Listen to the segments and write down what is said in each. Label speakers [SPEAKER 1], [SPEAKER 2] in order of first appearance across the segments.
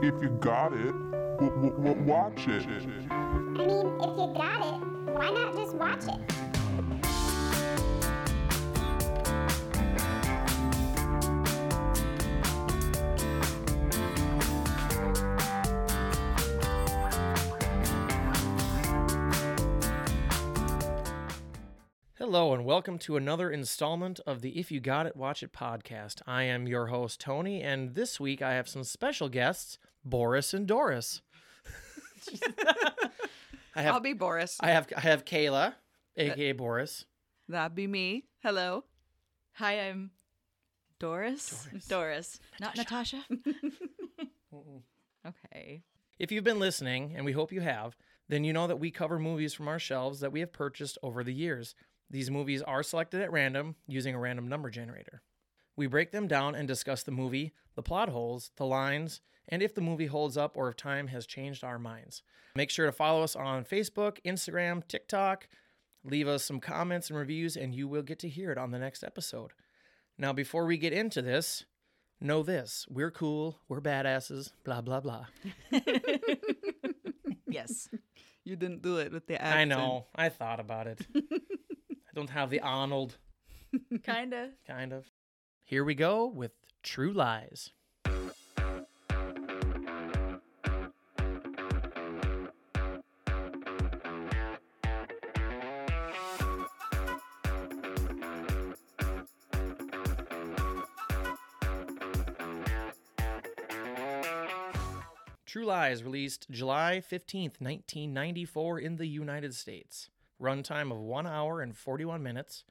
[SPEAKER 1] if you got it, w- w- watch it.
[SPEAKER 2] I mean, if you got it, why not just watch it?
[SPEAKER 3] Hello, and welcome to another installment of the If You Got It, Watch It podcast. I am your host, Tony, and this week I have some special guests, Boris and Doris. I
[SPEAKER 4] I'll
[SPEAKER 3] have
[SPEAKER 4] be Boris.
[SPEAKER 3] I have I have Kayla, aka Boris.
[SPEAKER 4] That'd be me. Hello.
[SPEAKER 5] Hi, I'm Doris. Doris. Not Natasha. okay.
[SPEAKER 3] If you've been listening, and we hope you have, then you know that we cover movies from our shelves that we have purchased over the years. These movies are selected at random using a random number generator. We break them down and discuss the movie, the plot holes, the lines, and if the movie holds up or if time has changed our minds. Make sure to follow us on Facebook, Instagram, TikTok. Leave us some comments and reviews, and you will get to hear it on the next episode. Now, before we get into this, know this we're cool, we're badasses, blah, blah, blah.
[SPEAKER 4] Yes. you didn't do it with the accent.
[SPEAKER 3] I know. I thought about it. I don't have the Arnold
[SPEAKER 5] Kinda.
[SPEAKER 3] kind of. Here we go with True Lies. True Lies released July 15th, 1994 in the United States. Runtime of 1 hour and 41 minutes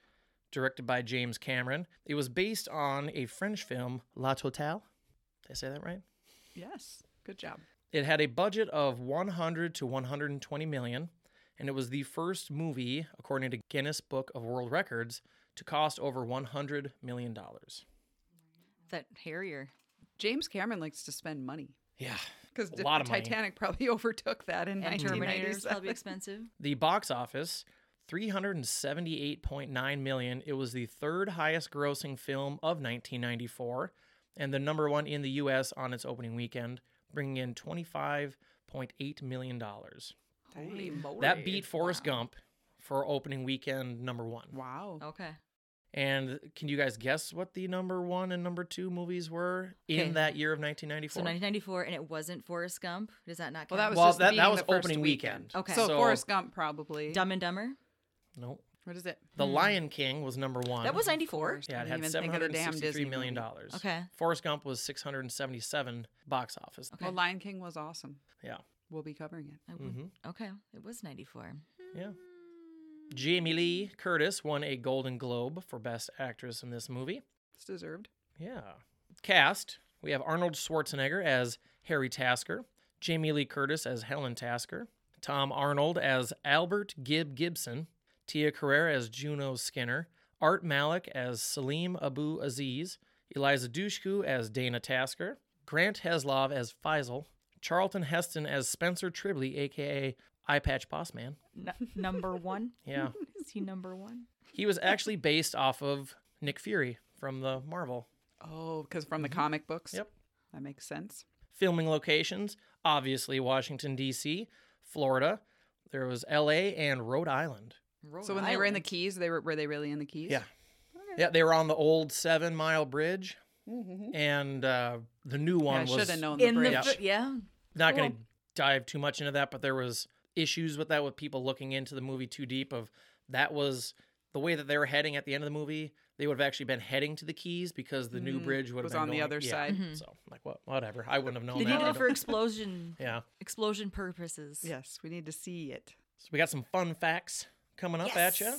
[SPEAKER 3] directed by James Cameron. It was based on a French film, La Totale. Did I say that right?
[SPEAKER 4] Yes. Good job.
[SPEAKER 3] It had a budget of 100 to 120 million, and it was the first movie, according to Guinness Book of World Records, to cost over 100 million dollars.
[SPEAKER 5] That Harrier.
[SPEAKER 4] James Cameron likes to spend money.
[SPEAKER 3] Yeah,
[SPEAKER 4] Because
[SPEAKER 3] a lot of money.
[SPEAKER 4] Titanic probably overtook that in
[SPEAKER 5] And Oh, Terminator's
[SPEAKER 4] 1997.
[SPEAKER 5] probably expensive.
[SPEAKER 3] The box office, 378.9 million. It was the third highest grossing film of 1994 and the number one in the US on its opening weekend, bringing in 25.8 million dollars.
[SPEAKER 4] Holy moly.
[SPEAKER 3] That beat Forrest Gump for opening weekend number 1.
[SPEAKER 4] Wow.
[SPEAKER 5] Okay.
[SPEAKER 3] And can you guys guess what the number 1 and number 2 movies were
[SPEAKER 5] Okay.
[SPEAKER 3] in that year of
[SPEAKER 5] So
[SPEAKER 3] 1994?
[SPEAKER 5] 1994, and it wasn't Forrest Gump. Does that not
[SPEAKER 4] Well,
[SPEAKER 5] count?
[SPEAKER 4] that was
[SPEAKER 3] Well,
[SPEAKER 4] just
[SPEAKER 3] that-
[SPEAKER 4] being
[SPEAKER 3] that was
[SPEAKER 4] the first
[SPEAKER 3] opening
[SPEAKER 4] weekend.
[SPEAKER 3] weekend.
[SPEAKER 5] Okay.
[SPEAKER 4] So,
[SPEAKER 3] So-
[SPEAKER 4] Forrest Gump probably.
[SPEAKER 5] Dumb and Dumber.
[SPEAKER 3] nope.
[SPEAKER 4] What is it?
[SPEAKER 3] The Lion King was number 1.
[SPEAKER 5] Hmm. That was 94.
[SPEAKER 3] Yeah, it
[SPEAKER 4] Didn't
[SPEAKER 3] had
[SPEAKER 4] even
[SPEAKER 3] seven
[SPEAKER 4] think of the
[SPEAKER 3] hundred
[SPEAKER 4] damn
[SPEAKER 3] sixty-three
[SPEAKER 4] Disney
[SPEAKER 3] million
[SPEAKER 4] movie.
[SPEAKER 3] dollars.
[SPEAKER 5] Okay.
[SPEAKER 3] Forrest Gump was six hundred and seventy-seven box office.
[SPEAKER 5] Okay.
[SPEAKER 4] Well, Lion King was awesome.
[SPEAKER 3] Yeah,
[SPEAKER 4] We'll be covering it.
[SPEAKER 5] I would- Okay. It was 94.
[SPEAKER 3] yeah. Jamie Lee Curtis won a Golden Globe for Best Actress in this movie.
[SPEAKER 4] It's deserved.
[SPEAKER 3] Yeah. Cast: We have Arnold Schwarzenegger as Harry Tasker, Jamie Lee Curtis as Helen Tasker, Tom Arnold as Albert Gibb Gibson, Tia Carrere as Juno Skinner, Art Malik as Salim Abu Aziz, Eliza Dushku as Dana Tasker, Grant Heslov as Faisal, Charlton Heston as Spencer Tribbley, aka Eye Patch Boss Man.
[SPEAKER 5] N- number one.
[SPEAKER 3] Yeah.
[SPEAKER 5] Is he number one?
[SPEAKER 3] he was actually based off of Nick Fury from the Marvel.
[SPEAKER 4] Oh, because from the comic books?
[SPEAKER 3] Mm-hmm. Yep.
[SPEAKER 4] That makes sense.
[SPEAKER 3] filming locations obviously washington d.c florida there was la and rhode island
[SPEAKER 4] so when they were in the Keys, they were were they really in the Keys?
[SPEAKER 3] yeah yeah they were on the old seven mile bridge and uh, the new
[SPEAKER 4] Mm-hmm. Yeah, I
[SPEAKER 3] one
[SPEAKER 4] should
[SPEAKER 3] was
[SPEAKER 4] have known the
[SPEAKER 5] in the
[SPEAKER 4] bridge.
[SPEAKER 3] Yeah.
[SPEAKER 5] fr- yeah.
[SPEAKER 3] not going to dive too much into that but there was issues with that with people looking into the movie too deep of that was the way that they were heading at the end of the movie they would have actually been heading to the keys because the new bridge would have
[SPEAKER 4] Mm-hmm. was
[SPEAKER 3] been
[SPEAKER 4] on the
[SPEAKER 3] going-
[SPEAKER 4] other
[SPEAKER 3] yeah.
[SPEAKER 4] side.
[SPEAKER 3] so I'm like what whatever i wouldn't have known
[SPEAKER 5] They
[SPEAKER 3] that
[SPEAKER 5] needed
[SPEAKER 3] I
[SPEAKER 5] it for
[SPEAKER 3] don't-
[SPEAKER 5] explosion
[SPEAKER 3] yeah
[SPEAKER 5] explosion purposes.
[SPEAKER 4] Yes, we need to see it.
[SPEAKER 3] So we got some fun facts coming up at you.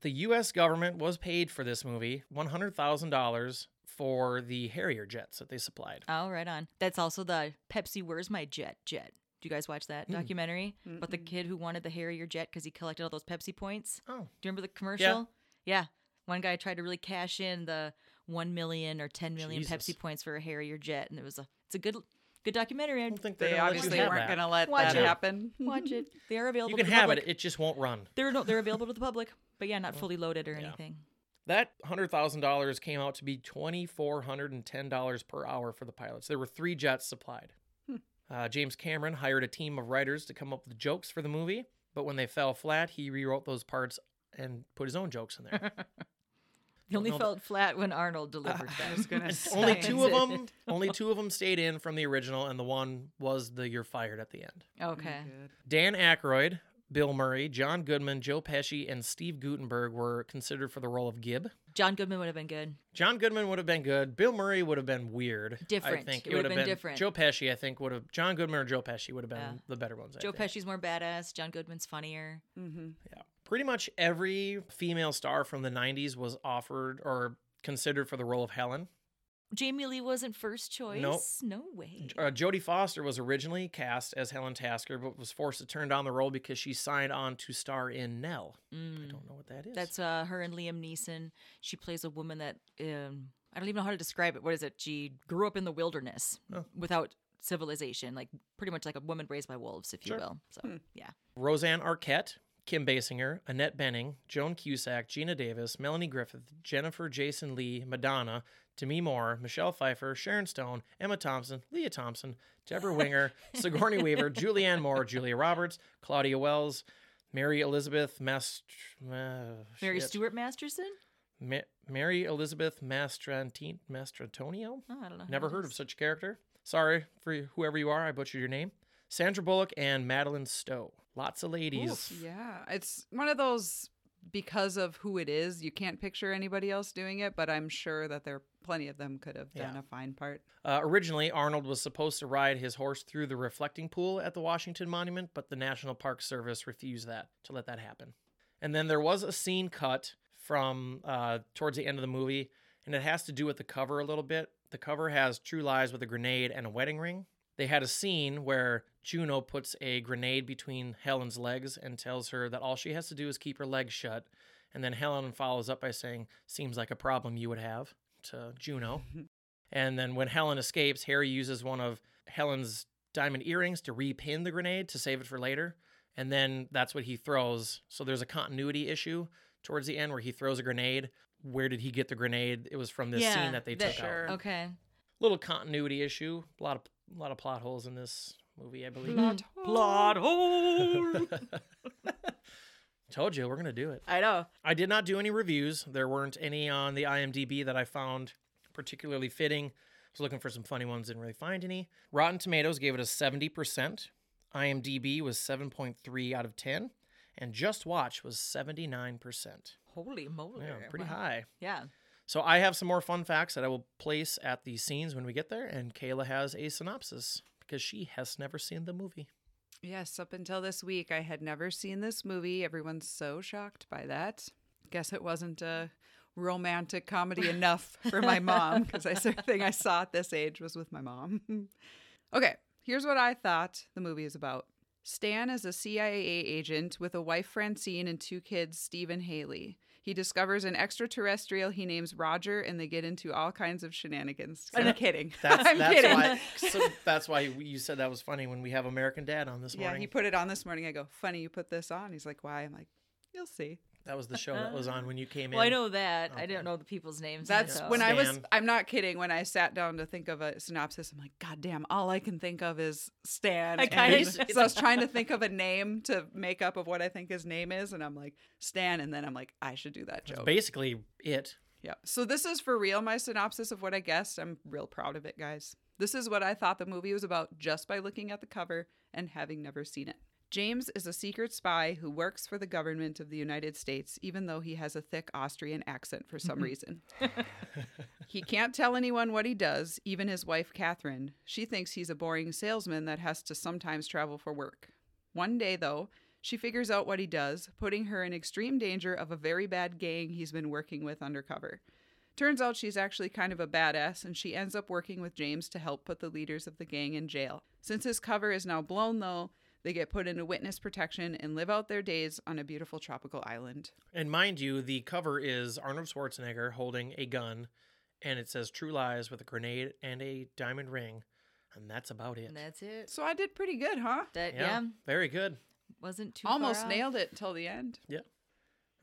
[SPEAKER 3] The U.S. government was paid for this movie one hundred thousand dollars for the Harrier jets that they supplied.
[SPEAKER 5] Oh, right on. That's also the Pepsi Where's My Jet Jet. Do you guys watch that
[SPEAKER 3] Hmm.
[SPEAKER 5] documentary about the kid who wanted the Harrier jet because he collected all those Pepsi points?
[SPEAKER 3] Oh,
[SPEAKER 5] Do you remember the commercial? Yeah. One guy tried to really cash in the 1 million or 10 million
[SPEAKER 3] Jesus.
[SPEAKER 5] Pepsi points for a Harrier jet and it was a it's a good good documentary.
[SPEAKER 3] I
[SPEAKER 5] I'd
[SPEAKER 3] don't think
[SPEAKER 4] They
[SPEAKER 3] they're gonna let you
[SPEAKER 4] obviously
[SPEAKER 3] have
[SPEAKER 4] weren't
[SPEAKER 3] that.
[SPEAKER 4] going to let
[SPEAKER 5] Watch
[SPEAKER 4] that
[SPEAKER 3] it.
[SPEAKER 4] happen.
[SPEAKER 5] watch it. They are
[SPEAKER 3] mm-hmm.
[SPEAKER 5] available
[SPEAKER 3] You can
[SPEAKER 5] to the
[SPEAKER 3] have
[SPEAKER 5] public.
[SPEAKER 3] it; it just won't run.
[SPEAKER 5] They're no, they're available to the public, but yeah, not fully loaded or
[SPEAKER 3] yeah.
[SPEAKER 5] anything.
[SPEAKER 3] That hundred thousand dollars came out to be twenty four hundred and ten dollars per hour for the pilots. There were three jets supplied. Uh, James Cameron hired a team of writers to come up with jokes for the movie, but when they fell flat, he rewrote those parts and put his own jokes in there.
[SPEAKER 5] He only
[SPEAKER 3] know that-
[SPEAKER 5] felt flat when Arnold delivered them.
[SPEAKER 4] I was gonna say.
[SPEAKER 3] only
[SPEAKER 5] Science
[SPEAKER 3] two of
[SPEAKER 5] it.
[SPEAKER 3] them, only two of them stayed in from the original, and the one was the "You're fired" at the end.
[SPEAKER 5] Okay.
[SPEAKER 4] Good.
[SPEAKER 3] Dan Aykroyd, Bill Murray, John Goodman, Joe Pesci, and Steve Gutenberg were considered for the role of Gib.
[SPEAKER 5] John Goodman would have been good.
[SPEAKER 3] John Goodman would have been good. Bill Murray would have been weird. I
[SPEAKER 5] Different.
[SPEAKER 3] think
[SPEAKER 5] It would have
[SPEAKER 3] would've
[SPEAKER 5] been different.
[SPEAKER 3] Joe Pesci, I think, would have John Goodman or Joe Pesci would have been
[SPEAKER 5] Yeah.
[SPEAKER 3] the better ones. I
[SPEAKER 5] Joe
[SPEAKER 3] think.
[SPEAKER 5] Pesci's more badass. John Goodman's funnier.
[SPEAKER 4] Mm-hmm.
[SPEAKER 3] Yeah. Pretty much every female star from the '90s was offered or considered for the role of Helen.
[SPEAKER 5] Jamie Lee wasn't first choice. No way.
[SPEAKER 3] Uh, Jodie Foster was originally cast as Helen Tasker, but was forced to turn down the role because she signed on to star in Nell. I
[SPEAKER 5] Mm.
[SPEAKER 3] don't know what that is.
[SPEAKER 5] That's uh, her and Liam Neeson. She plays a woman that um, I don't even know how to describe it. What is it? She grew up in the wilderness
[SPEAKER 3] Oh.
[SPEAKER 5] without civilization, like pretty much like a woman raised by wolves, if
[SPEAKER 3] Sure.
[SPEAKER 5] you will. So
[SPEAKER 4] Hmm.
[SPEAKER 5] yeah,
[SPEAKER 3] Roseanne Arquette, Kim Basinger, Annette Benning, Joan Cusack, Gina Davis, Melanie Griffith, Jennifer Jason Lee, Madonna, Demi Moore, Michelle Pfeiffer, Sharon Stone, Emma Thompson, Leah Thompson, Deborah Winger, Sigourney Weaver, Julianne Moore, Julia Roberts, Claudia Wells, Mary Elizabeth Mast- uh,
[SPEAKER 5] Mary
[SPEAKER 3] shit.
[SPEAKER 5] Stuart Masterson.
[SPEAKER 3] Ma- Mary Elizabeth Mastrantin- Mastrantonio.
[SPEAKER 5] Oh, I don't know. who
[SPEAKER 3] Never
[SPEAKER 5] that
[SPEAKER 3] heard
[SPEAKER 5] is.
[SPEAKER 3] of such a character. Sorry for you- whoever you are, I butchered your name. Sandra Bullock and Madeline Stowe. Lots of ladies.
[SPEAKER 4] Yeah, it's one of those because of who it is, you can't picture anybody else doing it, but I'm sure that there plenty of them could have done
[SPEAKER 3] Yeah.
[SPEAKER 4] a fine part.
[SPEAKER 3] Uh, originally, Arnold was supposed to ride his horse through the reflecting pool at the Washington Monument, but the National Park Service refused that to let that happen. And then there was a scene cut from uh, towards the end of the movie, and it has to do with the cover a little bit. The cover has True Lies with a grenade and a wedding ring. They had a scene where Juno puts a grenade between Helen's legs and tells her that all she has to do is keep her legs shut. And then Helen follows up by saying, Seems like a problem you would have to Juno. And then when Helen escapes, Harry uses one of Helen's diamond earrings to repin the grenade to save it for later. And then that's what he throws. So there's a continuity issue towards the end where he throws a grenade. Where did he get the grenade? It was from this
[SPEAKER 5] Yeah,
[SPEAKER 3] scene that they
[SPEAKER 5] that-
[SPEAKER 3] took
[SPEAKER 4] Sure.
[SPEAKER 3] out.
[SPEAKER 5] Okay.
[SPEAKER 3] Little continuity issue. A lot of a lot of plot holes in this movie, I believe.
[SPEAKER 4] Plot hole.
[SPEAKER 5] hole.
[SPEAKER 3] Told you we're gonna do it.
[SPEAKER 5] I know.
[SPEAKER 3] I did not do any reviews. There weren't any on the IMDb that I found particularly fitting. I was looking for some funny ones, didn't really find any. Rotten Tomatoes gave it a 70%. IMDb was 7.3 out of 10. And Just Watch was 79%.
[SPEAKER 5] Holy moly.
[SPEAKER 3] Yeah, pretty
[SPEAKER 5] Wow.
[SPEAKER 3] high.
[SPEAKER 5] Yeah.
[SPEAKER 3] So I have some more fun facts that I will place at the scenes when we get there. And Kayla has a synopsis because she has never seen the movie.
[SPEAKER 4] Yes, up until this week, I had never seen this movie. Everyone's so shocked by that. Guess it wasn't a romantic comedy enough for my mom because I everything I saw at this age was with my mom. okay, here's what I thought the movie is about. Stan is a CIA agent with a wife Francine and two kids, Steve and Haley. He discovers an extraterrestrial he names Roger, and they get into all kinds of shenanigans. I'm kidding.
[SPEAKER 3] That's,
[SPEAKER 4] I'm
[SPEAKER 3] that's
[SPEAKER 4] kidding.
[SPEAKER 3] why. So that's why you said that was funny when we have American Dad on this
[SPEAKER 4] Yeah,
[SPEAKER 3] morning.
[SPEAKER 4] he put it on this morning. I go, funny you put this on. He's like, why? I'm like, you'll see.
[SPEAKER 3] That was the show that was on when you came in.
[SPEAKER 5] Well, I know that. I
[SPEAKER 3] Okay.
[SPEAKER 5] don't know the people's names. in it,
[SPEAKER 4] That's
[SPEAKER 5] so-
[SPEAKER 4] when I was.
[SPEAKER 3] Stan.
[SPEAKER 4] I'm not kidding. When I sat down to think of a synopsis, I'm like, God damn! All I can think of is Stan.
[SPEAKER 5] I kinda
[SPEAKER 4] And
[SPEAKER 5] did.
[SPEAKER 4] so I was trying to think of a name to make up of what I think his name is, and I'm like Stan, and then I'm like, I should do that
[SPEAKER 3] That's
[SPEAKER 4] joke.
[SPEAKER 3] basically it.
[SPEAKER 4] Yeah. So this is for real my synopsis of what I guessed. I'm real proud of it, guys. This is what I thought the movie was about just by looking at the cover and having never seen it. James is a secret spy who works for the government of the United States, even though he has a thick Austrian accent for some reason. he can't tell anyone what he does, even his wife, Catherine. She thinks he's a boring salesman that has to sometimes travel for work. One day, though, she figures out what he does, putting her in extreme danger of a very bad gang he's been working with undercover. Turns out she's actually kind of a badass, and she ends up working with James to help put the leaders of the gang in jail. Since his cover is now blown, though, they get put into witness protection and live out their days on a beautiful tropical island.
[SPEAKER 3] And mind you, the cover is Arnold Schwarzenegger holding a gun, and it says "True Lies" with a grenade and a diamond ring, and that's about it.
[SPEAKER 5] And that's it.
[SPEAKER 4] So I did pretty good, huh?
[SPEAKER 5] That yeah,
[SPEAKER 3] yeah, very good.
[SPEAKER 5] wasn't too far
[SPEAKER 4] Almost
[SPEAKER 5] off.
[SPEAKER 4] nailed it till the end.
[SPEAKER 3] Yeah.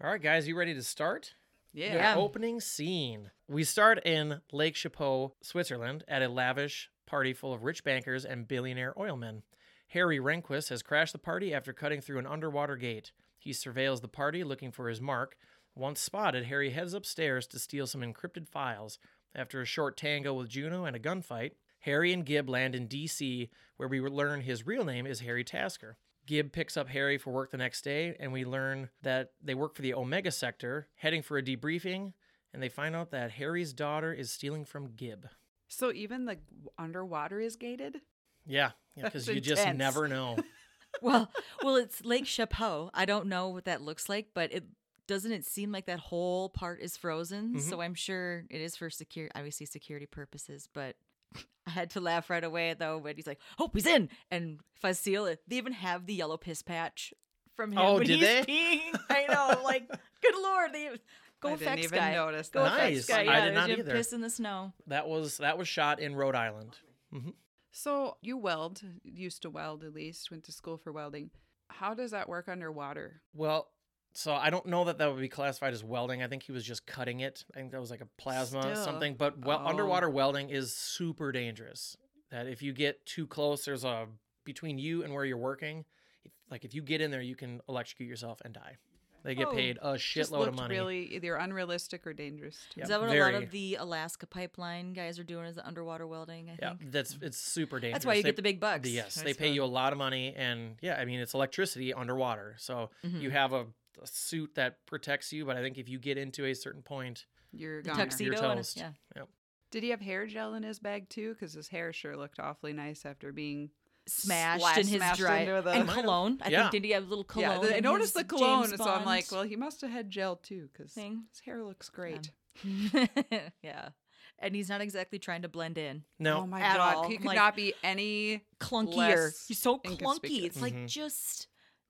[SPEAKER 3] All right, guys, you ready to start?
[SPEAKER 4] Yeah.
[SPEAKER 5] Yeah.
[SPEAKER 3] Opening scene. We start in Lake Chapeau, Switzerland, at a lavish party full of rich bankers and billionaire oilmen. Harry Rehnquist has crashed the party after cutting through an underwater gate. He surveils the party looking for his mark. Once spotted, Harry heads upstairs to steal some encrypted files. After a short tango with Juno and a gunfight, Harry and Gibb land in D.C., where we learn his real name is Harry Tasker. Gibb picks up Harry for work the next day, and we learn that they work for the Omega Sector, heading for a debriefing, and they find out that Harry's daughter is stealing from Gibb.
[SPEAKER 4] So even the underwater is gated?
[SPEAKER 3] Yeah, because
[SPEAKER 4] That's
[SPEAKER 3] you just
[SPEAKER 4] intense.
[SPEAKER 3] never know.
[SPEAKER 5] well, well, it's Lake Chapeau. I don't know what that looks like, but it doesn't it seem like that whole part is frozen.
[SPEAKER 3] Mhm.
[SPEAKER 5] So I'm sure it is for secure, obviously security purposes. But I had to laugh right away though when he's like, "Oh, he's in!" And Facile, they even have the yellow piss patch from him
[SPEAKER 3] Oh,
[SPEAKER 5] when
[SPEAKER 3] did
[SPEAKER 5] he's peeing. I know, like, good lord, they go
[SPEAKER 4] I
[SPEAKER 5] effects
[SPEAKER 4] didn't even
[SPEAKER 5] guy.
[SPEAKER 4] notice
[SPEAKER 5] Go
[SPEAKER 4] that.
[SPEAKER 5] effects
[SPEAKER 3] Nice.
[SPEAKER 5] guy. Yeah,
[SPEAKER 3] I did
[SPEAKER 5] there's
[SPEAKER 3] not
[SPEAKER 5] him
[SPEAKER 3] either.
[SPEAKER 5] Piss in the snow.
[SPEAKER 3] that was that was shot in Rhode Island.
[SPEAKER 4] So you weld, used to weld at least, went to school for welding. How does that work underwater?
[SPEAKER 3] Well, so I don't know that that would be classified as welding. I think he was just cutting it. I think that was like a plasma
[SPEAKER 4] Still.
[SPEAKER 3] something. But well,
[SPEAKER 4] Oh.
[SPEAKER 3] underwater welding is super dangerous. That if you get too close, there's a between you and where you're working. If, like if you get in there, you can electrocute yourself and die. They get
[SPEAKER 5] Oh,
[SPEAKER 3] paid a
[SPEAKER 4] Just
[SPEAKER 3] shitload
[SPEAKER 4] looked
[SPEAKER 3] of money.
[SPEAKER 4] really either unrealistic or dangerous. To
[SPEAKER 3] Yeah,
[SPEAKER 5] Is
[SPEAKER 4] me.
[SPEAKER 5] that what a lot
[SPEAKER 3] very.
[SPEAKER 5] of the Alaska pipeline guys are doing? Is the underwater welding? I
[SPEAKER 3] yeah,
[SPEAKER 5] think.
[SPEAKER 3] that's it's super dangerous.
[SPEAKER 5] That's why you
[SPEAKER 3] They-
[SPEAKER 5] get the big bucks.
[SPEAKER 3] Yes,
[SPEAKER 5] I
[SPEAKER 3] they pay
[SPEAKER 5] suppose.
[SPEAKER 3] you a lot of money, and yeah, I mean it's electricity underwater, so
[SPEAKER 5] Mm-hmm.
[SPEAKER 3] you have a, a suit that protects you. But I think if you get into a certain point,
[SPEAKER 4] You're
[SPEAKER 5] the
[SPEAKER 4] goner.
[SPEAKER 5] tuxedo.
[SPEAKER 3] you're
[SPEAKER 5] and a-
[SPEAKER 3] toast.
[SPEAKER 5] yeah.
[SPEAKER 3] Yep.
[SPEAKER 4] Did he have hair gel in his bag too? Because his hair sure looked awfully nice after being
[SPEAKER 5] smashed
[SPEAKER 4] slashed-
[SPEAKER 5] in his
[SPEAKER 4] smashed
[SPEAKER 5] dry
[SPEAKER 4] into the-
[SPEAKER 5] and
[SPEAKER 4] Might
[SPEAKER 3] have.
[SPEAKER 5] cologne. I
[SPEAKER 3] Yeah.
[SPEAKER 5] think did he have a little cologne?
[SPEAKER 4] Yeah, I
[SPEAKER 5] in
[SPEAKER 4] noticed the
[SPEAKER 5] his
[SPEAKER 4] cologne,
[SPEAKER 5] James
[SPEAKER 4] so I'm like, well,
[SPEAKER 5] Bond?
[SPEAKER 4] he must have had gel too, because
[SPEAKER 5] Thing.
[SPEAKER 4] his hair looks great.
[SPEAKER 5] yeah, and he's not exactly trying to blend in.
[SPEAKER 3] no,
[SPEAKER 4] Oh my
[SPEAKER 5] at
[SPEAKER 4] god,
[SPEAKER 5] all.
[SPEAKER 4] he
[SPEAKER 5] I'm
[SPEAKER 4] could
[SPEAKER 5] like,
[SPEAKER 4] not be any.
[SPEAKER 5] Clunkier.
[SPEAKER 4] Less
[SPEAKER 5] he's so
[SPEAKER 4] inconspicuous.
[SPEAKER 5] clunky. It's like
[SPEAKER 3] Mhm.
[SPEAKER 5] just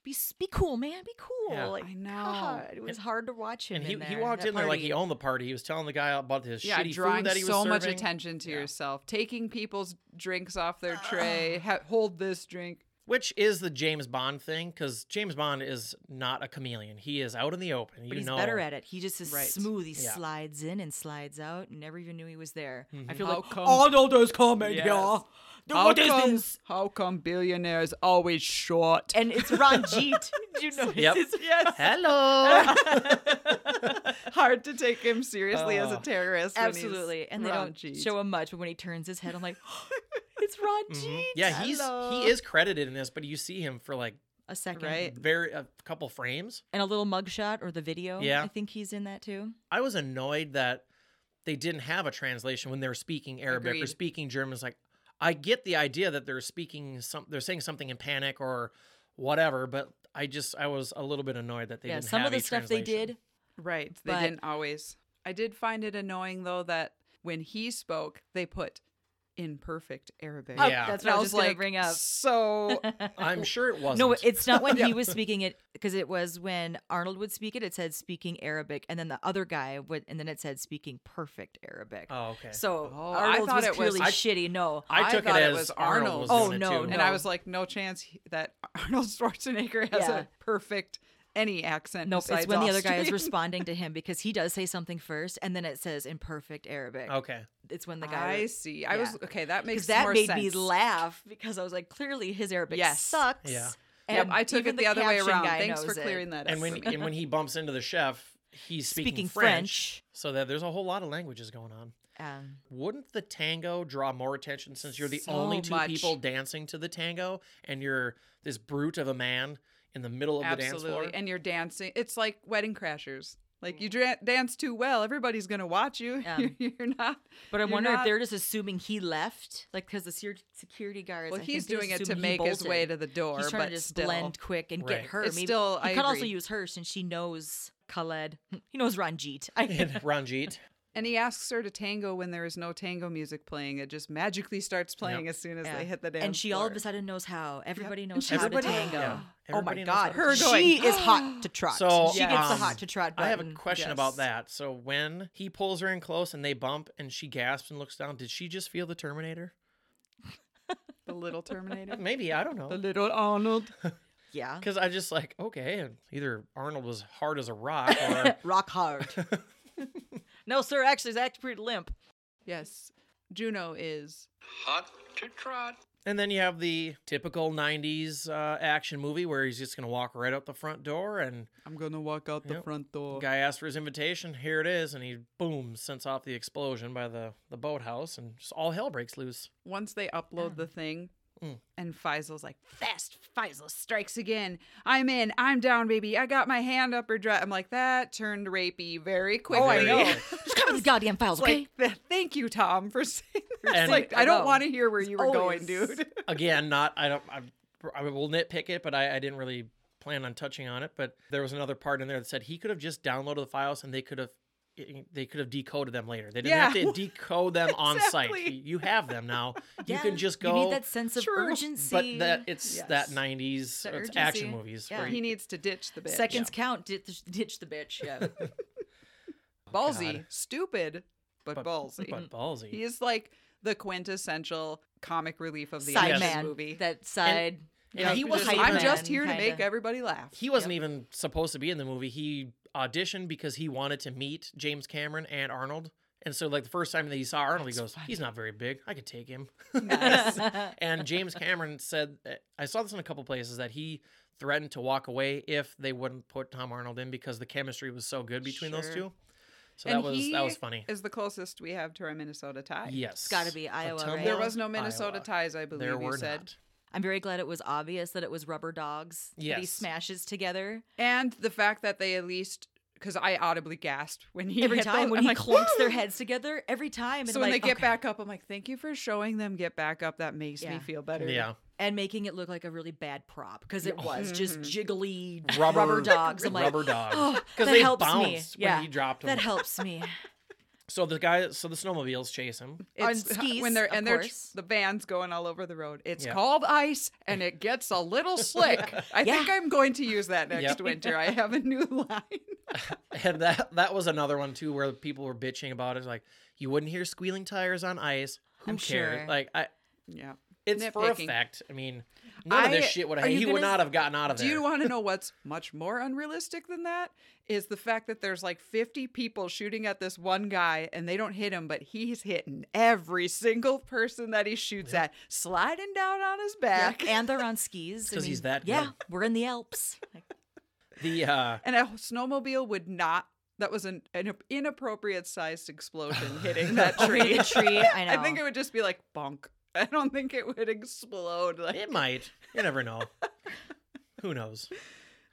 [SPEAKER 5] be s- be cool, man. Be cool.
[SPEAKER 3] Yeah.
[SPEAKER 5] Like,
[SPEAKER 4] I know.
[SPEAKER 5] God, it was hard to watch him.
[SPEAKER 3] and he,
[SPEAKER 5] in
[SPEAKER 3] he
[SPEAKER 5] there,
[SPEAKER 3] walked
[SPEAKER 5] that
[SPEAKER 3] in there like he
[SPEAKER 5] party.
[SPEAKER 3] owned the party. He was telling the guy about his
[SPEAKER 4] Yeah,
[SPEAKER 3] shitty
[SPEAKER 4] drawing
[SPEAKER 3] food that he was
[SPEAKER 4] so
[SPEAKER 3] serving.
[SPEAKER 4] much attention to
[SPEAKER 3] Yeah.
[SPEAKER 4] yourself, taking people's drinks off their tray. Ha- hold this drink.
[SPEAKER 3] which is the James Bond thing because James Bond is not a chameleon. He is out in the open. you
[SPEAKER 5] But he's
[SPEAKER 3] know,
[SPEAKER 5] better at it. He just is
[SPEAKER 4] Right.
[SPEAKER 5] smooth. He
[SPEAKER 3] Yeah.
[SPEAKER 5] slides in and slides out. and Never even knew he was there.
[SPEAKER 3] Mm-hmm.
[SPEAKER 5] I feel
[SPEAKER 4] How
[SPEAKER 5] like
[SPEAKER 4] come-
[SPEAKER 5] Arnold is coming
[SPEAKER 4] Yes.
[SPEAKER 5] here.
[SPEAKER 4] How
[SPEAKER 5] What is
[SPEAKER 4] come,
[SPEAKER 5] this?
[SPEAKER 4] How come billionaires always short?
[SPEAKER 5] And it's Ranjit. Did you know?
[SPEAKER 3] Yep.
[SPEAKER 4] yes,
[SPEAKER 3] Hello.
[SPEAKER 4] hard to take him seriously as a
[SPEAKER 3] Oh.
[SPEAKER 4] terrorist. when he's
[SPEAKER 5] Absolutely. And they don't
[SPEAKER 4] raunchy.
[SPEAKER 5] show him much, but when he turns his head, I'm like, it's Ron Jeet.
[SPEAKER 3] Mm-hmm. yeah, he's
[SPEAKER 5] Hello.
[SPEAKER 3] he is credited in this, but you see him for like
[SPEAKER 5] a second.
[SPEAKER 4] Right.
[SPEAKER 3] very a couple frames.
[SPEAKER 5] And a little mugshot or the video.
[SPEAKER 3] Yeah.
[SPEAKER 5] I think he's in that too.
[SPEAKER 3] I was annoyed that they didn't have a translation when they were speaking Arabic or
[SPEAKER 4] Agreed.
[SPEAKER 3] speaking German. It's like I get the idea that they're speaking some they're saying something in panic or whatever, but I just I was a little bit annoyed that they
[SPEAKER 5] yeah.
[SPEAKER 3] didn't
[SPEAKER 5] Some
[SPEAKER 3] have
[SPEAKER 5] of the
[SPEAKER 3] a
[SPEAKER 5] stuff they
[SPEAKER 3] translation.
[SPEAKER 5] did.
[SPEAKER 4] Right. They
[SPEAKER 5] But-
[SPEAKER 4] didn't always. I did find it annoying though that when he spoke, they put imperfect Arabic.
[SPEAKER 3] Oh, Yeah.
[SPEAKER 5] That's
[SPEAKER 4] And
[SPEAKER 5] what I was,
[SPEAKER 4] was
[SPEAKER 5] just going
[SPEAKER 4] like,
[SPEAKER 5] to bring up.
[SPEAKER 4] So
[SPEAKER 3] I'm sure it wasn't.
[SPEAKER 5] No, it's not when he was speaking it because it was when Arnold would speak it. It said speaking Arabic, and then the other guy would, and then it said speaking perfect Arabic.
[SPEAKER 3] Oh, okay.
[SPEAKER 5] So
[SPEAKER 4] Oh, I
[SPEAKER 5] Arnold's
[SPEAKER 4] thought
[SPEAKER 5] was
[SPEAKER 4] it was-
[SPEAKER 5] purely
[SPEAKER 4] I-
[SPEAKER 5] shitty. No,
[SPEAKER 3] I took
[SPEAKER 4] thought
[SPEAKER 3] it
[SPEAKER 4] it
[SPEAKER 3] as
[SPEAKER 4] was
[SPEAKER 3] Arnold. was
[SPEAKER 5] Arnold.
[SPEAKER 3] doing
[SPEAKER 5] Oh,
[SPEAKER 3] it too.
[SPEAKER 4] and I was like, no chance he- that Arnold Schwarzenegger has
[SPEAKER 5] Yeah.
[SPEAKER 4] a perfect any accent.
[SPEAKER 5] Nope,
[SPEAKER 4] besides
[SPEAKER 5] it's when the other guy is
[SPEAKER 4] Austrian.
[SPEAKER 5] responding to him because he does say something first, and then it says imperfect Arabic.
[SPEAKER 3] Okay.
[SPEAKER 5] It's when the guy
[SPEAKER 4] I see. I was
[SPEAKER 5] yeah.
[SPEAKER 4] okay. That makes
[SPEAKER 5] because that
[SPEAKER 4] more
[SPEAKER 5] made
[SPEAKER 4] sense.
[SPEAKER 5] me laugh because I was like, clearly his Arabic
[SPEAKER 4] Yes.
[SPEAKER 5] sucks.
[SPEAKER 3] Yeah.
[SPEAKER 4] Yep, I took
[SPEAKER 5] even
[SPEAKER 4] it the, other way
[SPEAKER 5] caption
[SPEAKER 4] around.
[SPEAKER 5] guy
[SPEAKER 4] Thanks for
[SPEAKER 5] knows it.
[SPEAKER 4] clearing that up.
[SPEAKER 3] And
[SPEAKER 4] for
[SPEAKER 3] when
[SPEAKER 4] me.
[SPEAKER 3] and when he bumps into the chef, he's speaking,
[SPEAKER 5] Speaking French.
[SPEAKER 3] So that there's a whole lot of languages going on.
[SPEAKER 5] Um,
[SPEAKER 3] Wouldn't the tango draw more attention since you're the
[SPEAKER 4] So
[SPEAKER 3] only two
[SPEAKER 4] much.
[SPEAKER 3] people dancing to the tango and you're this brute of a man in the middle of the dance
[SPEAKER 4] Absolutely.
[SPEAKER 3] floor?
[SPEAKER 4] And you're dancing. It's like wedding crashers. Like you dra- dance too well, everybody's gonna watch you.
[SPEAKER 5] Mm. Yeah.
[SPEAKER 4] You're- You're not.
[SPEAKER 5] but I
[SPEAKER 4] you're
[SPEAKER 5] wonder if
[SPEAKER 4] not-
[SPEAKER 5] they're just assuming he left, like because the secu- security guards.
[SPEAKER 4] Well,
[SPEAKER 5] I
[SPEAKER 4] he's
[SPEAKER 5] think they
[SPEAKER 4] doing
[SPEAKER 5] just
[SPEAKER 4] it to
[SPEAKER 5] assume he
[SPEAKER 4] make his
[SPEAKER 5] bolted.
[SPEAKER 4] way to the door,
[SPEAKER 5] He's trying
[SPEAKER 4] but
[SPEAKER 5] to just
[SPEAKER 4] still.
[SPEAKER 5] blend quick and
[SPEAKER 3] Right.
[SPEAKER 5] get her.
[SPEAKER 4] It's
[SPEAKER 5] Maybe
[SPEAKER 4] still-
[SPEAKER 5] he
[SPEAKER 4] I
[SPEAKER 5] could also
[SPEAKER 4] agree.
[SPEAKER 5] use her since she knows Khaled. He knows Ranjit. I
[SPEAKER 3] And Ranjit.
[SPEAKER 4] And he asks her to tango when there is no tango music playing. It just magically starts playing as soon as
[SPEAKER 5] Yeah.
[SPEAKER 4] they hit the dance.
[SPEAKER 5] and she all of a
[SPEAKER 4] floor.
[SPEAKER 5] sudden knows how. Everybody
[SPEAKER 4] And
[SPEAKER 5] knows
[SPEAKER 4] she's
[SPEAKER 5] how
[SPEAKER 4] Everybody-
[SPEAKER 5] to tango.
[SPEAKER 3] yeah.
[SPEAKER 5] Oh my
[SPEAKER 3] Everybody knows how
[SPEAKER 5] god,
[SPEAKER 3] to
[SPEAKER 4] Her
[SPEAKER 5] she
[SPEAKER 4] going,
[SPEAKER 5] is hot to trot.
[SPEAKER 3] So
[SPEAKER 5] she gets the
[SPEAKER 3] um,
[SPEAKER 5] hot to trot button.
[SPEAKER 3] I have a question about
[SPEAKER 4] Yes.
[SPEAKER 3] that. So when he pulls her in close and they bump and she gasps and looks down, did she just feel the Terminator?
[SPEAKER 4] the little Terminator,
[SPEAKER 3] Maybe, I don't
[SPEAKER 4] the
[SPEAKER 3] know.
[SPEAKER 4] little Arnold.
[SPEAKER 5] Yeah,
[SPEAKER 3] Because I just like, okay, either Arnold was hard as a rock or
[SPEAKER 5] rock hard. no, sir. Actually, he's actually pretty limp.
[SPEAKER 4] Yes. Juno is
[SPEAKER 6] Hot to trot.
[SPEAKER 3] And then you have the typical 90s uh, action movie where he's just going to walk right out the front door and
[SPEAKER 4] I'm gonna walk out
[SPEAKER 3] the Yep.
[SPEAKER 4] front door.
[SPEAKER 3] guy asks for his invitation. Here it is. And he, boom, sends off the explosion by the, the boathouse and just all hell breaks loose.
[SPEAKER 4] Once they upload the thing,
[SPEAKER 3] Mm.
[SPEAKER 4] and Faisal's like, "Fast, Faisal strikes again. I'm in. I'm down, baby. I got my hand up her dress." I'm like, that turned rapey very quickly.
[SPEAKER 3] Oh, I know.
[SPEAKER 5] Just cover these goddamn files, okay?
[SPEAKER 4] like, th- thank you, Tom, for saying. That.
[SPEAKER 3] And-
[SPEAKER 4] like, I don't
[SPEAKER 5] Alone.
[SPEAKER 4] want to hear where you were
[SPEAKER 5] Oh. Always.
[SPEAKER 4] going, dude.
[SPEAKER 3] Again, not, I don't, I, I will nitpick it, but I, I didn't really plan on touching on it. But there was another part in there that said he could have just downloaded the files and they could have. eh, They could have decoded them later. They didn't have
[SPEAKER 4] Yeah.
[SPEAKER 3] to decode them on site.
[SPEAKER 4] Exactly.
[SPEAKER 3] You have them now. You can
[SPEAKER 5] Yeah,
[SPEAKER 3] just go.
[SPEAKER 5] You need that sense of
[SPEAKER 4] True. But
[SPEAKER 5] urgency.
[SPEAKER 3] But that it's that
[SPEAKER 4] Yes.
[SPEAKER 3] 90s
[SPEAKER 5] The
[SPEAKER 3] it's action
[SPEAKER 5] urgency.
[SPEAKER 3] movies.
[SPEAKER 5] Yeah.
[SPEAKER 3] where
[SPEAKER 4] he needs to ditch the bitch.
[SPEAKER 5] seconds count. Ditch, ditch the bitch. Yeah.
[SPEAKER 4] ballsy,
[SPEAKER 3] God.
[SPEAKER 4] stupid, but, ballsy.
[SPEAKER 3] But ballsy.
[SPEAKER 4] he is like the quintessential comic relief of the
[SPEAKER 5] side
[SPEAKER 4] action
[SPEAKER 5] man.
[SPEAKER 4] movie.
[SPEAKER 5] That side.
[SPEAKER 3] and he
[SPEAKER 5] the
[SPEAKER 3] wasn't
[SPEAKER 5] hype
[SPEAKER 4] I'm
[SPEAKER 3] even-
[SPEAKER 4] just
[SPEAKER 5] man
[SPEAKER 4] here to
[SPEAKER 5] kinda.
[SPEAKER 4] make everybody laugh.
[SPEAKER 3] he wasn't even supposed to be in the movie. He auditioned because he wanted to meet James Cameron and Arnold. And so, like the first time that he saw Arnold, he goes, "He's not very big. I could take him." and James Cameron said, "I saw this in a couple places that he threatened to walk away if they wouldn't put Tom Arnold in because the chemistry was so good between those
[SPEAKER 5] Sure.
[SPEAKER 3] two." So
[SPEAKER 4] And
[SPEAKER 3] that was
[SPEAKER 4] he
[SPEAKER 3] that was funny.
[SPEAKER 4] Is the closest we have to our Minnesota tie.
[SPEAKER 3] Yes,
[SPEAKER 5] gotta be
[SPEAKER 3] A
[SPEAKER 5] Iowa,
[SPEAKER 3] tumble
[SPEAKER 5] right?
[SPEAKER 4] There was no Minnesota
[SPEAKER 3] Iowa.
[SPEAKER 4] ties, I believe
[SPEAKER 3] There
[SPEAKER 4] you
[SPEAKER 3] were
[SPEAKER 4] said.
[SPEAKER 3] not.
[SPEAKER 5] I'm very glad it was obvious that it was rubber dogs that he
[SPEAKER 3] Yes.
[SPEAKER 5] smashes together
[SPEAKER 4] And the fact that they at least, because I audibly gasped when he
[SPEAKER 5] every
[SPEAKER 4] hit
[SPEAKER 5] time
[SPEAKER 4] those-
[SPEAKER 5] when
[SPEAKER 4] I'm
[SPEAKER 5] he
[SPEAKER 4] like,
[SPEAKER 5] clunks their
[SPEAKER 4] "Woo!"
[SPEAKER 5] heads together every time. And
[SPEAKER 4] So when
[SPEAKER 5] like,
[SPEAKER 4] they get
[SPEAKER 5] okay.
[SPEAKER 4] back up, I'm like, thank you for showing them get back up. That makes me
[SPEAKER 5] Yeah.
[SPEAKER 4] feel better.
[SPEAKER 3] Yeah,
[SPEAKER 5] and making it look like a really bad prop because it was just jiggly
[SPEAKER 3] rubber,
[SPEAKER 5] dogs. I'm like,
[SPEAKER 3] rubber dogs.
[SPEAKER 5] Oh, that
[SPEAKER 3] Because they
[SPEAKER 5] helps
[SPEAKER 3] bounced
[SPEAKER 5] me.
[SPEAKER 3] when
[SPEAKER 5] yeah,
[SPEAKER 3] he dropped
[SPEAKER 5] That
[SPEAKER 3] them.
[SPEAKER 5] helps me.
[SPEAKER 3] So the guy, so the snowmobiles chase him.
[SPEAKER 5] On
[SPEAKER 4] It's
[SPEAKER 5] skis,
[SPEAKER 4] when they're
[SPEAKER 5] of
[SPEAKER 4] and they're
[SPEAKER 5] course.
[SPEAKER 4] the van's going all over the road. It's
[SPEAKER 3] Yeah.
[SPEAKER 4] called ice, and it gets a little slick. I
[SPEAKER 5] Yeah.
[SPEAKER 4] think I'm going to use that next
[SPEAKER 3] Yep.
[SPEAKER 4] winter. I have a new line.
[SPEAKER 3] And that that was another one too, where people were bitching about it, like you wouldn't hear squealing tires on ice. Who
[SPEAKER 5] I'm
[SPEAKER 3] cares?
[SPEAKER 5] sure.
[SPEAKER 3] Like I,
[SPEAKER 4] yeah.
[SPEAKER 3] it's for
[SPEAKER 4] Nitpicking.
[SPEAKER 3] a fact. I mean, none of this
[SPEAKER 4] I-
[SPEAKER 3] shit would
[SPEAKER 5] are
[SPEAKER 3] have.
[SPEAKER 5] you
[SPEAKER 3] He would
[SPEAKER 5] gonna-
[SPEAKER 3] not have gotten out of
[SPEAKER 4] Do
[SPEAKER 3] there.
[SPEAKER 4] you want to know what's much more unrealistic than that? Is the fact that there's like 50 people shooting at this one guy and they don't hit him, but he's hitting every single person that he shoots at, sliding down on his
[SPEAKER 5] Yeah,
[SPEAKER 4] back.
[SPEAKER 5] and they're on skis. I
[SPEAKER 3] 'cause he's
[SPEAKER 5] mean,
[SPEAKER 3] that
[SPEAKER 5] Yeah,
[SPEAKER 3] good.
[SPEAKER 5] we're in the Alps. Like,
[SPEAKER 3] the uh,
[SPEAKER 4] And a snowmobile would not. That was an, an inappropriate sized explosion hitting that
[SPEAKER 5] tree,
[SPEAKER 4] tree.
[SPEAKER 5] the tree. I know.
[SPEAKER 4] I think it would just be like bonk. I don't think it would explode. Like
[SPEAKER 3] it might. You never know. Who knows?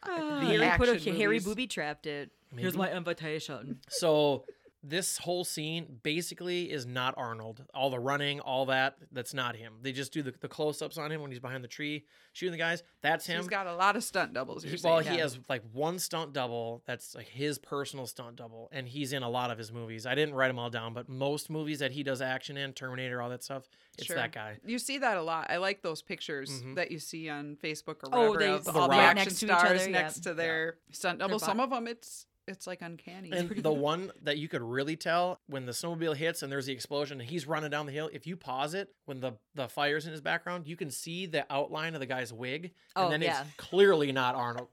[SPEAKER 5] Harry put a
[SPEAKER 4] action
[SPEAKER 5] Harry
[SPEAKER 4] movies.
[SPEAKER 5] booby trapped it.
[SPEAKER 3] Maybe.
[SPEAKER 5] my invitation.
[SPEAKER 3] So this whole scene basically is not Arnold. All the running, all that, that's not him. They just do the, the close ups on him when he's behind the tree shooting the guys. That's him.
[SPEAKER 4] He's got a lot of stunt doubles. You're
[SPEAKER 3] He- well,
[SPEAKER 4] saying.
[SPEAKER 3] he
[SPEAKER 4] Yeah.
[SPEAKER 3] has like one stunt double that's like his personal stunt double, and he's in a lot of his movies. I didn't write them all down, but most movies that he does action in, Terminator, all that stuff, it's
[SPEAKER 4] Sure.
[SPEAKER 3] that guy.
[SPEAKER 4] You see that a lot. I like those pictures
[SPEAKER 3] Mm-hmm.
[SPEAKER 4] that you see on Facebook or
[SPEAKER 5] Oh,
[SPEAKER 4] whatever
[SPEAKER 5] they-
[SPEAKER 4] of
[SPEAKER 5] The
[SPEAKER 4] all the
[SPEAKER 3] Rock.
[SPEAKER 4] action
[SPEAKER 5] next to each
[SPEAKER 4] stars
[SPEAKER 5] other, yeah.
[SPEAKER 4] next to their stunt double.
[SPEAKER 5] Their
[SPEAKER 4] Some
[SPEAKER 5] bo-
[SPEAKER 4] of them, it's it's like uncanny.
[SPEAKER 3] And the one that you could really tell when the snowmobile hits and there's the explosion and he's running down the hill, if you pause it when the the fire's in his background, you can see the outline of the guy's wig, and
[SPEAKER 5] Oh,
[SPEAKER 3] then
[SPEAKER 5] yeah.
[SPEAKER 3] it's clearly not Arnold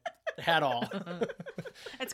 [SPEAKER 3] at all.
[SPEAKER 5] That's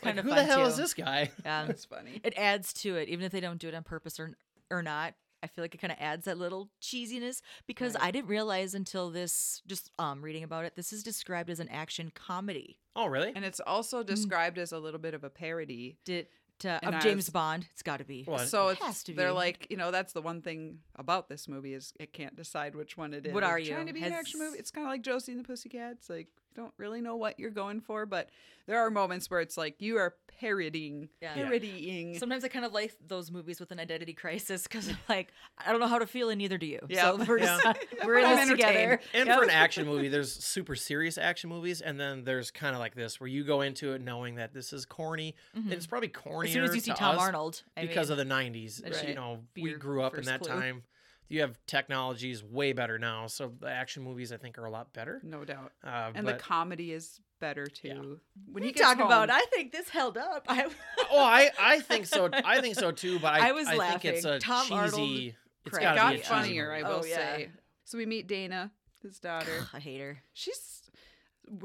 [SPEAKER 3] like,
[SPEAKER 5] kind
[SPEAKER 3] who
[SPEAKER 5] of
[SPEAKER 3] the
[SPEAKER 5] fun
[SPEAKER 3] hell
[SPEAKER 5] too.
[SPEAKER 3] is this guy?
[SPEAKER 5] Yeah.
[SPEAKER 4] That's funny.
[SPEAKER 5] it adds to it, even if they don't do it on purpose or or not. I feel like it kind of adds that little cheesiness because I didn't realize until this, just um, reading about it, this is described as an action comedy.
[SPEAKER 3] Oh, really?
[SPEAKER 4] And it's
[SPEAKER 5] Mm.
[SPEAKER 4] also described as a little bit of a parody.
[SPEAKER 5] Did uh,
[SPEAKER 4] And I
[SPEAKER 5] of James
[SPEAKER 4] was-
[SPEAKER 5] Bond? It's got to be.
[SPEAKER 3] Well,
[SPEAKER 4] So
[SPEAKER 5] It
[SPEAKER 4] it's
[SPEAKER 5] has to
[SPEAKER 4] they're
[SPEAKER 5] be.
[SPEAKER 4] like you know that's the one thing about this movie is it can't decide which one it is.
[SPEAKER 5] What
[SPEAKER 4] It's
[SPEAKER 5] are you?
[SPEAKER 4] trying to be an action
[SPEAKER 5] Has-
[SPEAKER 4] movie? It's kind of like Josie and the Pussycats. Like you don't really know what you're going for, but there are moments where it's like you are parodying,
[SPEAKER 5] Yeah. Yeah.
[SPEAKER 4] parodying.
[SPEAKER 5] Sometimes I kind of like those movies with an identity crisis because I'm like, I don't know how to feel, and neither do you.
[SPEAKER 4] Yeah.
[SPEAKER 5] So we're, just,
[SPEAKER 3] Yeah.
[SPEAKER 5] we're in
[SPEAKER 4] I'm
[SPEAKER 5] this together.
[SPEAKER 3] And for an action movie, there's super serious action movies, and then there's kind of like this where you go into it knowing that this is corny. and It's probably corny.
[SPEAKER 5] Mm-hmm. As soon as you see Tom Arnold, I
[SPEAKER 3] because
[SPEAKER 5] mean,
[SPEAKER 3] of the '90s,
[SPEAKER 5] that should
[SPEAKER 3] you know,
[SPEAKER 5] be
[SPEAKER 3] we
[SPEAKER 5] your
[SPEAKER 3] grew up in
[SPEAKER 5] first
[SPEAKER 3] that
[SPEAKER 5] clue.
[SPEAKER 3] time. You have technologies way better now, so the action movies I think are a lot better.
[SPEAKER 4] No doubt.
[SPEAKER 3] Uh,
[SPEAKER 4] And
[SPEAKER 3] but,
[SPEAKER 4] the comedy is better too. When
[SPEAKER 5] you
[SPEAKER 4] gets
[SPEAKER 5] talk about.
[SPEAKER 4] home-
[SPEAKER 5] I think this held up. I,
[SPEAKER 3] oh, I I think so. I think so too. But I,
[SPEAKER 5] I was
[SPEAKER 3] I think it's
[SPEAKER 5] laughing.
[SPEAKER 3] a
[SPEAKER 5] Tom
[SPEAKER 3] cheesy.
[SPEAKER 5] Arnold
[SPEAKER 3] it's
[SPEAKER 5] crack.
[SPEAKER 4] it
[SPEAKER 3] gotta
[SPEAKER 4] got
[SPEAKER 3] be a
[SPEAKER 5] cheesy
[SPEAKER 4] funnier,
[SPEAKER 3] movie.
[SPEAKER 4] I
[SPEAKER 5] Oh,
[SPEAKER 4] will
[SPEAKER 5] yeah.
[SPEAKER 4] say. So we meet Dana, his daughter.
[SPEAKER 5] I hate her.
[SPEAKER 4] She's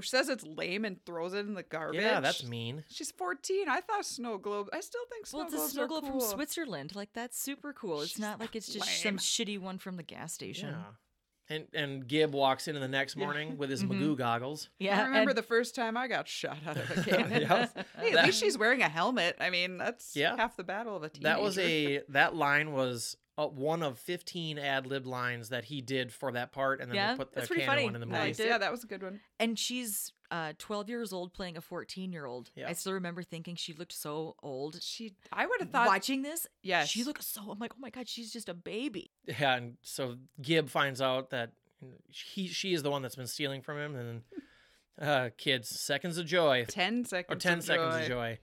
[SPEAKER 4] says it's lame and throws it in the garbage.
[SPEAKER 3] Yeah, that's mean.
[SPEAKER 4] She's 14. I thought snow globes. I still think snow
[SPEAKER 5] Well, it's a
[SPEAKER 4] globes
[SPEAKER 5] snow
[SPEAKER 4] are
[SPEAKER 5] globe
[SPEAKER 4] cool.
[SPEAKER 5] from Switzerland. Like that's super cool. It's
[SPEAKER 4] She's
[SPEAKER 5] not like it's just some
[SPEAKER 4] lame.
[SPEAKER 5] shitty one from the gas station.
[SPEAKER 3] Yeah. And and Gib walks in the next morning with his
[SPEAKER 5] Mm-hmm.
[SPEAKER 3] Magoo goggles.
[SPEAKER 5] Yeah,
[SPEAKER 4] I remember
[SPEAKER 5] and-
[SPEAKER 4] the first time I got shot out of a cannon.
[SPEAKER 3] Yes.
[SPEAKER 4] Hey, at
[SPEAKER 3] That-
[SPEAKER 4] least she's wearing a helmet. I mean, that's
[SPEAKER 3] Yeah.
[SPEAKER 4] half the battle of a teenager.
[SPEAKER 3] That was a that line was uh, one of 15 ad lib lines that he did for that part, and then
[SPEAKER 5] Yeah,
[SPEAKER 3] they put the
[SPEAKER 5] that's pretty
[SPEAKER 3] canon
[SPEAKER 5] funny.
[SPEAKER 3] one in the movie.
[SPEAKER 4] nice.
[SPEAKER 5] I did.
[SPEAKER 4] Yeah, that was a good one.
[SPEAKER 5] and she's uh, 12 years old playing a 14 year old.
[SPEAKER 3] Yeah.
[SPEAKER 5] I still remember thinking she looked so old.
[SPEAKER 4] She, I would have thought.
[SPEAKER 5] Watching this,
[SPEAKER 4] Yes.
[SPEAKER 5] she looked so. I'm like, oh my god, she's just a baby.
[SPEAKER 3] Yeah, and so Gib finds out that he she is the one that's been stealing from him, and then uh, kids seconds of joy
[SPEAKER 4] ten seconds.
[SPEAKER 3] or ten
[SPEAKER 4] of
[SPEAKER 3] seconds
[SPEAKER 4] joy.
[SPEAKER 3] of joy.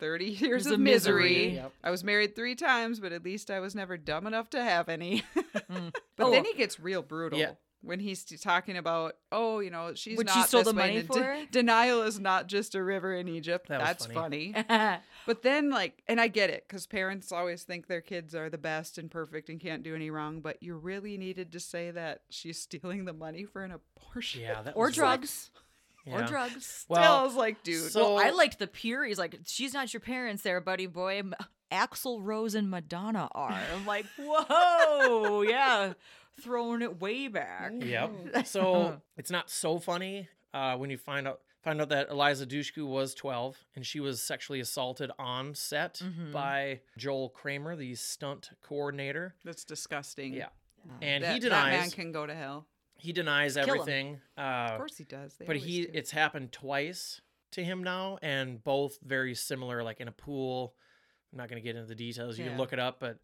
[SPEAKER 4] Thirty years
[SPEAKER 5] Years
[SPEAKER 4] of
[SPEAKER 5] of
[SPEAKER 4] misery.
[SPEAKER 5] misery.
[SPEAKER 3] Yep.
[SPEAKER 4] I was married three times, but at least I was never dumb enough to have any.
[SPEAKER 5] Mm.
[SPEAKER 4] But
[SPEAKER 5] Oh,
[SPEAKER 4] then he gets real brutal
[SPEAKER 3] Yeah.
[SPEAKER 4] when he's t- talking about, oh, you know, she's
[SPEAKER 5] When
[SPEAKER 4] not
[SPEAKER 5] she stole
[SPEAKER 4] this
[SPEAKER 5] the
[SPEAKER 4] way,
[SPEAKER 5] money
[SPEAKER 4] and
[SPEAKER 5] for it?
[SPEAKER 4] Denial is not just a river in Egypt.
[SPEAKER 3] That was
[SPEAKER 4] That's
[SPEAKER 3] funny.
[SPEAKER 4] funny. But then, like, and I get it because parents always think their kids are the best and perfect and can't do any wrong. But you really needed to say that she's stealing the money for an abortion.
[SPEAKER 3] Yeah, that
[SPEAKER 5] or
[SPEAKER 3] was like-
[SPEAKER 5] drugs, or
[SPEAKER 3] yeah.
[SPEAKER 5] drugs.
[SPEAKER 4] Well, I
[SPEAKER 3] Well,
[SPEAKER 4] was like, dude,
[SPEAKER 3] so
[SPEAKER 5] I liked the pure. He's like, she's not your parents, there, buddy boy. M- Axl Rose and Madonna are. I'm like, whoa, yeah, throwing it way back.
[SPEAKER 3] Yep.
[SPEAKER 5] Uh-huh.
[SPEAKER 3] So it's not so funny uh, when you find out find out that Eliza Dushku was 12 and she was sexually assaulted on set
[SPEAKER 5] Mhm.
[SPEAKER 3] by Joel Kramer, the stunt coordinator.
[SPEAKER 4] that's disgusting.
[SPEAKER 3] Yeah. And
[SPEAKER 4] that,
[SPEAKER 3] he
[SPEAKER 4] That man
[SPEAKER 3] denies
[SPEAKER 4] can go to hell.
[SPEAKER 3] he denies
[SPEAKER 5] Kill him.
[SPEAKER 3] everything. Uh,
[SPEAKER 4] Of course he does. They
[SPEAKER 3] but
[SPEAKER 4] always
[SPEAKER 3] he
[SPEAKER 4] do.
[SPEAKER 3] it's happened twice to him now and both very similar like in a pool i'm not going to get into the details you
[SPEAKER 4] Yeah.
[SPEAKER 3] can look it up but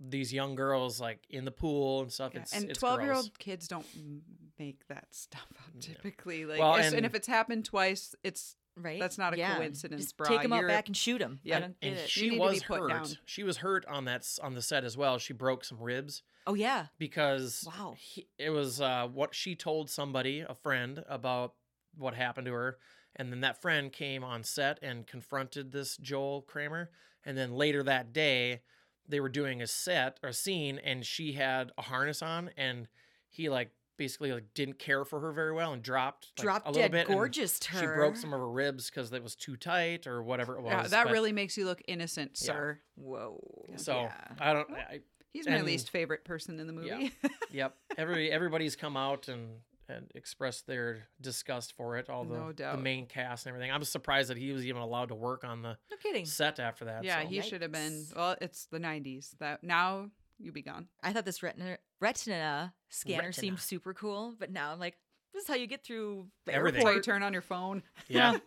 [SPEAKER 3] these young girls like in the pool and stuff
[SPEAKER 4] Yeah,
[SPEAKER 3] it's
[SPEAKER 4] and
[SPEAKER 3] it's
[SPEAKER 4] year
[SPEAKER 3] gross.
[SPEAKER 4] old kids don't m- make that stuff up typically. Like,
[SPEAKER 3] Well,
[SPEAKER 4] it's- and,
[SPEAKER 3] and-
[SPEAKER 4] if it's happened twice, it's
[SPEAKER 5] Right?
[SPEAKER 4] That's not a
[SPEAKER 5] Yeah.
[SPEAKER 4] coincidence,
[SPEAKER 5] Just
[SPEAKER 4] brah.
[SPEAKER 5] Take him out
[SPEAKER 4] You're-
[SPEAKER 5] back and shoot him.
[SPEAKER 4] Yeah.
[SPEAKER 5] I don't get
[SPEAKER 3] and
[SPEAKER 5] it.
[SPEAKER 4] You
[SPEAKER 3] she
[SPEAKER 4] need to be
[SPEAKER 3] was
[SPEAKER 4] put
[SPEAKER 3] hurt
[SPEAKER 4] down.
[SPEAKER 3] she was hurt on that s- on the set as well she broke some ribs
[SPEAKER 5] oh yeah.
[SPEAKER 3] because
[SPEAKER 5] Wow.
[SPEAKER 3] he, it was uh, what she told somebody a friend about what happened to her and then that friend came on set and confronted this joel kramer and then later that day they were doing a set or a scene and she had a harness on and he like basically like didn't care for her very well and dropped like,
[SPEAKER 5] Drop
[SPEAKER 3] a little
[SPEAKER 5] dead
[SPEAKER 3] bit and
[SPEAKER 5] gorgeous her.
[SPEAKER 3] she broke some of her ribs because it was too tight or whatever it was
[SPEAKER 4] yeah, that
[SPEAKER 3] but-
[SPEAKER 4] really makes you look innocent,
[SPEAKER 3] Yeah.
[SPEAKER 4] sir.
[SPEAKER 5] Whoa.
[SPEAKER 3] so
[SPEAKER 5] Yeah.
[SPEAKER 3] i don't I,
[SPEAKER 4] He's my
[SPEAKER 3] And-
[SPEAKER 4] least favorite person in the
[SPEAKER 3] Yeah.
[SPEAKER 4] movie.
[SPEAKER 3] Yep. Every everybody's come out and, and expressed their disgust for it. All the,
[SPEAKER 4] No
[SPEAKER 3] the
[SPEAKER 4] doubt.
[SPEAKER 3] main cast and everything. I'm surprised that he was even allowed to work on the
[SPEAKER 5] No kidding.
[SPEAKER 3] set after that.
[SPEAKER 4] yeah,
[SPEAKER 3] so.
[SPEAKER 4] he should have been.
[SPEAKER 5] Yikes.
[SPEAKER 4] Well, it's the '90s. That now you be gone.
[SPEAKER 5] I thought this retina retina scanner
[SPEAKER 3] Retina.
[SPEAKER 5] seemed super cool, but now I'm like, this is how you get through the
[SPEAKER 3] Everything.
[SPEAKER 4] Before you
[SPEAKER 5] airport.
[SPEAKER 4] turn on your phone,
[SPEAKER 3] yeah,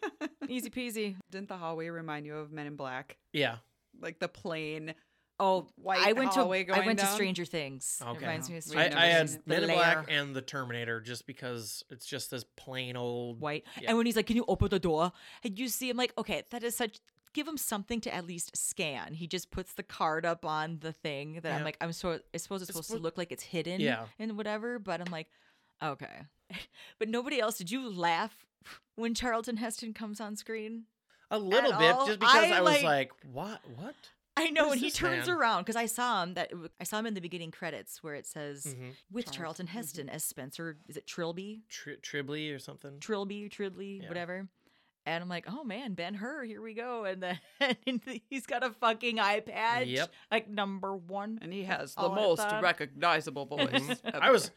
[SPEAKER 5] Easy peasy.
[SPEAKER 4] didn't the hallway remind you of Men in Black?
[SPEAKER 3] yeah.
[SPEAKER 4] Like the plane.
[SPEAKER 5] Oh,
[SPEAKER 4] White
[SPEAKER 5] I went to
[SPEAKER 4] hallway
[SPEAKER 5] I
[SPEAKER 4] going
[SPEAKER 5] went to
[SPEAKER 4] down?
[SPEAKER 5] Stranger Things. It
[SPEAKER 3] Okay.
[SPEAKER 5] reminds me of
[SPEAKER 4] We've
[SPEAKER 3] I,
[SPEAKER 5] Stranger
[SPEAKER 4] never
[SPEAKER 3] I
[SPEAKER 5] Things.
[SPEAKER 3] had
[SPEAKER 4] seen it.
[SPEAKER 3] Men in
[SPEAKER 5] the
[SPEAKER 3] Black
[SPEAKER 5] lair.
[SPEAKER 3] and the Terminator just because it's just this plain old.
[SPEAKER 5] white.
[SPEAKER 3] Yeah.
[SPEAKER 5] And when he's like, "Can you open the door?" and you see him like, "Okay, that is such." Give him something to at least scan. He just puts the card up on the thing that I'm
[SPEAKER 3] Yeah.
[SPEAKER 5] like, I'm so I suppose it's supposed to
[SPEAKER 3] supposed-
[SPEAKER 5] look like it's hidden
[SPEAKER 3] Yeah.
[SPEAKER 5] and whatever, but I'm like, okay. but nobody else. Did you laugh when Charlton Heston comes on screen?
[SPEAKER 3] A little
[SPEAKER 5] At
[SPEAKER 3] bit,
[SPEAKER 5] all.
[SPEAKER 3] just because
[SPEAKER 5] I,
[SPEAKER 3] I, was
[SPEAKER 5] like-
[SPEAKER 3] like, what? What?
[SPEAKER 5] I know,
[SPEAKER 3] Who's
[SPEAKER 5] and he
[SPEAKER 3] this
[SPEAKER 5] turns
[SPEAKER 3] man?
[SPEAKER 5] around because I saw him that I saw him in the beginning credits where it says
[SPEAKER 3] Mhm.
[SPEAKER 5] with
[SPEAKER 4] Charlton,
[SPEAKER 5] Charlton Mm-hmm.
[SPEAKER 4] mhm.
[SPEAKER 5] Heston as Spencer. Is it Trilby?
[SPEAKER 3] Tri- Tribbley or something?
[SPEAKER 5] Trilby, Tridley,
[SPEAKER 3] Yeah.
[SPEAKER 5] whatever. And I'm like, oh man, Ben Hur, here we go. And then he's got a fucking eye patch,
[SPEAKER 3] Yep.
[SPEAKER 5] like number one.
[SPEAKER 4] And he has the
[SPEAKER 5] all Oh, I
[SPEAKER 4] most
[SPEAKER 5] thought.
[SPEAKER 4] recognizable voice.
[SPEAKER 3] Mhm. I was.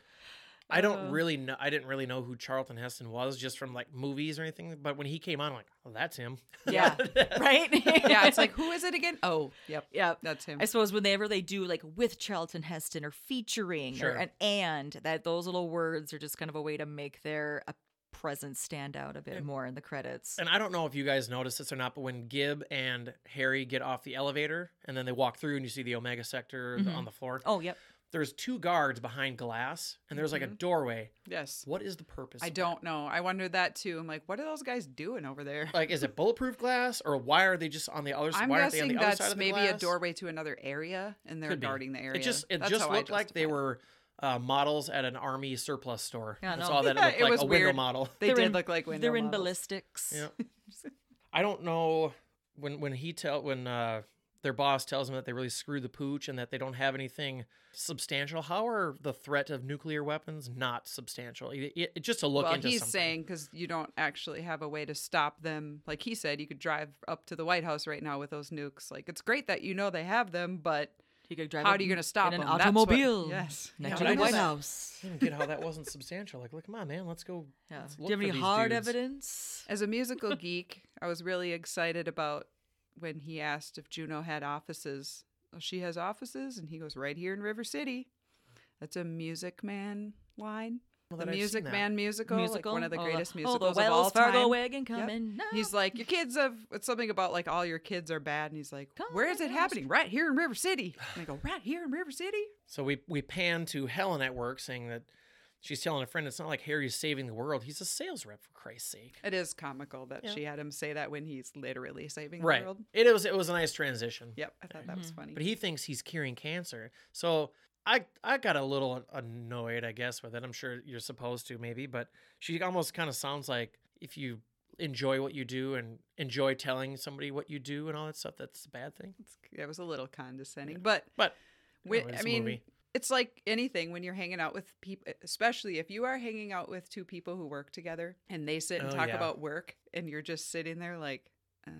[SPEAKER 3] I
[SPEAKER 5] Uh.
[SPEAKER 4] Uh-huh.
[SPEAKER 3] don't really know. I didn't really know who Charlton Heston was just from like movies or anything. But when he came on, I'm like, oh, that's him.
[SPEAKER 5] Yeah, right.
[SPEAKER 4] yeah, it's like who is it again? Oh, yep,
[SPEAKER 5] yeah.
[SPEAKER 4] that's him.
[SPEAKER 5] I suppose whenever they do like with Charlton Heston or featuring or
[SPEAKER 3] Sure.
[SPEAKER 5] an and that those little words are just kind of a way to make their uh, presence stand out a bit more in the credits.
[SPEAKER 3] And I don't know if you guys noticed this or not, but when Gib and Harry get off the elevator and then they walk through and you see the Omega Sector th-
[SPEAKER 5] Mhm.
[SPEAKER 4] Mm-hmm.
[SPEAKER 3] on the floor,
[SPEAKER 5] oh, yep.
[SPEAKER 3] there's two guards behind glass and there's like a doorway.
[SPEAKER 4] yes,
[SPEAKER 3] What is the purpose?
[SPEAKER 4] Mm-hmm. I
[SPEAKER 3] of that?
[SPEAKER 4] don't know. I wondered that too. I'm like, what are those guys doing over there?
[SPEAKER 3] Like, is it bulletproof glass or why are they just on the other side?
[SPEAKER 4] I'm
[SPEAKER 3] why aren't they on
[SPEAKER 4] guessing
[SPEAKER 3] the other side
[SPEAKER 4] that's
[SPEAKER 3] of the
[SPEAKER 4] maybe a
[SPEAKER 3] glass?
[SPEAKER 4] doorway to another area, and they're
[SPEAKER 3] Could be.
[SPEAKER 4] guarding the area.
[SPEAKER 3] It just it
[SPEAKER 4] That's
[SPEAKER 3] just
[SPEAKER 4] how I
[SPEAKER 3] looked like they
[SPEAKER 4] justified it.
[SPEAKER 3] were uh, models at an army surplus store.
[SPEAKER 5] Yeah, I
[SPEAKER 3] That's
[SPEAKER 5] know.
[SPEAKER 3] all that it
[SPEAKER 4] Yeah,
[SPEAKER 3] looked
[SPEAKER 4] it
[SPEAKER 3] like
[SPEAKER 4] was
[SPEAKER 3] a window
[SPEAKER 4] weird.
[SPEAKER 3] model.
[SPEAKER 4] They
[SPEAKER 5] They're
[SPEAKER 4] did
[SPEAKER 5] in-
[SPEAKER 4] look like window
[SPEAKER 5] They're in
[SPEAKER 4] models.
[SPEAKER 5] ballistics.
[SPEAKER 3] Yeah. I don't know when when he tell when uh Their boss tells them that they really screwed the pooch and that they don't have anything substantial. How are the threat of nuclear weapons not substantial? It, it, it- just to look
[SPEAKER 4] well,
[SPEAKER 3] into
[SPEAKER 4] he's
[SPEAKER 3] something.
[SPEAKER 4] saying because you don't actually have a way to stop them. Like he said, you could drive up to the White House right now with those nukes. Like it's great that you know they have them, but
[SPEAKER 5] You could drive
[SPEAKER 4] how
[SPEAKER 5] up
[SPEAKER 4] are you going
[SPEAKER 5] in
[SPEAKER 4] to stop
[SPEAKER 5] an
[SPEAKER 4] them? That's what-
[SPEAKER 5] automobile?
[SPEAKER 4] yes.
[SPEAKER 5] Not
[SPEAKER 3] Yeah,
[SPEAKER 5] to
[SPEAKER 3] but I
[SPEAKER 5] the
[SPEAKER 3] just-
[SPEAKER 5] White House.
[SPEAKER 3] I didn't get how that wasn't substantial. Like, look, come on, man, let's go.
[SPEAKER 5] Yeah.
[SPEAKER 3] let's
[SPEAKER 5] Do
[SPEAKER 3] look
[SPEAKER 5] you have
[SPEAKER 3] for
[SPEAKER 5] any
[SPEAKER 3] these
[SPEAKER 5] hard
[SPEAKER 3] dudes.
[SPEAKER 5] evidence?
[SPEAKER 4] As a musical geek, I was really excited about when he asked if Juno had offices. Oh, she has offices, and he goes right here in River City. That's a Music Man line.
[SPEAKER 3] Well,
[SPEAKER 4] the
[SPEAKER 3] that I've seen
[SPEAKER 4] Music
[SPEAKER 3] that.
[SPEAKER 4] Man musical, like
[SPEAKER 5] Musical?
[SPEAKER 4] one of the
[SPEAKER 5] Oh,
[SPEAKER 4] greatest
[SPEAKER 5] oh, the
[SPEAKER 4] musicals of
[SPEAKER 5] Wells
[SPEAKER 4] all time.
[SPEAKER 5] Fargo wagon coming now.
[SPEAKER 4] He's like, your kids have. It's something about like all your kids are bad, and he's like,
[SPEAKER 5] Come
[SPEAKER 4] where is
[SPEAKER 5] on,
[SPEAKER 4] it
[SPEAKER 5] guys."
[SPEAKER 4] happening? Right here in River City. And I go, right here in River City.
[SPEAKER 3] So we we pan to Helen at work saying that she's telling a friend it's not like Harry's saving the world. He's a sales rep for Christ's sake.
[SPEAKER 4] It is comical that
[SPEAKER 3] Yeah.
[SPEAKER 4] she had him say that when he's literally saving
[SPEAKER 3] Right.
[SPEAKER 4] the world.
[SPEAKER 3] It was it was a nice transition.
[SPEAKER 4] Yep, I thought that was
[SPEAKER 5] Mm-hmm.
[SPEAKER 4] funny.
[SPEAKER 3] But he thinks he's curing cancer. So I I got a little annoyed, I guess, with it. I'm sure you're supposed to, maybe, but she almost kind of sounds like if you enjoy what you do and enjoy telling somebody what you do and all that stuff, that's a bad thing.
[SPEAKER 4] It's- it was a little condescending, but
[SPEAKER 3] But
[SPEAKER 4] wi-
[SPEAKER 3] know, it's
[SPEAKER 4] I
[SPEAKER 3] a
[SPEAKER 4] mean,
[SPEAKER 3] movie.
[SPEAKER 4] it's like anything when you're hanging out with people, especially if you are hanging out with two people who work together and they sit and
[SPEAKER 3] Oh,
[SPEAKER 4] talk
[SPEAKER 3] yeah.
[SPEAKER 4] about work, and you're just sitting there like, uh,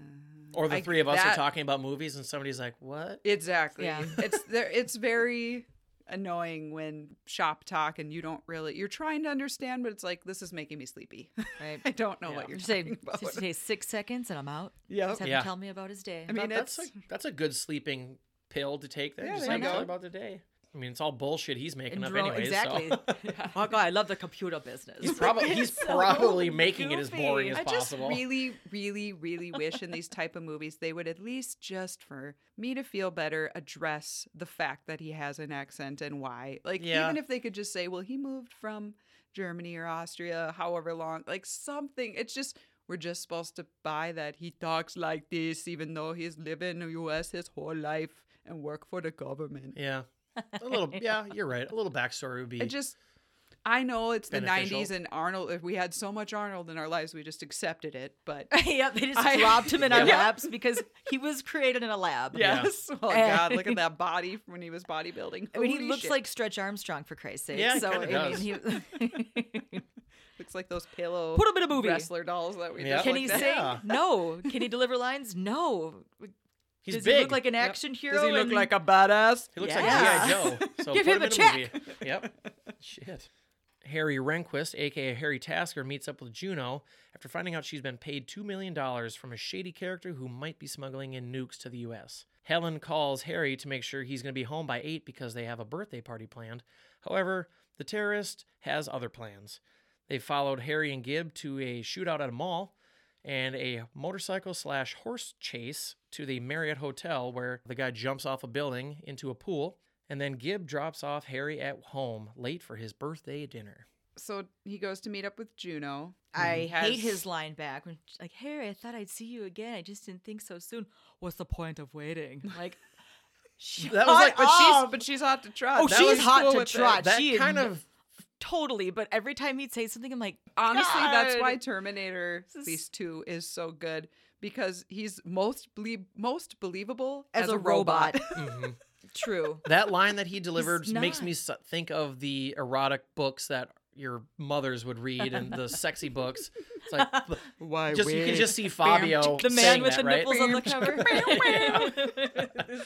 [SPEAKER 3] or the
[SPEAKER 4] I-
[SPEAKER 3] three of us are
[SPEAKER 4] that-
[SPEAKER 3] talking about movies and somebody's like, What?
[SPEAKER 4] Exactly.
[SPEAKER 5] Yeah.
[SPEAKER 4] it's there. It's very annoying when shop talk and you don't really you're trying to understand, but it's like this is making me sleepy.
[SPEAKER 5] Right.
[SPEAKER 4] I don't know
[SPEAKER 3] Yeah.
[SPEAKER 4] what you're
[SPEAKER 5] You say,
[SPEAKER 4] talking about.
[SPEAKER 5] "Just today six seconds and I'm out.
[SPEAKER 4] Yep.
[SPEAKER 5] Just have
[SPEAKER 3] Yeah.
[SPEAKER 5] him tell me about his day.
[SPEAKER 4] I mean,
[SPEAKER 3] That- that's
[SPEAKER 4] it's-
[SPEAKER 3] a, that's a good sleeping pill to take there.
[SPEAKER 4] Yeah,
[SPEAKER 3] Just
[SPEAKER 4] there
[SPEAKER 3] have
[SPEAKER 4] you
[SPEAKER 3] a thought
[SPEAKER 4] go.
[SPEAKER 3] about the day. I mean, it's all bullshit he's making
[SPEAKER 5] And
[SPEAKER 3] up
[SPEAKER 5] drone-
[SPEAKER 3] anyway.
[SPEAKER 5] exactly. oh god, I love the computer business.
[SPEAKER 3] He's probably he's probably making it as boring as
[SPEAKER 4] I just
[SPEAKER 3] possible.
[SPEAKER 4] really, really, really wish in these type of movies they would at least just for me to feel better address the fact that he has an accent and why. Like
[SPEAKER 3] Yeah.
[SPEAKER 4] even if they could just say, "Well, he moved from Germany or Austria, however long," like something. It's just we're just supposed to buy that he talks like this, even though he's lived in the U.S. his whole life and work for the government.
[SPEAKER 3] Yeah. A little yeah, you're right. A little backstory would be
[SPEAKER 4] It just I know it's
[SPEAKER 3] Beneficial.
[SPEAKER 4] the 90s and Arnold if we had so much Arnold in our lives we just accepted it but
[SPEAKER 5] yeah, they just
[SPEAKER 4] I-
[SPEAKER 5] dropped him in our
[SPEAKER 4] Yeah.
[SPEAKER 5] laps because he was created in a lab.
[SPEAKER 3] Yeah.
[SPEAKER 4] yes oh god look at that body from when he was bodybuilding
[SPEAKER 5] Eh. I mean, he
[SPEAKER 4] Holy
[SPEAKER 5] looks
[SPEAKER 4] shit.
[SPEAKER 5] like Stretch Armstrong for Christ's sake.
[SPEAKER 3] Yeah, he
[SPEAKER 5] so
[SPEAKER 3] kinda
[SPEAKER 5] I mean, he,
[SPEAKER 4] looks like those pillow
[SPEAKER 5] put him in a movie.
[SPEAKER 4] wrestler dolls that we
[SPEAKER 3] Yeah.
[SPEAKER 4] just
[SPEAKER 5] Can
[SPEAKER 4] looked
[SPEAKER 5] he
[SPEAKER 4] at.
[SPEAKER 5] sing?
[SPEAKER 3] Yeah.
[SPEAKER 5] No. Can he deliver lines? No.
[SPEAKER 3] he's
[SPEAKER 5] Does
[SPEAKER 3] big.
[SPEAKER 5] he look like an action hero?
[SPEAKER 4] does he look
[SPEAKER 5] and-
[SPEAKER 4] like a badass
[SPEAKER 3] He looks
[SPEAKER 5] Yeah.
[SPEAKER 3] like G.I. Joe. So
[SPEAKER 5] Give
[SPEAKER 3] put
[SPEAKER 5] him a
[SPEAKER 3] in
[SPEAKER 5] check.
[SPEAKER 3] movie. Yep. Shit. Harry Rehnquist, aka Harry Tasker, meets up with Juno after finding out she's been paid $2 million from a shady character who might be smuggling in nukes to the U.S. Helen calls Harry to make sure he's going to be home by 8 because they have a birthday party planned. However, the terrorist has other plans. They followed Harry and Gibb to a shootout at a mall and a motorcycle slash horse chase to the Marriott Hotel where the guy jumps off a building into a pool. And then Gibb drops off Harry at home late for his birthday dinner.
[SPEAKER 4] so he goes to meet up with Juno
[SPEAKER 5] I
[SPEAKER 4] He um, has-
[SPEAKER 5] hate his line back when she's like, Harry, I thought I'd see you again. I just didn't think so soon. What's the point of waiting? Like,
[SPEAKER 3] That
[SPEAKER 4] Hot,
[SPEAKER 3] was like,
[SPEAKER 4] but she's but she's hot to trot
[SPEAKER 5] oh,
[SPEAKER 4] That
[SPEAKER 5] she's
[SPEAKER 4] was
[SPEAKER 5] hot
[SPEAKER 4] cool
[SPEAKER 5] to
[SPEAKER 4] with it.
[SPEAKER 5] trot.
[SPEAKER 3] that
[SPEAKER 5] she
[SPEAKER 3] kind
[SPEAKER 5] kn-
[SPEAKER 3] of
[SPEAKER 5] totally. But every time he'd say something, I'm like,
[SPEAKER 4] Honestly, that's why
[SPEAKER 5] God.
[SPEAKER 4] Terminator
[SPEAKER 5] This is-
[SPEAKER 4] Phase Two is so good because he's most belie- most believable
[SPEAKER 5] As
[SPEAKER 4] as,
[SPEAKER 5] a
[SPEAKER 4] a, robot.
[SPEAKER 3] Mhm.
[SPEAKER 5] True.
[SPEAKER 3] that line that he delivered
[SPEAKER 5] He's
[SPEAKER 3] makes
[SPEAKER 5] not.
[SPEAKER 3] me so- think of the erotic books that your mothers would read and the sexy books. It's like
[SPEAKER 4] Why?
[SPEAKER 3] just you can just see Fabio,
[SPEAKER 5] The man
[SPEAKER 3] saying
[SPEAKER 5] with
[SPEAKER 3] that,
[SPEAKER 5] the
[SPEAKER 3] right?
[SPEAKER 5] nipples on the cover.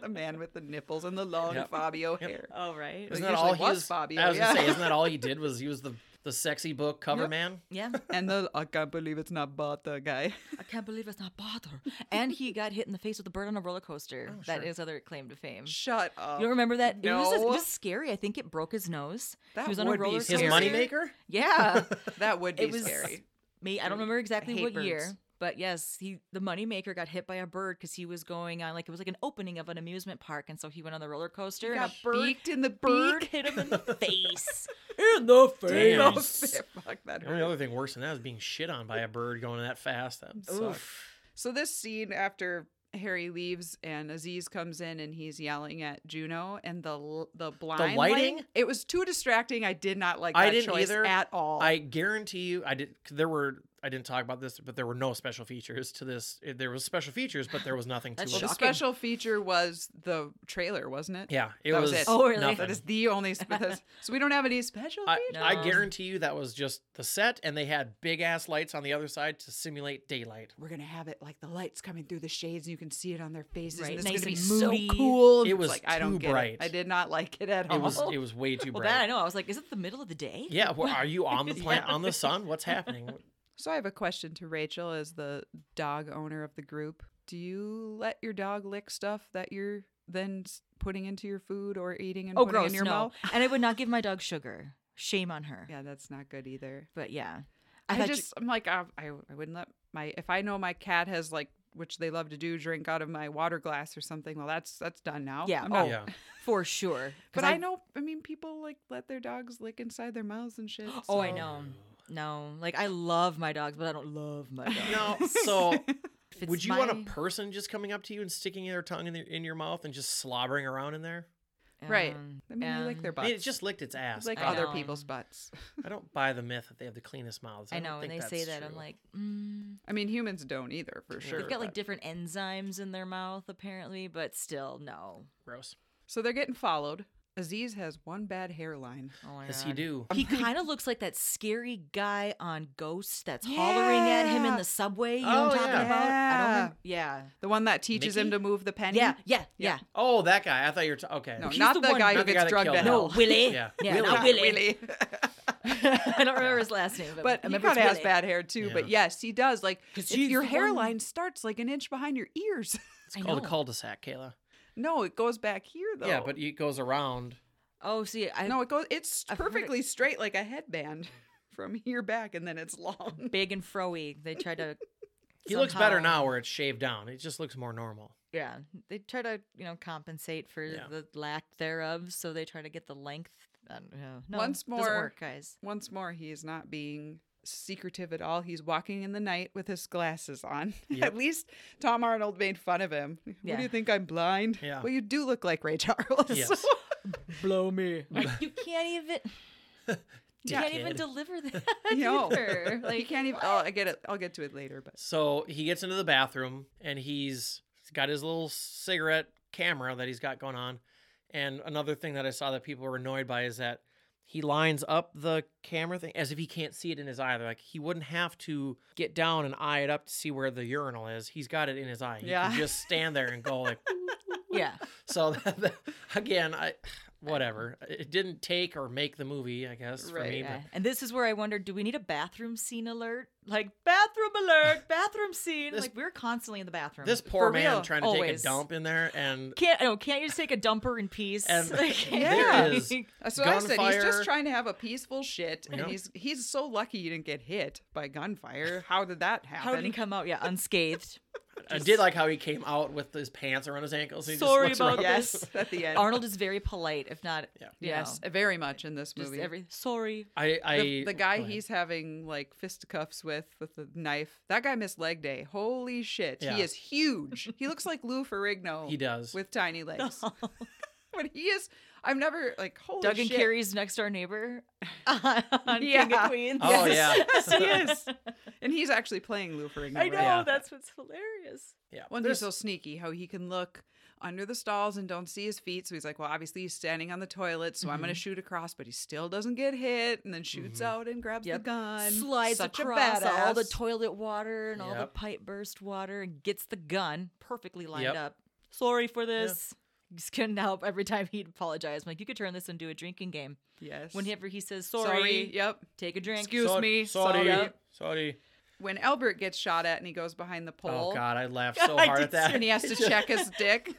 [SPEAKER 4] the man with the nipples and the long
[SPEAKER 3] Yep.
[SPEAKER 4] Fabio hair.
[SPEAKER 5] All right.
[SPEAKER 4] Is-
[SPEAKER 3] Isn't
[SPEAKER 4] It
[SPEAKER 3] that
[SPEAKER 4] usually
[SPEAKER 3] all he
[SPEAKER 4] was
[SPEAKER 3] was?
[SPEAKER 4] Fabio,
[SPEAKER 3] I was gonna
[SPEAKER 4] yeah.
[SPEAKER 3] say, isn't that all he did? Was he was the the sexy book cover
[SPEAKER 4] Yep.
[SPEAKER 3] man?
[SPEAKER 5] Yeah.
[SPEAKER 4] And the I can't believe it's not Bata guy.
[SPEAKER 5] I can't believe it's not bother. And he got hit in the face with a bird on a roller coaster. That is other claim to fame.
[SPEAKER 4] Oh, Shut up.
[SPEAKER 5] You don't remember that? It, was, it
[SPEAKER 4] No.
[SPEAKER 5] was scary. I think it broke his nose.
[SPEAKER 4] That
[SPEAKER 5] he was on a
[SPEAKER 4] would be
[SPEAKER 5] roller
[SPEAKER 3] His
[SPEAKER 5] coaster.
[SPEAKER 4] Scary.
[SPEAKER 3] moneymaker?
[SPEAKER 5] Yeah.
[SPEAKER 4] that would be
[SPEAKER 5] it was
[SPEAKER 4] scary.
[SPEAKER 5] me. I don't remember exactly
[SPEAKER 4] hate
[SPEAKER 5] what
[SPEAKER 4] birds.
[SPEAKER 5] year, but yes, he the moneymaker got hit by a bird because he was going on like it was like an opening of an amusement park, and so he went on the roller coaster and a bird,
[SPEAKER 4] beaked in the
[SPEAKER 5] bird
[SPEAKER 4] beak.
[SPEAKER 5] hit him in the face. in the
[SPEAKER 3] face.
[SPEAKER 4] No,
[SPEAKER 3] Damn.
[SPEAKER 4] fuck that.
[SPEAKER 3] The only other thing worse than that is being shit on by a bird going that fast. That would suck.
[SPEAKER 4] So this scene after Harry leaves and Aziz comes in and he's yelling at Juno and the l- the blind light-
[SPEAKER 3] lighting?
[SPEAKER 4] It was too distracting. I did not like. That
[SPEAKER 3] I didn't
[SPEAKER 4] choice
[SPEAKER 3] either.
[SPEAKER 4] at all.
[SPEAKER 3] I guarantee you, I did. There were. I I didn't talk about this, but there were no special features to this. It- There was special features, but there was nothing to
[SPEAKER 5] That's
[SPEAKER 3] it.
[SPEAKER 4] Well, the
[SPEAKER 5] shocking.
[SPEAKER 4] special feature was the trailer, wasn't it?
[SPEAKER 3] Yeah, it
[SPEAKER 4] That
[SPEAKER 3] was.
[SPEAKER 4] was it.
[SPEAKER 5] Oh, really?
[SPEAKER 3] Nothing.
[SPEAKER 4] That is the only sp- that's- so we don't have any special
[SPEAKER 3] I,
[SPEAKER 4] features.
[SPEAKER 3] I
[SPEAKER 5] No.
[SPEAKER 3] guarantee you that was just the set, and they had big ass lights on the other side to simulate daylight.
[SPEAKER 4] We're gonna have it like the lights coming through the shades, and you can see it on their faces,
[SPEAKER 5] Right,
[SPEAKER 4] and it's
[SPEAKER 5] nice
[SPEAKER 4] gonna be
[SPEAKER 5] and moody.
[SPEAKER 4] so cool.
[SPEAKER 3] It
[SPEAKER 4] It's
[SPEAKER 3] was
[SPEAKER 4] like I don't
[SPEAKER 3] too
[SPEAKER 4] get it.
[SPEAKER 3] bright.
[SPEAKER 4] I did not like it at all.
[SPEAKER 3] It was it was way too
[SPEAKER 5] Oh. Well,
[SPEAKER 3] bright.
[SPEAKER 5] that I know. I was like, is it the middle of the day?
[SPEAKER 3] Yeah, well, are you on the planet
[SPEAKER 5] Yeah.
[SPEAKER 3] on the sun? What's happening?
[SPEAKER 4] So I have a question to Rachel as the dog owner of the group. Do you let your dog lick stuff that you're then s- putting into your food or eating and
[SPEAKER 5] Oh,
[SPEAKER 4] putting
[SPEAKER 5] gross.
[SPEAKER 4] in your
[SPEAKER 5] no.
[SPEAKER 4] mouth?
[SPEAKER 5] And I would not give my dog sugar. Shame on her.
[SPEAKER 4] Yeah, that's not good either.
[SPEAKER 5] But yeah.
[SPEAKER 4] I,
[SPEAKER 5] thought you-
[SPEAKER 4] just I'm like I, I I wouldn't let my if I know my cat has like which they love to do drink out of my water glass or something. Well, that's that's done now.
[SPEAKER 5] Yeah,
[SPEAKER 4] I'm
[SPEAKER 5] oh,
[SPEAKER 4] not,
[SPEAKER 3] Yeah,
[SPEAKER 5] for sure. 'Cause
[SPEAKER 4] But I, know I mean people like let their dogs lick inside their mouths and shit.
[SPEAKER 5] Oh, I
[SPEAKER 4] so-
[SPEAKER 5] know. No, like I love my dogs, but I don't love my dogs.
[SPEAKER 3] no. So
[SPEAKER 5] If it's
[SPEAKER 3] would you want a
[SPEAKER 5] my-
[SPEAKER 3] person just coming up to you and sticking their tongue in, their, in your mouth and just slobbering around in there?
[SPEAKER 4] Right.
[SPEAKER 5] Um,
[SPEAKER 4] I mean, they lick
[SPEAKER 5] um,
[SPEAKER 4] their
[SPEAKER 3] I
[SPEAKER 4] butts.
[SPEAKER 3] mean, it just licked its ass.
[SPEAKER 4] like
[SPEAKER 3] but
[SPEAKER 5] I
[SPEAKER 4] other
[SPEAKER 5] know.
[SPEAKER 4] people's butts.
[SPEAKER 3] I don't buy the myth that they have the cleanest mouths.
[SPEAKER 5] I
[SPEAKER 3] don't
[SPEAKER 5] know. When they
[SPEAKER 3] think
[SPEAKER 5] say
[SPEAKER 3] that's
[SPEAKER 5] that, I'm
[SPEAKER 3] true.
[SPEAKER 5] like, mm.
[SPEAKER 4] I mean, humans don't either for
[SPEAKER 3] They've
[SPEAKER 4] sure.
[SPEAKER 5] they've got like
[SPEAKER 4] but-
[SPEAKER 5] different enzymes in their mouth apparently, but still, no.
[SPEAKER 3] gross.
[SPEAKER 4] So they're getting followed. Aziz has one bad hairline.
[SPEAKER 5] Oh my
[SPEAKER 3] Yes,
[SPEAKER 5] God.
[SPEAKER 3] you do.
[SPEAKER 5] He kind of looks like that scary guy on Ghost that's hollering at him in
[SPEAKER 4] Yeah.
[SPEAKER 5] the subway. You know what I'm
[SPEAKER 3] Oh,
[SPEAKER 5] talking
[SPEAKER 3] yeah.
[SPEAKER 5] about? I
[SPEAKER 4] Yeah.
[SPEAKER 5] don't remember. Yeah.
[SPEAKER 4] The one that teaches him
[SPEAKER 3] Mickey?
[SPEAKER 4] to move the penny.
[SPEAKER 5] Yeah, yeah, yeah.
[SPEAKER 3] Oh, that guy. I thought you were t- okay.
[SPEAKER 4] No,
[SPEAKER 5] He's
[SPEAKER 4] not
[SPEAKER 5] the
[SPEAKER 4] the,
[SPEAKER 5] one-
[SPEAKER 4] guy who
[SPEAKER 3] Not the
[SPEAKER 4] gets
[SPEAKER 3] guy that
[SPEAKER 4] drugged
[SPEAKER 3] killed
[SPEAKER 4] to
[SPEAKER 3] him.
[SPEAKER 5] No,
[SPEAKER 4] hell.
[SPEAKER 5] Willie.
[SPEAKER 3] Yeah,
[SPEAKER 5] yeah not
[SPEAKER 4] Willie.
[SPEAKER 5] Willie. I don't remember his last name, but,
[SPEAKER 4] but he
[SPEAKER 5] I remember
[SPEAKER 4] kind of
[SPEAKER 5] it's
[SPEAKER 4] has
[SPEAKER 5] Willie.
[SPEAKER 4] bad hair too. But yes, he does. Like
[SPEAKER 5] 'Cause
[SPEAKER 4] if
[SPEAKER 5] he's
[SPEAKER 4] your
[SPEAKER 5] the one-
[SPEAKER 4] hairline starts like an inch behind your ears.
[SPEAKER 3] It's
[SPEAKER 5] I
[SPEAKER 3] called a
[SPEAKER 5] know.
[SPEAKER 3] cul-de-sac, Kayla.
[SPEAKER 4] no, it goes back here though.
[SPEAKER 3] Yeah, but it goes around.
[SPEAKER 5] Oh, see, I
[SPEAKER 4] no,
[SPEAKER 5] know
[SPEAKER 4] it goes. It's
[SPEAKER 5] I've heard it-
[SPEAKER 4] perfectly straight like a headband from here back, and then it's long.
[SPEAKER 5] big and froey. They tried to.
[SPEAKER 3] He looks better
[SPEAKER 5] somehow-
[SPEAKER 3] now where it's shaved down. It just looks more normal.
[SPEAKER 5] Yeah, they try to you know compensate for
[SPEAKER 3] Yeah.
[SPEAKER 5] the lack thereof, so they try to get the length. I don't know. No,
[SPEAKER 4] Once
[SPEAKER 5] doesn't
[SPEAKER 4] more-
[SPEAKER 5] work, guys.
[SPEAKER 4] Once more, he is not being secretive at all. He's walking in the night with his glasses on.
[SPEAKER 3] Yep.
[SPEAKER 4] at least Tom Arnold made fun of him. What
[SPEAKER 5] Yeah.
[SPEAKER 4] do you think? I'm blind?
[SPEAKER 3] Yeah.
[SPEAKER 4] Well, you do look like Ray Charles.
[SPEAKER 3] Yes.
[SPEAKER 5] Blow me. Like, you can't even. You can't even
[SPEAKER 3] Dickhead.
[SPEAKER 5] deliver that.
[SPEAKER 4] No.
[SPEAKER 5] either.
[SPEAKER 4] like, you
[SPEAKER 5] Like,
[SPEAKER 4] can't even. Oh, I get it. I'll get to it later. But
[SPEAKER 3] So he gets into the bathroom and he's he's got his little cigarette camera that he's got going on. And another thing that I saw that people were annoyed by is that he lines up the camera thing as if he can't see it in his eye. They're like, he wouldn't have to get down and eye it up to see where the urinal is. He's got it in his eye. He
[SPEAKER 4] Yeah.
[SPEAKER 3] can just stand there and go like.
[SPEAKER 5] yeah.
[SPEAKER 3] so that, that- again, I whatever. It didn't take or make the movie, I guess, for
[SPEAKER 4] Right,
[SPEAKER 3] me.
[SPEAKER 5] yeah. And this is where I wondered: Do we need a bathroom scene alert? Like bathroom alert, bathroom scene.
[SPEAKER 3] This-
[SPEAKER 5] like we're constantly in the bathroom.
[SPEAKER 3] But this poor
[SPEAKER 5] For
[SPEAKER 3] man
[SPEAKER 5] real,
[SPEAKER 3] trying to take a
[SPEAKER 5] always.
[SPEAKER 3] dump in there and
[SPEAKER 5] Can't oh, can't you just take a dumper in peace?
[SPEAKER 3] And
[SPEAKER 5] Like,
[SPEAKER 3] there is-
[SPEAKER 4] that's what uh, I said. He's
[SPEAKER 3] Gunfire.
[SPEAKER 4] just trying to have a peaceful shit,
[SPEAKER 3] Yeah.
[SPEAKER 4] and he's he's so lucky he didn't get hit by gunfire. How did that happen?
[SPEAKER 5] How did he come out? Yeah, unscathed.
[SPEAKER 3] I did like how he came out with his pants around his ankles. He
[SPEAKER 5] Sorry
[SPEAKER 3] just looks
[SPEAKER 5] about
[SPEAKER 3] around.
[SPEAKER 5] that.
[SPEAKER 4] yes, at the end.
[SPEAKER 5] Arnold is very polite, if not.
[SPEAKER 3] Yeah.
[SPEAKER 5] you
[SPEAKER 4] Yes,
[SPEAKER 5] know,
[SPEAKER 4] very much in this
[SPEAKER 5] just
[SPEAKER 4] movie.
[SPEAKER 5] every sorry.
[SPEAKER 3] I, I oh,
[SPEAKER 4] the, the guy
[SPEAKER 3] go ahead.
[SPEAKER 4] he's having like fisticuffs with with the knife. That guy missed leg day. Holy shit,
[SPEAKER 3] Yeah.
[SPEAKER 4] he is huge. he looks like Lou Ferrigno.
[SPEAKER 3] he does.
[SPEAKER 4] with tiny legs. but he is. I've never like holy
[SPEAKER 5] Doug and
[SPEAKER 4] shit.
[SPEAKER 5] Carrie's next door neighbor on King
[SPEAKER 4] Yeah.
[SPEAKER 5] of Queens.
[SPEAKER 3] Oh, Yes.
[SPEAKER 4] yes, he is. And he's actually playing Lou Ferrigno.
[SPEAKER 5] I know
[SPEAKER 4] Right?
[SPEAKER 3] Yeah.
[SPEAKER 5] that's what's hilarious.
[SPEAKER 3] yeah.
[SPEAKER 4] Well, and
[SPEAKER 3] There's-
[SPEAKER 4] he's so sneaky how he can look under the stalls and don't see his feet. So he's like, well, obviously he's standing on the toilet, so I'm
[SPEAKER 3] Mm-hmm.
[SPEAKER 4] going to shoot across, but he still doesn't get hit, and then shoots out and grabs
[SPEAKER 5] Yep.
[SPEAKER 4] the gun,
[SPEAKER 5] Slides
[SPEAKER 4] Such
[SPEAKER 5] across
[SPEAKER 4] a badass.
[SPEAKER 5] all the toilet water and all the
[SPEAKER 3] Yep.
[SPEAKER 5] pipe burst water and gets the gun perfectly lined
[SPEAKER 3] Yep.
[SPEAKER 5] up. Sorry for this. Just couldn't help every time he'd apologize. I'm like, you could turn this into a drinking game.
[SPEAKER 4] yes.
[SPEAKER 5] Whenever he says sorry,
[SPEAKER 4] sorry, yep.
[SPEAKER 5] take a drink.
[SPEAKER 4] Excuse
[SPEAKER 3] Sor-
[SPEAKER 4] me.
[SPEAKER 3] Sorry.
[SPEAKER 4] Sorry.
[SPEAKER 3] Sorry.
[SPEAKER 4] When Albert gets shot at and he goes behind the pole,
[SPEAKER 3] Oh God, I laughed so
[SPEAKER 5] I
[SPEAKER 3] hard
[SPEAKER 5] did
[SPEAKER 3] at that.
[SPEAKER 4] and he has to check his dick.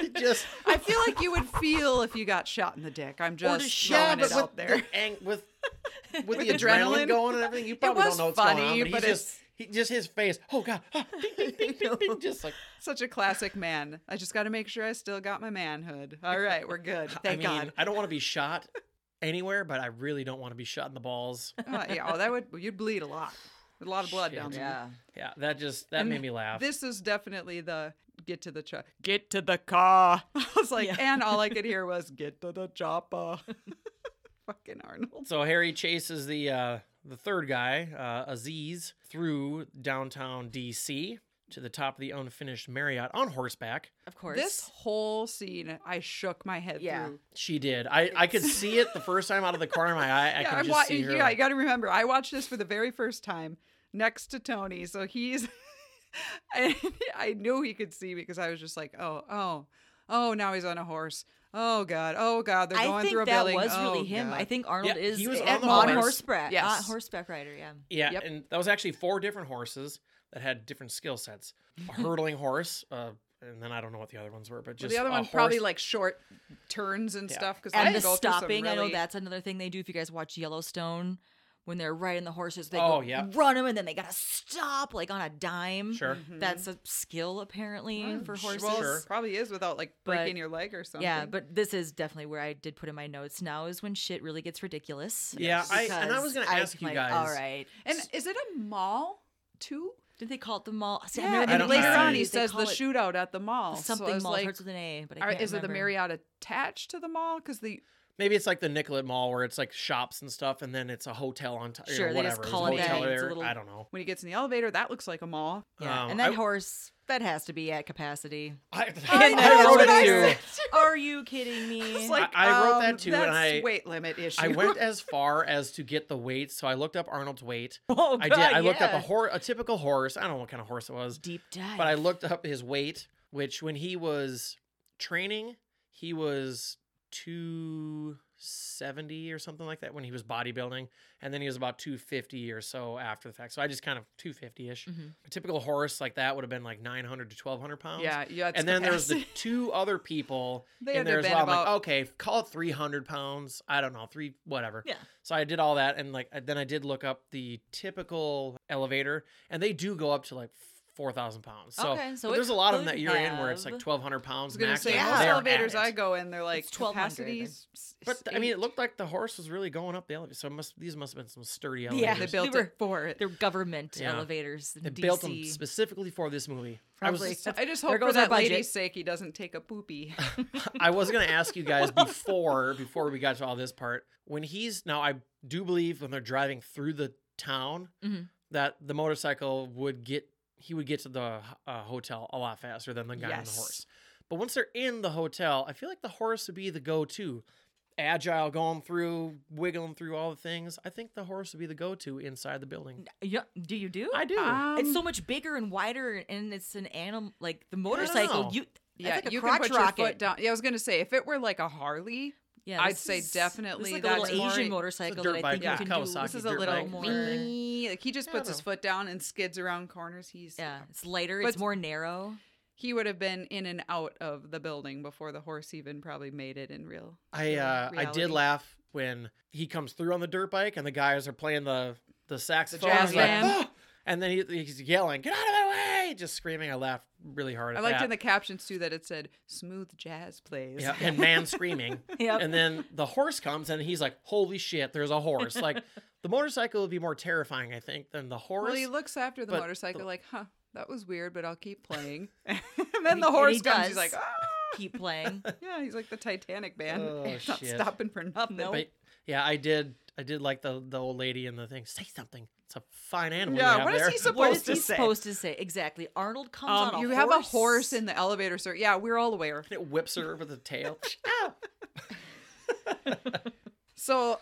[SPEAKER 3] He just
[SPEAKER 4] I feel like you would feel if you got shot in the dick. I'm just
[SPEAKER 5] just
[SPEAKER 4] throwing
[SPEAKER 5] shot,
[SPEAKER 4] it
[SPEAKER 5] but
[SPEAKER 3] with,
[SPEAKER 4] out there.
[SPEAKER 3] the ang- with with the
[SPEAKER 4] the
[SPEAKER 3] adrenaline,
[SPEAKER 4] adrenaline.
[SPEAKER 3] going and everything, you probably don't
[SPEAKER 4] was
[SPEAKER 3] know what's going on.
[SPEAKER 4] funny,
[SPEAKER 3] But, he's
[SPEAKER 4] but
[SPEAKER 3] just he, just his face. Oh God, ah, ding, ding, ding, ding, ding, just like
[SPEAKER 4] Such a classic man. I just got to make sure I still got my manhood. All right, we're good. Thank
[SPEAKER 3] I mean,
[SPEAKER 4] God.
[SPEAKER 3] I don't want to be shot anywhere, but I really don't want to be shot in the balls.
[SPEAKER 4] Oh, yeah, oh, that would you'd bleed a lot, a lot of blood
[SPEAKER 3] Shit.
[SPEAKER 4] down there.
[SPEAKER 5] Yeah.
[SPEAKER 3] Yeah, that just that
[SPEAKER 4] And
[SPEAKER 3] made me laugh.
[SPEAKER 4] This is definitely the get to the truck, get to the car. I was like,
[SPEAKER 5] Yeah.
[SPEAKER 4] and all I could hear was get to the chopper. Fucking Arnold.
[SPEAKER 3] So Harry chases the uh, the third guy, uh, Aziz, through downtown DC to the top of the unfinished Marriott on horseback.
[SPEAKER 5] Of course.
[SPEAKER 4] This whole scene, I shook my head
[SPEAKER 5] Yeah.
[SPEAKER 4] through.
[SPEAKER 3] She did. I, I could see it the first time out of the corner of my eye. I
[SPEAKER 4] yeah,
[SPEAKER 3] could
[SPEAKER 4] I'm
[SPEAKER 3] just
[SPEAKER 4] wa-
[SPEAKER 3] see her.
[SPEAKER 4] yeah,
[SPEAKER 3] like-
[SPEAKER 4] you got to remember, I watched this for the very first time next to Tony, so he's. I, I knew he could see because I was just like, oh, oh, oh, now he's on a horse. Oh God, oh God, they're
[SPEAKER 5] I
[SPEAKER 4] going
[SPEAKER 5] think
[SPEAKER 4] through a
[SPEAKER 5] that
[SPEAKER 4] building.
[SPEAKER 5] was
[SPEAKER 4] Oh,
[SPEAKER 5] really him. I
[SPEAKER 4] God.
[SPEAKER 5] think Arnold
[SPEAKER 3] Yeah,
[SPEAKER 5] is
[SPEAKER 3] he was
[SPEAKER 5] a-
[SPEAKER 3] on the horse.
[SPEAKER 5] horseback.
[SPEAKER 4] Yes.
[SPEAKER 5] uh, horseback rider. Yeah.
[SPEAKER 3] Yeah,
[SPEAKER 4] Yep.
[SPEAKER 3] and that was actually four different horses that had different skill sets. A hurdling horse, uh, and then I don't know what the other ones were, but
[SPEAKER 4] Well,
[SPEAKER 3] just
[SPEAKER 4] the other
[SPEAKER 3] a
[SPEAKER 4] one probably
[SPEAKER 3] horse-
[SPEAKER 4] like short turns and
[SPEAKER 3] Yeah.
[SPEAKER 4] stuff because
[SPEAKER 5] And
[SPEAKER 4] they
[SPEAKER 5] the
[SPEAKER 4] go through some
[SPEAKER 5] stopping. I know
[SPEAKER 4] really-
[SPEAKER 5] that's another thing they do. If you guys watch Yellowstone, when they're riding the horses, they
[SPEAKER 3] Oh,
[SPEAKER 5] go
[SPEAKER 3] yeah.
[SPEAKER 5] run them, and then they gotta stop like on a dime.
[SPEAKER 3] sure.
[SPEAKER 4] Mm-hmm.
[SPEAKER 5] That's a skill apparently
[SPEAKER 4] Oh,
[SPEAKER 5] for horses.
[SPEAKER 4] Well,
[SPEAKER 3] Sure.
[SPEAKER 4] probably is without like
[SPEAKER 5] But-
[SPEAKER 4] breaking your leg or something.
[SPEAKER 5] Yeah, but this is definitely where I did put in my notes. Now is when shit really gets ridiculous.
[SPEAKER 3] Yeah, I- and I
[SPEAKER 5] Because
[SPEAKER 3] was gonna
[SPEAKER 5] I'm
[SPEAKER 3] ask you
[SPEAKER 5] like,
[SPEAKER 3] guys-
[SPEAKER 5] All right,
[SPEAKER 4] and is it a mall too?
[SPEAKER 5] did they call it the mall? See, I
[SPEAKER 4] yeah,
[SPEAKER 5] remember
[SPEAKER 4] and
[SPEAKER 5] they
[SPEAKER 3] I don't
[SPEAKER 5] did
[SPEAKER 4] later
[SPEAKER 5] say
[SPEAKER 3] know.
[SPEAKER 4] on he
[SPEAKER 5] they
[SPEAKER 4] says
[SPEAKER 5] call
[SPEAKER 4] the
[SPEAKER 5] it
[SPEAKER 4] shootout at the mall. So I
[SPEAKER 5] Something
[SPEAKER 4] was
[SPEAKER 5] mall
[SPEAKER 4] like,
[SPEAKER 5] starts with an A, but I
[SPEAKER 4] Are,
[SPEAKER 5] can't
[SPEAKER 4] is it the
[SPEAKER 5] remember.
[SPEAKER 4] Marriott attached to the mall? Because the
[SPEAKER 3] Maybe it's like the Nicollet Mall where it's like shops and stuff, and then it's a hotel on top. or
[SPEAKER 5] Sure, they
[SPEAKER 3] whatever.
[SPEAKER 5] just
[SPEAKER 3] There's
[SPEAKER 5] call
[SPEAKER 3] a
[SPEAKER 5] it that.
[SPEAKER 3] hotel
[SPEAKER 5] It's a
[SPEAKER 3] there.
[SPEAKER 5] little-
[SPEAKER 3] I don't know.
[SPEAKER 4] when he gets in the elevator, that looks like a mall.
[SPEAKER 5] Yeah,
[SPEAKER 3] Um,
[SPEAKER 5] and that
[SPEAKER 3] I-
[SPEAKER 5] horse that has to be at capacity.
[SPEAKER 3] I,
[SPEAKER 5] And
[SPEAKER 3] I
[SPEAKER 5] that's
[SPEAKER 3] wrote
[SPEAKER 5] what I
[SPEAKER 3] it
[SPEAKER 5] said.
[SPEAKER 3] too.
[SPEAKER 5] Are you kidding me?
[SPEAKER 4] It's like
[SPEAKER 3] I- I wrote
[SPEAKER 4] um,
[SPEAKER 3] that too, and
[SPEAKER 4] That's
[SPEAKER 3] I-
[SPEAKER 4] weight limit issue.
[SPEAKER 3] I went as far as to get the weight, so I looked up Arnold's weight.
[SPEAKER 5] oh,
[SPEAKER 3] I did.
[SPEAKER 5] God,
[SPEAKER 3] I looked up a
[SPEAKER 5] yeah.
[SPEAKER 3] horse, a typical horse. I don't know what kind of horse it was.
[SPEAKER 5] deep dive.
[SPEAKER 3] but I looked up his weight, which when he was training, he was 270 or something like that when he was bodybuilding. And then he was about 250 or so after the fact. So I just kind of 250 ish.
[SPEAKER 5] Mhm.
[SPEAKER 3] A typical horse like that would have been like 900 to 1200 pounds.
[SPEAKER 4] yeah, yeah. it's
[SPEAKER 3] And then there's the
[SPEAKER 4] capacity.
[SPEAKER 3] two other people
[SPEAKER 4] They
[SPEAKER 3] in
[SPEAKER 4] had to
[SPEAKER 3] there as
[SPEAKER 4] have
[SPEAKER 3] well.
[SPEAKER 4] been
[SPEAKER 3] I'm like,
[SPEAKER 4] about-
[SPEAKER 3] okay, call it 300 pounds. I don't know, three, whatever.
[SPEAKER 5] Yeah.
[SPEAKER 3] So I did all that. And like, then I did look up the typical elevator, and they do go up to like 4,000 pounds. So,
[SPEAKER 5] Okay, so
[SPEAKER 3] but
[SPEAKER 5] it
[SPEAKER 3] there's a lot of them that
[SPEAKER 5] could
[SPEAKER 3] you're in where it's like
[SPEAKER 5] have-
[SPEAKER 3] 1,200 pounds
[SPEAKER 4] I was gonna
[SPEAKER 3] max.
[SPEAKER 4] say
[SPEAKER 3] and
[SPEAKER 4] most
[SPEAKER 3] they are
[SPEAKER 4] elevators
[SPEAKER 3] at
[SPEAKER 4] I
[SPEAKER 3] it.
[SPEAKER 4] go in, they're like
[SPEAKER 5] It's 1200.
[SPEAKER 4] capacities. s-
[SPEAKER 3] But th- I mean,
[SPEAKER 4] eight.
[SPEAKER 3] it looked like the horse was really going up the elevator. So it must, these must have been some sturdy
[SPEAKER 5] Yeah,
[SPEAKER 3] elevators.
[SPEAKER 4] they
[SPEAKER 5] we
[SPEAKER 4] built
[SPEAKER 5] were-
[SPEAKER 4] it for it.
[SPEAKER 5] They're government
[SPEAKER 3] Yeah.
[SPEAKER 5] elevators. in
[SPEAKER 3] They
[SPEAKER 5] DC.
[SPEAKER 3] built them specifically for this movie. I
[SPEAKER 5] Probably.
[SPEAKER 3] was,
[SPEAKER 4] I just
[SPEAKER 5] There
[SPEAKER 4] hope for
[SPEAKER 5] goes our
[SPEAKER 4] that lady's
[SPEAKER 5] budget.
[SPEAKER 4] sake he doesn't take a poopy.
[SPEAKER 3] I was gonna ask you guys before before we got to all this part. When he's now, I do believe when they're driving through the town
[SPEAKER 5] Mhm.
[SPEAKER 3] that the motorcycle would get he would get to the uh, hotel a lot faster than the guy on the
[SPEAKER 4] Yes.
[SPEAKER 3] horse. But once they're in the hotel, I feel like the horse would be the go-to. Agile, going through, wiggling through all the things. I think the horse would be the go-to inside the building.
[SPEAKER 5] Yeah, do you do?
[SPEAKER 3] I do.
[SPEAKER 5] it's
[SPEAKER 4] Um,
[SPEAKER 5] so much bigger and wider, and it's an animal like the
[SPEAKER 3] don't
[SPEAKER 5] motorcycle.
[SPEAKER 3] know.
[SPEAKER 5] You, that's
[SPEAKER 4] yeah,
[SPEAKER 5] like a
[SPEAKER 4] you
[SPEAKER 5] crotch
[SPEAKER 4] can put
[SPEAKER 5] rocket.
[SPEAKER 4] your foot down. Yeah, I was gonna say if it were like a Harley,
[SPEAKER 5] Yeah,
[SPEAKER 4] I'd
[SPEAKER 5] this
[SPEAKER 4] say
[SPEAKER 5] is- this is
[SPEAKER 4] definitely
[SPEAKER 5] like a
[SPEAKER 4] that's
[SPEAKER 5] little
[SPEAKER 4] more-
[SPEAKER 5] Asian
[SPEAKER 4] It's a
[SPEAKER 5] motorcycle
[SPEAKER 3] dirt
[SPEAKER 5] that I
[SPEAKER 3] bike,
[SPEAKER 5] think
[SPEAKER 3] yeah.
[SPEAKER 5] you can do.
[SPEAKER 3] Kawasaki
[SPEAKER 4] this is a
[SPEAKER 3] dirt
[SPEAKER 4] little
[SPEAKER 3] bike.
[SPEAKER 5] more.
[SPEAKER 4] wee- Like he just
[SPEAKER 3] I
[SPEAKER 4] puts
[SPEAKER 3] don't
[SPEAKER 4] his
[SPEAKER 3] know.
[SPEAKER 4] foot down and skids around corners. He's
[SPEAKER 5] Yeah, it's lighter.
[SPEAKER 4] But-
[SPEAKER 5] it's more narrow.
[SPEAKER 4] he would have been in and out of the building before the horse even probably made it in real.
[SPEAKER 3] I
[SPEAKER 4] real
[SPEAKER 3] uh, I did
[SPEAKER 4] reality.
[SPEAKER 3] laugh when he comes through on the dirt bike and the guys are playing the the saxophone.
[SPEAKER 4] jazz
[SPEAKER 3] He's like,
[SPEAKER 4] band.
[SPEAKER 3] "Ah!" And then he, he's yelling, "Get out of my way!" Just screaming. I laughed really hard.
[SPEAKER 4] I
[SPEAKER 3] At
[SPEAKER 4] liked
[SPEAKER 3] that.
[SPEAKER 4] in the captions too that it said "smooth jazz plays."
[SPEAKER 3] yeah, and man screaming.
[SPEAKER 5] Yep.
[SPEAKER 3] And then the horse comes and he's like, "Holy shit! There's a horse!" Like the motorcycle would be more terrifying, I think, than the horse.
[SPEAKER 4] Well, he looks after the
[SPEAKER 3] but
[SPEAKER 4] motorcycle
[SPEAKER 3] the-
[SPEAKER 4] like, "Huh, that was weird, but I'll keep playing." and
[SPEAKER 5] And
[SPEAKER 4] then
[SPEAKER 5] he-
[SPEAKER 4] the
[SPEAKER 5] and
[SPEAKER 4] horse
[SPEAKER 5] he
[SPEAKER 4] comes. He's
[SPEAKER 5] does.
[SPEAKER 4] like, "Ah!"
[SPEAKER 5] Keep playing.
[SPEAKER 4] "Yeah." He's like the Titanic band.
[SPEAKER 3] Oh,
[SPEAKER 4] It's not
[SPEAKER 3] shit.
[SPEAKER 4] stopping for nothing.
[SPEAKER 5] Nope.
[SPEAKER 3] but yeah, I did. I did like the the old lady in the thing. Say something. It's a fine animal.
[SPEAKER 4] Yeah,
[SPEAKER 3] You have
[SPEAKER 4] what is
[SPEAKER 3] there.
[SPEAKER 4] he supposed
[SPEAKER 5] what is
[SPEAKER 4] to
[SPEAKER 5] he
[SPEAKER 4] say?
[SPEAKER 5] supposed to say? Exactly. Arnold comes
[SPEAKER 4] Um,
[SPEAKER 5] on a
[SPEAKER 4] you
[SPEAKER 5] horse.
[SPEAKER 4] have a horse in the elevator, sir. Yeah, we're all aware.
[SPEAKER 3] And it whips her with the tail.
[SPEAKER 4] So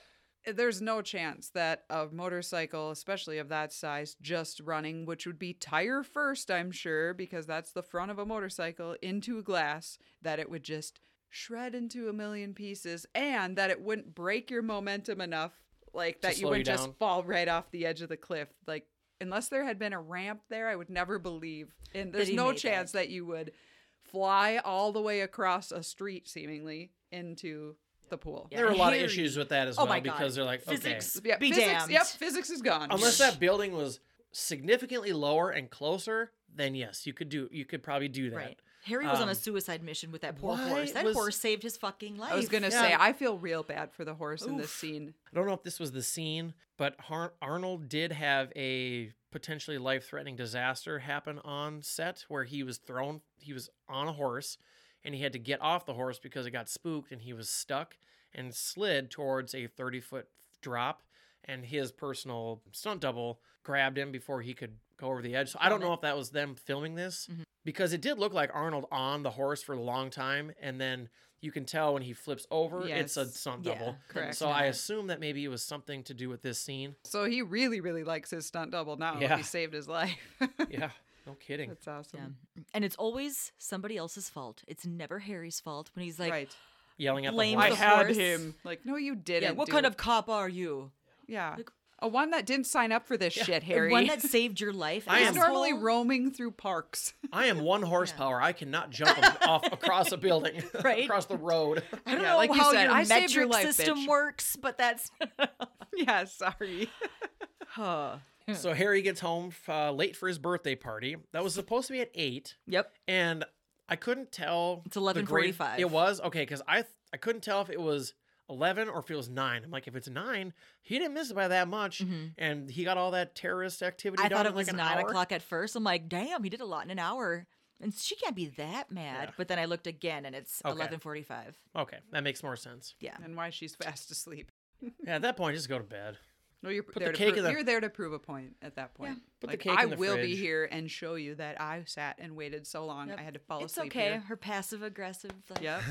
[SPEAKER 4] eh, there's no chance that a motorcycle, especially of that size, just running, which would be tire first, I'm sure, because that's the front of a motorcycle into glass, that it would just shred into a million pieces and that it wouldn't break your momentum enough, like that you
[SPEAKER 3] slow
[SPEAKER 4] would
[SPEAKER 3] you
[SPEAKER 4] just
[SPEAKER 3] down.
[SPEAKER 4] fall right off the edge of the cliff. Like, unless there had been a ramp there, I would never believe. And there's
[SPEAKER 5] he
[SPEAKER 4] no
[SPEAKER 5] made that.
[SPEAKER 4] chance that you would fly all the way across a street, seemingly, into the pool.
[SPEAKER 5] Yeah.
[SPEAKER 3] there were a lot of
[SPEAKER 5] Hairy.
[SPEAKER 3] issues with that as
[SPEAKER 5] Oh
[SPEAKER 3] well
[SPEAKER 5] my God.
[SPEAKER 3] because they're like, okay.
[SPEAKER 5] Physics.
[SPEAKER 4] Yeah,
[SPEAKER 5] Be
[SPEAKER 4] physics,
[SPEAKER 5] damned.
[SPEAKER 4] Yep, physics is gone.
[SPEAKER 3] unless that building was significantly lower and closer then yes you could do you could probably do that
[SPEAKER 5] Right. Harry was on
[SPEAKER 3] Um,
[SPEAKER 5] a suicide mission with that poor
[SPEAKER 3] why
[SPEAKER 5] horse. That
[SPEAKER 3] was-
[SPEAKER 5] horse saved his fucking life.
[SPEAKER 4] I was gonna
[SPEAKER 3] Yeah.
[SPEAKER 4] say, I feel real bad for the horse in
[SPEAKER 3] Oof.
[SPEAKER 4] this scene.
[SPEAKER 3] i don't know if this was the scene but Har- arnold did have a potentially life-threatening disaster happen on set where he was thrown he was on a horse and he had to get off the horse because it got spooked and he was stuck and slid towards a 30-foot drop and his personal stunt double grabbed him before he could go over the edge. So I don't know if that was them filming this because it did look like Arnold on the horse for a long time, and then you can tell when he flips over, it's a
[SPEAKER 4] Yes.
[SPEAKER 3] stunt
[SPEAKER 5] Yeah,
[SPEAKER 3] double.
[SPEAKER 5] that
[SPEAKER 4] Correct.
[SPEAKER 5] makes
[SPEAKER 3] So I
[SPEAKER 5] sense.
[SPEAKER 3] assume that maybe it was something to do with this scene.
[SPEAKER 4] So he really, really likes his stunt double now.
[SPEAKER 3] Yeah.
[SPEAKER 4] He saved his life.
[SPEAKER 3] Yeah, no kidding.
[SPEAKER 4] That's awesome.
[SPEAKER 5] And it's always somebody else's fault. It's never Harry's fault when he's like,
[SPEAKER 4] right.
[SPEAKER 3] Yelling at the
[SPEAKER 5] Blame
[SPEAKER 3] horse.
[SPEAKER 5] the
[SPEAKER 4] I had
[SPEAKER 5] horse.
[SPEAKER 4] him. Like, no, you didn't.
[SPEAKER 5] yeah, what
[SPEAKER 4] dude.
[SPEAKER 5] kind of cop are you?
[SPEAKER 4] yeah?
[SPEAKER 5] like-
[SPEAKER 4] a one that didn't sign up for this shit,
[SPEAKER 5] The
[SPEAKER 4] Harry.
[SPEAKER 5] One that saved your life.
[SPEAKER 3] I
[SPEAKER 4] He's
[SPEAKER 3] am-
[SPEAKER 4] normally
[SPEAKER 5] asshole?
[SPEAKER 4] roaming through parks.
[SPEAKER 3] I am one horsepower. I cannot jump a- off across a building,
[SPEAKER 5] Right.
[SPEAKER 3] across the road.
[SPEAKER 5] I don't
[SPEAKER 4] Yeah,
[SPEAKER 5] know
[SPEAKER 4] like you
[SPEAKER 5] how
[SPEAKER 4] said,
[SPEAKER 5] your
[SPEAKER 4] I saved
[SPEAKER 5] metric
[SPEAKER 4] your life,
[SPEAKER 5] system
[SPEAKER 4] bitch.
[SPEAKER 5] works, but that's
[SPEAKER 4] yeah, sorry.
[SPEAKER 5] huh.
[SPEAKER 3] So Harry gets home uh, late for his birthday party. That was supposed to be at eight,
[SPEAKER 5] Yep.
[SPEAKER 3] and I couldn't tell.
[SPEAKER 5] It's
[SPEAKER 3] the grade-
[SPEAKER 5] 11:45.
[SPEAKER 3] It was okay because I th- I couldn't tell if it was eleven or if it was nine. I'm like, if it's nine, he didn't miss it by that much, and he got all that terrorist activity.
[SPEAKER 5] Mm-hmm. I
[SPEAKER 3] done
[SPEAKER 5] thought
[SPEAKER 3] in
[SPEAKER 5] it
[SPEAKER 3] like
[SPEAKER 5] was
[SPEAKER 3] an
[SPEAKER 5] nine
[SPEAKER 3] hour.
[SPEAKER 5] o'clock at first. I'm like, damn, he did a lot in an hour. And she can't be that mad.
[SPEAKER 3] Yeah.
[SPEAKER 5] But then I looked again and it's
[SPEAKER 3] Okay.
[SPEAKER 5] eleven forty five.
[SPEAKER 3] Okay, that makes more sense.
[SPEAKER 5] Yeah.
[SPEAKER 4] and why she's fast asleep.
[SPEAKER 3] Yeah, at that point, just go to bed.
[SPEAKER 4] No, you're there,
[SPEAKER 3] the
[SPEAKER 4] to
[SPEAKER 3] cake
[SPEAKER 4] pro-
[SPEAKER 3] in the-
[SPEAKER 4] you're there to prove a point at that point.
[SPEAKER 3] put the
[SPEAKER 4] Like,
[SPEAKER 3] cake
[SPEAKER 4] I
[SPEAKER 3] in the
[SPEAKER 4] will be
[SPEAKER 3] fridge.
[SPEAKER 4] here and show you that I sat and waited so long.
[SPEAKER 5] Yep.
[SPEAKER 4] I had to fall
[SPEAKER 5] It's
[SPEAKER 4] asleep.
[SPEAKER 5] okay.
[SPEAKER 4] here.
[SPEAKER 5] Her passive aggressive like
[SPEAKER 4] Yep.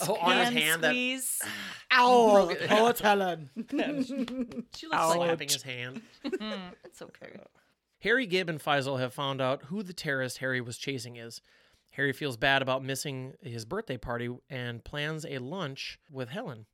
[SPEAKER 3] Oh, on his
[SPEAKER 5] hand
[SPEAKER 3] hand that-
[SPEAKER 5] squeeze.
[SPEAKER 3] Ow! oh, it's Helen.
[SPEAKER 5] she looks like
[SPEAKER 3] Slapping his hand.
[SPEAKER 5] it's okay.
[SPEAKER 3] Harry, Gibb, and Faisal have found out who the terrorist Harry was chasing is. Harry feels bad about missing his birthday party and plans a lunch with Helen.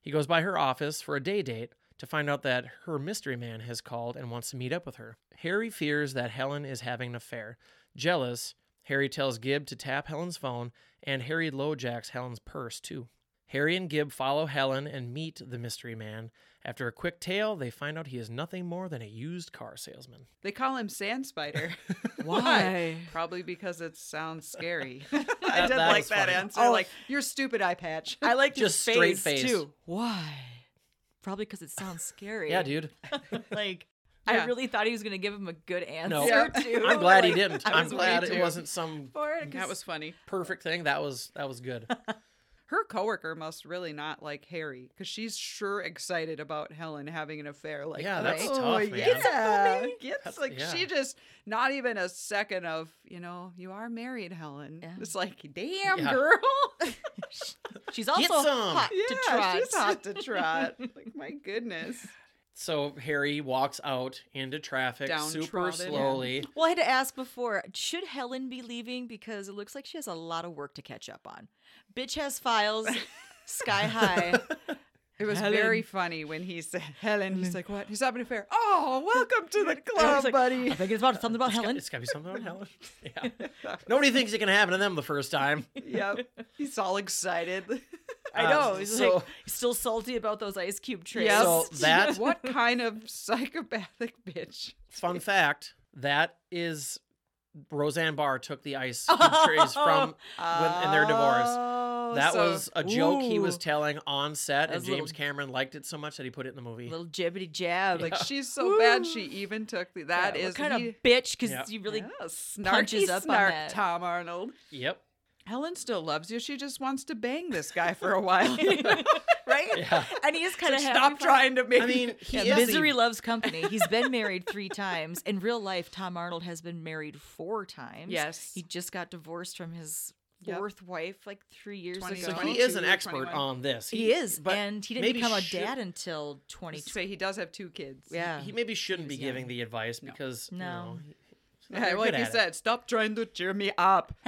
[SPEAKER 3] He goes by her office for a day date to find out that her mystery man has called and wants to meet up with her. Harry fears that Helen is having an affair. Jealous, Harry tells Gibb to tap Helen's phone, and Harry lowjacks Helen's purse too. Harry and Gibb follow Helen and meet the mystery man. After a quick tale, they find out he is nothing more than a used car salesman.
[SPEAKER 4] They call him Sand Spider.
[SPEAKER 5] Why?
[SPEAKER 4] Probably because it sounds scary. I did
[SPEAKER 3] that
[SPEAKER 4] like
[SPEAKER 3] was
[SPEAKER 4] that
[SPEAKER 3] funny.
[SPEAKER 4] answer.
[SPEAKER 5] Oh.
[SPEAKER 4] Like your stupid eye patch.
[SPEAKER 5] I like
[SPEAKER 3] Just straight face.
[SPEAKER 5] Why? Probably because it sounds scary.
[SPEAKER 3] Yeah, dude.
[SPEAKER 5] Like
[SPEAKER 4] Yeah.
[SPEAKER 5] I really thought he was gonna give him a good answer.
[SPEAKER 3] No.
[SPEAKER 4] Yeah.
[SPEAKER 5] too.
[SPEAKER 3] I'm glad he
[SPEAKER 5] Like,
[SPEAKER 3] didn't.
[SPEAKER 5] I
[SPEAKER 3] I'm
[SPEAKER 5] was
[SPEAKER 3] glad
[SPEAKER 5] waiting
[SPEAKER 3] it wasn't some
[SPEAKER 5] for it. 'cause-
[SPEAKER 4] that was funny.
[SPEAKER 3] perfect thing. That was that was good.
[SPEAKER 4] Her coworker must really not like Harry because she's sure excited about Helen having an affair. Like,
[SPEAKER 3] Yeah, that's
[SPEAKER 5] oh
[SPEAKER 3] tough,
[SPEAKER 4] right?
[SPEAKER 3] man. Gets
[SPEAKER 4] yeah, gets like
[SPEAKER 3] yeah.
[SPEAKER 4] she just not even a second of you know you are married, Helen.
[SPEAKER 5] Yeah.
[SPEAKER 4] It's like, damn
[SPEAKER 3] Yeah.
[SPEAKER 4] girl,
[SPEAKER 5] She's also
[SPEAKER 3] some.
[SPEAKER 5] hot
[SPEAKER 4] yeah,
[SPEAKER 5] to trot.
[SPEAKER 4] she's hot to trot. like my goodness,
[SPEAKER 3] So Harry walks out into traffic super
[SPEAKER 4] Downtrodden.
[SPEAKER 3] slowly.
[SPEAKER 5] Well, I had to ask before should Helen be leaving? Because it looks like she has a lot of work to catch up on. Bitch has files sky high.
[SPEAKER 4] it was
[SPEAKER 5] Helen.
[SPEAKER 4] very funny when he said Helen. He's like, what? He's having an affair. Oh, welcome to the club,
[SPEAKER 5] like,
[SPEAKER 4] buddy.
[SPEAKER 5] I think it's about something about
[SPEAKER 3] It's got-
[SPEAKER 5] Helen.
[SPEAKER 3] It's gotta be something about Helen. Yeah. Nobody thinks it can happen to them the first time.
[SPEAKER 4] yep, he's all excited.
[SPEAKER 5] I
[SPEAKER 3] Uh,
[SPEAKER 5] know. He's
[SPEAKER 3] so-
[SPEAKER 5] like he's still salty about those ice cube trays.
[SPEAKER 4] Yes.
[SPEAKER 3] So that-
[SPEAKER 4] what kind of psychopathic bitch?
[SPEAKER 3] Fun fact, that is Roseanne Barr took the ice cube trays from when in their divorce.
[SPEAKER 4] Oh,
[SPEAKER 3] That
[SPEAKER 4] so-
[SPEAKER 3] was a joke he was
[SPEAKER 5] ooh.
[SPEAKER 3] telling on set, and
[SPEAKER 5] was a little-
[SPEAKER 3] James Cameron liked it so much that he put it in the movie.
[SPEAKER 5] Little jibbity jab.
[SPEAKER 4] Like she's so bad she even took the, that
[SPEAKER 5] Yeah,
[SPEAKER 4] is
[SPEAKER 5] what kind
[SPEAKER 4] he-
[SPEAKER 5] of bitch because
[SPEAKER 3] Yeah.
[SPEAKER 5] you really
[SPEAKER 4] yeah, snarky
[SPEAKER 5] punches up on
[SPEAKER 4] snark,
[SPEAKER 5] that.
[SPEAKER 4] Tom Arnold.
[SPEAKER 3] Yep.
[SPEAKER 4] Helen still loves you. She just wants to bang this guy for a while.
[SPEAKER 5] right.
[SPEAKER 3] Yeah.
[SPEAKER 5] And he's kind of
[SPEAKER 4] Stop trying to make.
[SPEAKER 3] I mean, he
[SPEAKER 5] Yeah,
[SPEAKER 3] is the-
[SPEAKER 5] misery loves company. He's been married three times. In real life, Tom Arnold has been married four times.
[SPEAKER 4] Yes.
[SPEAKER 5] He just got divorced from his
[SPEAKER 4] Yep.
[SPEAKER 5] fourth wife like three years
[SPEAKER 4] Twenty-
[SPEAKER 5] ago.
[SPEAKER 3] So
[SPEAKER 4] Twenty-
[SPEAKER 3] he is an
[SPEAKER 4] 22,
[SPEAKER 3] expert
[SPEAKER 4] 21.
[SPEAKER 3] on this.
[SPEAKER 5] He is,
[SPEAKER 3] but
[SPEAKER 5] and he didn't
[SPEAKER 3] maybe
[SPEAKER 5] become a
[SPEAKER 3] should-
[SPEAKER 5] dad until
[SPEAKER 4] Let's
[SPEAKER 5] 2020.
[SPEAKER 4] say he does have two kids.
[SPEAKER 5] Yeah.
[SPEAKER 3] He maybe shouldn't be
[SPEAKER 5] was young.
[SPEAKER 3] giving the advice because you
[SPEAKER 5] No.
[SPEAKER 3] know,
[SPEAKER 4] Yeah,
[SPEAKER 3] they're
[SPEAKER 4] like
[SPEAKER 3] good
[SPEAKER 4] you
[SPEAKER 3] at it.
[SPEAKER 4] said, stop trying to cheer me up.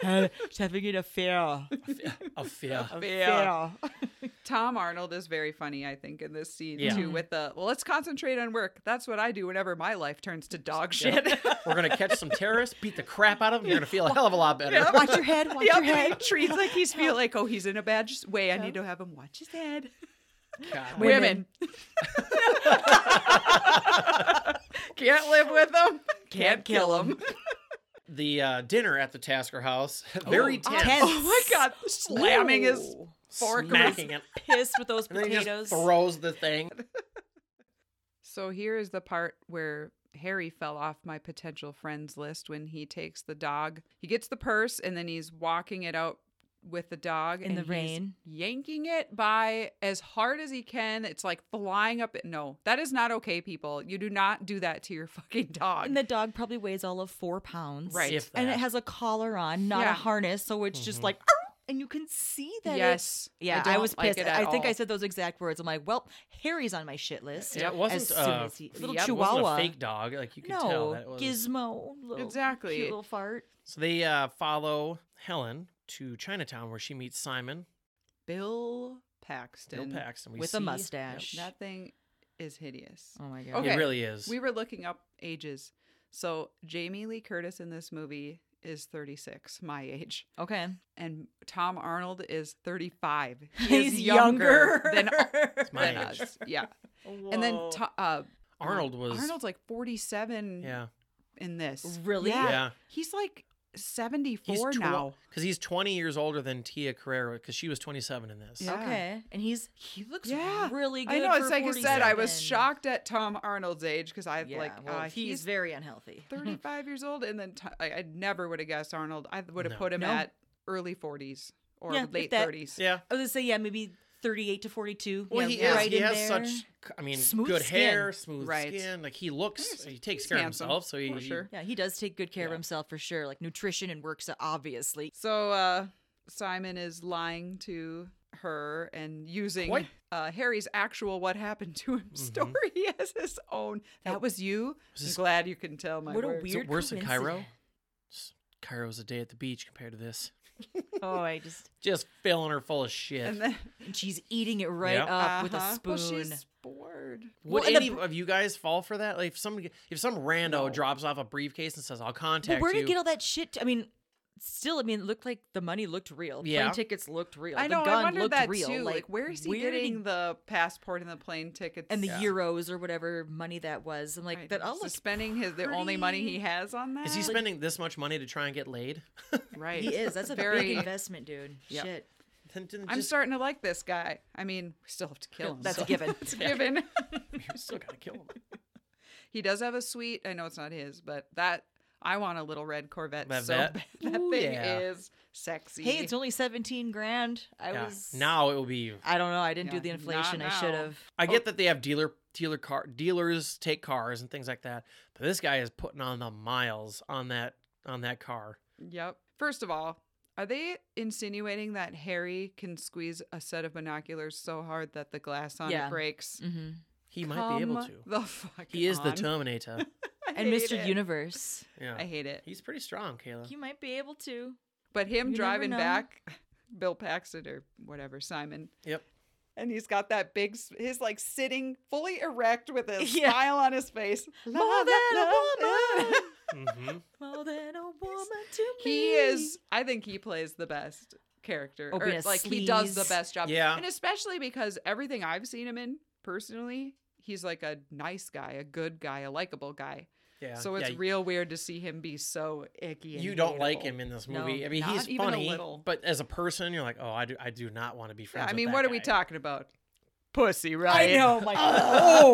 [SPEAKER 5] She's having an affair.
[SPEAKER 3] of fear.
[SPEAKER 4] Yeah. Tom Arnold is very funny, I think, in this scene
[SPEAKER 3] Yeah.
[SPEAKER 4] too. With the well, let's concentrate on work. That's what I do whenever my life turns to dog shit.
[SPEAKER 3] We're gonna catch some terrorists, beat the crap out of them. You're gonna feel a hell of a lot better.
[SPEAKER 5] Watch your head. Watch your
[SPEAKER 4] yeah,
[SPEAKER 5] head.
[SPEAKER 4] treats like he's feel like oh he's in a bad s- way. I need to have him watch his head.
[SPEAKER 3] God.
[SPEAKER 5] Women.
[SPEAKER 4] Women, can't live with them. Can't kill them.
[SPEAKER 3] The uh, dinner at the Tasker house, very tense,
[SPEAKER 5] tense.
[SPEAKER 4] Oh my god, slamming his fork. with-
[SPEAKER 3] smacking it,
[SPEAKER 5] Pissed with those
[SPEAKER 3] and then he just
[SPEAKER 5] potatoes.
[SPEAKER 3] throws the thing.
[SPEAKER 4] So here is the part where Harry fell off my potential friends list when he takes the dog. He gets the purse and then he's walking it out with the dog
[SPEAKER 5] In
[SPEAKER 4] and
[SPEAKER 5] the
[SPEAKER 4] he's
[SPEAKER 5] rain.
[SPEAKER 4] yanking it by as hard as he can. It's like flying up. No, that is not okay, people. You do not do that to your fucking dog.
[SPEAKER 5] And the dog probably weighs all of four pounds.
[SPEAKER 4] Right.
[SPEAKER 3] If
[SPEAKER 5] And
[SPEAKER 3] that.
[SPEAKER 5] it has a collar on, not
[SPEAKER 4] Yeah.
[SPEAKER 5] a harness. So it's just
[SPEAKER 3] Mhm.
[SPEAKER 5] like, "Arr!" and you can see that.
[SPEAKER 4] yes,
[SPEAKER 5] it's- Mm-hmm. yeah, I,
[SPEAKER 4] don't
[SPEAKER 5] was
[SPEAKER 4] like
[SPEAKER 5] pissed.
[SPEAKER 4] it
[SPEAKER 5] I
[SPEAKER 4] at
[SPEAKER 5] think I
[SPEAKER 4] all.
[SPEAKER 5] said those exact words. I'm like, well, Harry's on my shit list.
[SPEAKER 3] Yeah, it wasn't
[SPEAKER 5] as soon
[SPEAKER 3] a
[SPEAKER 5] as he- little
[SPEAKER 4] Yep.
[SPEAKER 3] It wasn't
[SPEAKER 5] chihuahua.
[SPEAKER 3] a fake dog. Like you could
[SPEAKER 5] no,
[SPEAKER 3] tell that it was.
[SPEAKER 5] gizmo. Little,
[SPEAKER 4] Exactly.
[SPEAKER 5] Cute little fart.
[SPEAKER 3] so they uh, follow Helen to Chinatown where she meets Simon
[SPEAKER 4] Bill Paxton.
[SPEAKER 3] Bill Paxton we
[SPEAKER 5] with
[SPEAKER 3] see-
[SPEAKER 5] a mustache.
[SPEAKER 4] That thing is hideous.
[SPEAKER 5] oh my god.
[SPEAKER 3] Yep.
[SPEAKER 4] Okay.
[SPEAKER 3] It really is.
[SPEAKER 4] We were looking up ages. So Jamie Lee Curtis in this movie is 36, my age.
[SPEAKER 5] Okay.
[SPEAKER 4] and Tom Arnold is 35.
[SPEAKER 5] He's younger.
[SPEAKER 4] than,
[SPEAKER 3] my
[SPEAKER 4] than
[SPEAKER 3] age.
[SPEAKER 4] us. Yeah. And then
[SPEAKER 5] Whoa.
[SPEAKER 4] to, uh,
[SPEAKER 3] Arnold was.
[SPEAKER 4] Arnold's like 47
[SPEAKER 3] yeah.
[SPEAKER 4] in this.
[SPEAKER 5] Really?
[SPEAKER 4] Yeah.
[SPEAKER 3] Yeah.
[SPEAKER 4] He's like 74
[SPEAKER 3] He's
[SPEAKER 4] now.
[SPEAKER 3] because he's 20 years older than Tia Carrera because she was 27 in this.
[SPEAKER 4] Yeah.
[SPEAKER 5] Okay. And he's he looks
[SPEAKER 4] Yeah.
[SPEAKER 5] really good.
[SPEAKER 4] I know.
[SPEAKER 5] for
[SPEAKER 4] It's like I said, I was
[SPEAKER 5] 47.
[SPEAKER 4] shocked at Tom Arnold's age because I
[SPEAKER 5] Yeah,
[SPEAKER 4] like,
[SPEAKER 5] well,
[SPEAKER 4] uh,
[SPEAKER 5] he's, very unhealthy.
[SPEAKER 3] Mm-hmm.
[SPEAKER 4] 35 years old. And then to- I I never would have guessed Arnold. I would have
[SPEAKER 3] No.
[SPEAKER 4] put him
[SPEAKER 5] No.
[SPEAKER 4] at early 40s or
[SPEAKER 5] Yeah, if
[SPEAKER 4] late
[SPEAKER 5] that-
[SPEAKER 4] 30s.
[SPEAKER 3] Yeah.
[SPEAKER 5] I was gonna say, yeah, maybe thirty-eight to forty-two.
[SPEAKER 3] Well,
[SPEAKER 5] yeah,
[SPEAKER 3] he is.
[SPEAKER 5] right
[SPEAKER 3] he
[SPEAKER 5] in
[SPEAKER 3] has
[SPEAKER 5] there.
[SPEAKER 3] such. I mean,
[SPEAKER 5] Smooth
[SPEAKER 3] good
[SPEAKER 5] skin.
[SPEAKER 3] hair, smooth
[SPEAKER 4] Right.
[SPEAKER 3] skin. Like he looks. He takes
[SPEAKER 4] he's
[SPEAKER 3] care
[SPEAKER 4] handsome,
[SPEAKER 3] of himself. So he.
[SPEAKER 4] for sure.
[SPEAKER 5] Yeah, he does take good care of
[SPEAKER 3] Yeah.
[SPEAKER 5] himself for sure. Like nutrition and works, out, obviously.
[SPEAKER 4] So uh, Simon is lying to her and using
[SPEAKER 3] Quite- Mm-hmm.
[SPEAKER 4] uh, Harry's actual "What happened to him" story as his own. That was you.
[SPEAKER 3] Was this-
[SPEAKER 4] I'm glad you can tell my
[SPEAKER 5] what a
[SPEAKER 4] words.
[SPEAKER 3] Is it
[SPEAKER 5] weird.
[SPEAKER 3] worse than Cairo?
[SPEAKER 5] coincidence.
[SPEAKER 3] S- Cairo's a day at the beach compared to this.
[SPEAKER 5] Oh, I just
[SPEAKER 3] Just filling her full of shit.
[SPEAKER 4] And then
[SPEAKER 5] and she's eating it right
[SPEAKER 3] Yeah.
[SPEAKER 5] up with a
[SPEAKER 4] Uh-huh.
[SPEAKER 5] spoon.
[SPEAKER 4] Well, she's bored.
[SPEAKER 3] Would
[SPEAKER 5] Well, and the
[SPEAKER 3] any
[SPEAKER 5] br-
[SPEAKER 3] of you guys fall for that? Like if some if some rando drops off a briefcase and says, "I'll
[SPEAKER 5] but
[SPEAKER 3] contact
[SPEAKER 5] where
[SPEAKER 3] you,"
[SPEAKER 5] did get all that shit? I mean, still, I mean, it looked like the money looked real.
[SPEAKER 3] Yeah.
[SPEAKER 5] Plane tickets looked real.
[SPEAKER 4] I
[SPEAKER 5] the
[SPEAKER 4] know.
[SPEAKER 5] gun
[SPEAKER 4] I wondered
[SPEAKER 5] looked
[SPEAKER 4] that
[SPEAKER 5] real.
[SPEAKER 4] too. Like, where is he
[SPEAKER 5] where did
[SPEAKER 4] getting the passport and the plane tickets
[SPEAKER 5] and the
[SPEAKER 3] Yeah.
[SPEAKER 5] euros or whatever money that was? I'm like,
[SPEAKER 4] Right.
[SPEAKER 5] that all
[SPEAKER 4] So
[SPEAKER 5] looked
[SPEAKER 4] spending his the only money
[SPEAKER 5] pretty-
[SPEAKER 4] he has on that.
[SPEAKER 3] is he spending this much money to try and get laid?
[SPEAKER 4] right?
[SPEAKER 5] He is. That's a
[SPEAKER 4] Very-
[SPEAKER 5] big investment, dude.
[SPEAKER 4] Yep.
[SPEAKER 5] Shit.
[SPEAKER 3] Then- then
[SPEAKER 4] I'm
[SPEAKER 3] just-
[SPEAKER 4] starting to like this guy. I mean, we still have to kill him.
[SPEAKER 5] That's
[SPEAKER 4] so
[SPEAKER 5] a given.
[SPEAKER 4] It's a given.
[SPEAKER 3] You still gotta kill him.
[SPEAKER 4] He does have a suite. I know it's not his, but that I want a little red Corvette. So
[SPEAKER 3] Corvette?
[SPEAKER 4] bad. that
[SPEAKER 3] Ooh,
[SPEAKER 4] thing
[SPEAKER 3] yeah.
[SPEAKER 4] is sexy.
[SPEAKER 5] Hey, it's only seventeen grand. I
[SPEAKER 3] Yeah.
[SPEAKER 5] was
[SPEAKER 3] Now it will be.
[SPEAKER 5] I don't know. I didn't
[SPEAKER 4] Yeah,
[SPEAKER 5] do the
[SPEAKER 4] not
[SPEAKER 5] inflation. I
[SPEAKER 4] now.
[SPEAKER 5] should have.
[SPEAKER 3] I
[SPEAKER 4] Oh.
[SPEAKER 3] get that they have dealer dealer car dealers take cars and things like that, but this guy is putting on the miles on that on that car.
[SPEAKER 4] yep. First of all, are they insinuating that Harry can squeeze a set of binoculars so hard that the glass on
[SPEAKER 5] Yeah.
[SPEAKER 4] it breaks?
[SPEAKER 5] Mm-hmm.
[SPEAKER 3] He Mm, might be able
[SPEAKER 4] Come
[SPEAKER 3] to.
[SPEAKER 4] The fuck
[SPEAKER 3] He is the
[SPEAKER 4] on.
[SPEAKER 3] Terminator.
[SPEAKER 4] I
[SPEAKER 5] And
[SPEAKER 4] hate
[SPEAKER 5] Mr.
[SPEAKER 4] it.
[SPEAKER 5] Universe,
[SPEAKER 3] Yeah,
[SPEAKER 4] I hate it.
[SPEAKER 3] he's pretty strong, Kayla.
[SPEAKER 5] you might be able to.
[SPEAKER 4] But him
[SPEAKER 5] You never
[SPEAKER 4] driving
[SPEAKER 5] know.
[SPEAKER 4] back, Bill Paxton or whatever Simon,
[SPEAKER 3] Yep.
[SPEAKER 4] and he's got that big, s- he's like sitting fully erect with a
[SPEAKER 5] Yeah.
[SPEAKER 4] smile on his face. La,
[SPEAKER 5] More
[SPEAKER 4] la,
[SPEAKER 5] than a
[SPEAKER 4] la, la.
[SPEAKER 5] woman.
[SPEAKER 3] hmm
[SPEAKER 5] More than a woman to me.
[SPEAKER 4] he is i think he plays the best character
[SPEAKER 5] Oh,
[SPEAKER 4] or,
[SPEAKER 5] being a
[SPEAKER 4] like he does the
[SPEAKER 5] sleaze.
[SPEAKER 4] best job
[SPEAKER 3] Yeah.
[SPEAKER 4] and especially because everything i've seen him in personally he's like a nice guy a good guy a likable guy
[SPEAKER 3] Yeah.
[SPEAKER 4] so it's
[SPEAKER 3] yeah,
[SPEAKER 4] real weird to see him be so icky and
[SPEAKER 3] You don't like
[SPEAKER 4] hateable.
[SPEAKER 3] him in this
[SPEAKER 5] No,
[SPEAKER 3] movie. I mean,
[SPEAKER 4] not
[SPEAKER 3] he's
[SPEAKER 4] even a
[SPEAKER 3] funny,
[SPEAKER 4] little.
[SPEAKER 3] but as a person, you're like, oh, I do, I do not want to be
[SPEAKER 4] yeah,
[SPEAKER 3] friends.
[SPEAKER 4] i
[SPEAKER 3] with
[SPEAKER 4] mean
[SPEAKER 3] that
[SPEAKER 4] what are we
[SPEAKER 3] guy."
[SPEAKER 4] talking about pussy right
[SPEAKER 5] I know. My
[SPEAKER 4] oh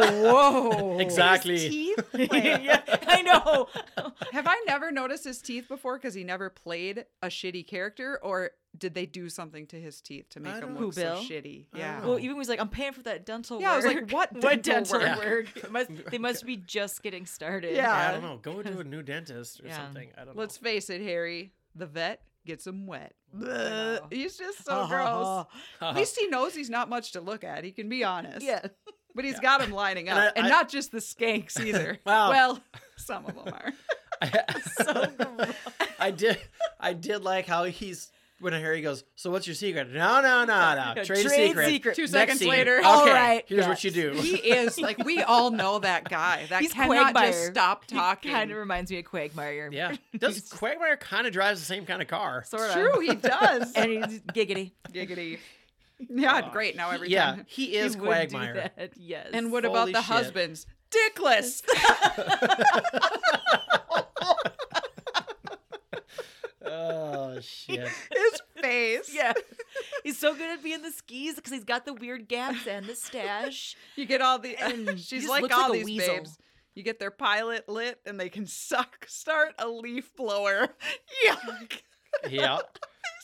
[SPEAKER 4] whoa
[SPEAKER 3] Exactly.
[SPEAKER 4] teeth
[SPEAKER 5] yeah, I know.
[SPEAKER 4] have i never noticed his teeth before because he never played a shitty character or did they do something to his teeth to make
[SPEAKER 3] I
[SPEAKER 4] him
[SPEAKER 3] don't-
[SPEAKER 5] Who,
[SPEAKER 4] look so
[SPEAKER 5] Bill?
[SPEAKER 4] shitty
[SPEAKER 3] I
[SPEAKER 4] yeah
[SPEAKER 3] don't know.
[SPEAKER 5] Well, even when he's like, I'm paying for that dental
[SPEAKER 4] Oh. Yeah, I was
[SPEAKER 5] work.
[SPEAKER 4] like, what dental work?
[SPEAKER 5] work? It must, they must be just getting started.
[SPEAKER 4] Yeah.
[SPEAKER 3] Yeah, I don't know. Go to a new dentist or
[SPEAKER 5] Yeah.
[SPEAKER 3] something. I don't
[SPEAKER 4] Let's
[SPEAKER 3] know.
[SPEAKER 4] face it, Harry. The vet gets him wet.
[SPEAKER 5] know.
[SPEAKER 4] He's just
[SPEAKER 3] Uh-huh.
[SPEAKER 4] so gross. At least he knows he's not much to look at. He can be honest.
[SPEAKER 5] Yeah.
[SPEAKER 4] But he's got him lining up.
[SPEAKER 3] And
[SPEAKER 4] And,
[SPEAKER 3] I- I-
[SPEAKER 4] not just the skanks either.
[SPEAKER 3] Wow.
[SPEAKER 4] Well, some of them are.
[SPEAKER 3] so I did. I did like how he's when Harry goes. So what's your secret? No, no, no, no. Trade,
[SPEAKER 5] trade
[SPEAKER 3] secret.
[SPEAKER 5] secret. Two
[SPEAKER 3] Next
[SPEAKER 4] seconds
[SPEAKER 3] scene.
[SPEAKER 4] later.
[SPEAKER 3] Okay,
[SPEAKER 5] All right,
[SPEAKER 3] Here's
[SPEAKER 5] yes.
[SPEAKER 3] what you do.
[SPEAKER 4] He is like we all know that guy. That
[SPEAKER 5] He's
[SPEAKER 4] cannot just
[SPEAKER 5] Quagmire.
[SPEAKER 4] stop talking.
[SPEAKER 5] Kind of reminds me of Quagmire.
[SPEAKER 3] yeah. Does Quagmire kind of drives the same kind of car?
[SPEAKER 5] Sort of.
[SPEAKER 4] True, he does.
[SPEAKER 5] And he's giggity.
[SPEAKER 4] Giggity. Yeah, great. Now every
[SPEAKER 3] yeah,
[SPEAKER 4] time.
[SPEAKER 3] he is
[SPEAKER 5] he would
[SPEAKER 3] Quagmire.
[SPEAKER 5] Do that. Yes.
[SPEAKER 4] And what
[SPEAKER 3] Holy
[SPEAKER 4] about the
[SPEAKER 3] shit.
[SPEAKER 4] husbands? Dickless.
[SPEAKER 3] Oh shit!
[SPEAKER 4] His face.
[SPEAKER 5] Yeah. He's so good at being the skis because he's got the weird gaps and the stash.
[SPEAKER 4] You get all the.
[SPEAKER 5] And he
[SPEAKER 4] she's
[SPEAKER 5] just
[SPEAKER 4] like
[SPEAKER 5] looks
[SPEAKER 4] all
[SPEAKER 5] like
[SPEAKER 4] these
[SPEAKER 5] a weasel.
[SPEAKER 4] babes. You get their pilot lit, and they can suck start a leaf blower. Yuck!
[SPEAKER 3] yeah,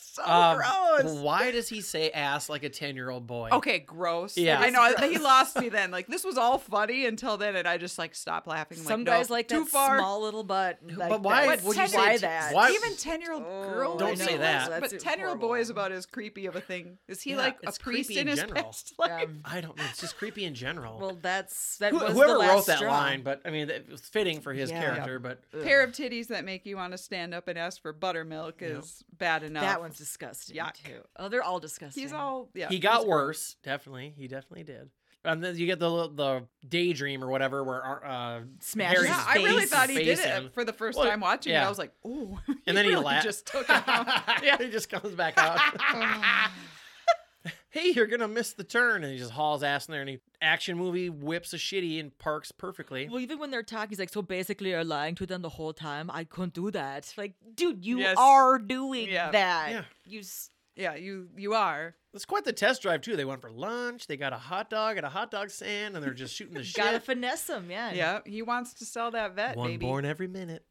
[SPEAKER 4] so
[SPEAKER 3] Um,
[SPEAKER 4] gross.
[SPEAKER 3] Why does he say ass like a 10 year old boy?
[SPEAKER 4] Okay, gross.
[SPEAKER 3] Yeah.
[SPEAKER 4] Yeah, I
[SPEAKER 3] It's
[SPEAKER 4] know. He lost me then. Like this was all funny until then, and I just like stopped laughing. I'm
[SPEAKER 5] Some
[SPEAKER 4] like, no,
[SPEAKER 5] guys like
[SPEAKER 4] too
[SPEAKER 5] that
[SPEAKER 4] far.
[SPEAKER 5] small little butt. Like
[SPEAKER 3] But why
[SPEAKER 5] that.
[SPEAKER 3] would
[SPEAKER 5] Why
[SPEAKER 3] you say t-
[SPEAKER 5] that?
[SPEAKER 3] why-
[SPEAKER 4] Even ten-year-old
[SPEAKER 5] Oh,
[SPEAKER 4] girl.
[SPEAKER 3] Don't
[SPEAKER 4] I
[SPEAKER 3] say
[SPEAKER 4] know,
[SPEAKER 3] that.
[SPEAKER 5] That's
[SPEAKER 4] But ten-year-old boy
[SPEAKER 5] horrible.
[SPEAKER 4] is about as creepy of a thing. Is he
[SPEAKER 3] Yeah,
[SPEAKER 4] like a
[SPEAKER 3] it's creepy
[SPEAKER 4] priest
[SPEAKER 3] in
[SPEAKER 4] in his
[SPEAKER 3] general.
[SPEAKER 4] past life?
[SPEAKER 5] Um,
[SPEAKER 3] I don't know. It's just creepy in general.
[SPEAKER 5] well, that's that
[SPEAKER 3] Who-
[SPEAKER 5] was
[SPEAKER 3] whoever
[SPEAKER 5] the last
[SPEAKER 3] wrote that
[SPEAKER 5] straw.
[SPEAKER 3] line, but I mean, it was fitting for his
[SPEAKER 5] Yeah.
[SPEAKER 3] character. But
[SPEAKER 4] Pair of titties that make you want to stand up and ask for buttermilk is bad enough.
[SPEAKER 5] That one's disgusting
[SPEAKER 4] Yuck.
[SPEAKER 5] too. Oh, they're all disgusting.
[SPEAKER 4] He's all yeah.
[SPEAKER 3] he got worse. Definitely, he definitely did. And then you get the the daydream or whatever where uh,
[SPEAKER 5] Smashes
[SPEAKER 3] Harry's
[SPEAKER 5] his
[SPEAKER 4] Yeah, I really
[SPEAKER 5] face.
[SPEAKER 4] thought he did
[SPEAKER 3] face him.
[SPEAKER 4] it for the first
[SPEAKER 3] Well,
[SPEAKER 4] time watching it.
[SPEAKER 3] yeah.
[SPEAKER 4] I was like, ooh.
[SPEAKER 3] and then he
[SPEAKER 4] really
[SPEAKER 3] laugh-
[SPEAKER 4] just took it. out.
[SPEAKER 3] yeah, he just comes back out. hey, you're gonna miss the turn, and he just hauls ass in there, and he action movie whips a shitty and parks perfectly.
[SPEAKER 5] Well, even when they're talking, he's like, "So basically, you're lying to them the whole time. I couldn't do that. Like, dude, you
[SPEAKER 4] Yes.
[SPEAKER 5] are doing
[SPEAKER 4] Yeah.
[SPEAKER 5] that.
[SPEAKER 3] Yeah.
[SPEAKER 5] You s-
[SPEAKER 4] Yeah, you you are.
[SPEAKER 3] It's quite the test drive too. They went for lunch. They got a hot dog at a hot dog stand, and they're just shooting the
[SPEAKER 5] gotta
[SPEAKER 3] shit.
[SPEAKER 5] finesse him. Yeah.
[SPEAKER 4] Yeah, he wants to sell that vet,
[SPEAKER 3] One
[SPEAKER 4] baby.
[SPEAKER 3] born every minute.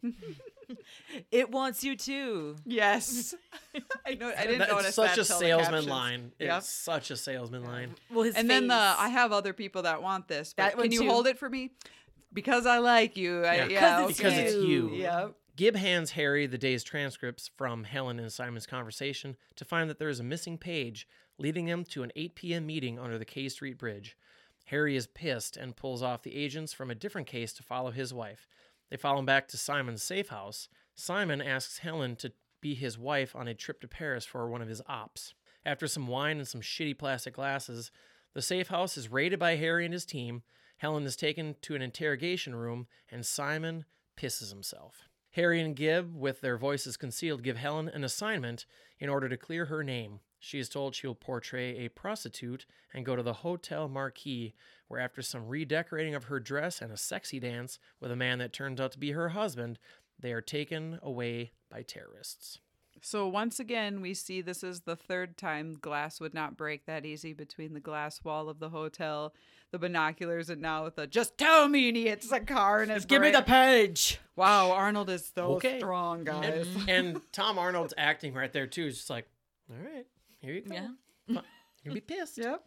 [SPEAKER 5] It wants you too.
[SPEAKER 4] Yes. I know. I didn't
[SPEAKER 3] That-
[SPEAKER 4] notice
[SPEAKER 3] it's such
[SPEAKER 4] that
[SPEAKER 3] a
[SPEAKER 4] till the
[SPEAKER 3] salesman
[SPEAKER 4] captions.
[SPEAKER 3] line.
[SPEAKER 4] Yep.
[SPEAKER 3] It's such a salesman line.
[SPEAKER 5] Well, his
[SPEAKER 4] And then the
[SPEAKER 5] face.
[SPEAKER 4] I have other people that want this,
[SPEAKER 5] That
[SPEAKER 4] but
[SPEAKER 5] one
[SPEAKER 4] can you
[SPEAKER 5] too.
[SPEAKER 4] hold it for me? Because I like you. I,
[SPEAKER 3] Yeah.
[SPEAKER 4] yeah,
[SPEAKER 5] Because it's
[SPEAKER 3] Because
[SPEAKER 4] okay.
[SPEAKER 3] it's you.
[SPEAKER 4] Yep.
[SPEAKER 3] Gibb hands Harry the day's transcripts from Helen and Simon's conversation to find that there is a missing page, leading them to an 8 p.m. meeting under the K Street Bridge. Harry is pissed and pulls off the agents from a different case to follow his wife. They follow him back to Simon's safe house. Simon asks Helen to be his wife on a trip to Paris for one of his ops. After some wine and some shitty plastic glasses, the safe house is raided by Harry and his team. Helen is taken to an interrogation room, and Simon pisses himself. Harry and Gibb, with their voices concealed, give Helen an assignment in order to clear her name. She is told she will portray a prostitute and go to the Hotel Marquis, where, after some redecorating of her dress and a sexy dance with a man that turns out to be her husband, they are taken away by terrorists.
[SPEAKER 4] So once again, we see this is the third time glass would not break that easy between the glass wall of the hotel, the binoculars, and now with the just tell me and he hits the car and it's
[SPEAKER 5] page.
[SPEAKER 4] wow. Arnold is so
[SPEAKER 3] Okay.
[SPEAKER 4] strong, guys.
[SPEAKER 3] And, and Tom Arnold's acting right there, too. It's just like, all right, here you go.
[SPEAKER 5] Yeah.
[SPEAKER 3] You'll be pissed.
[SPEAKER 4] yep.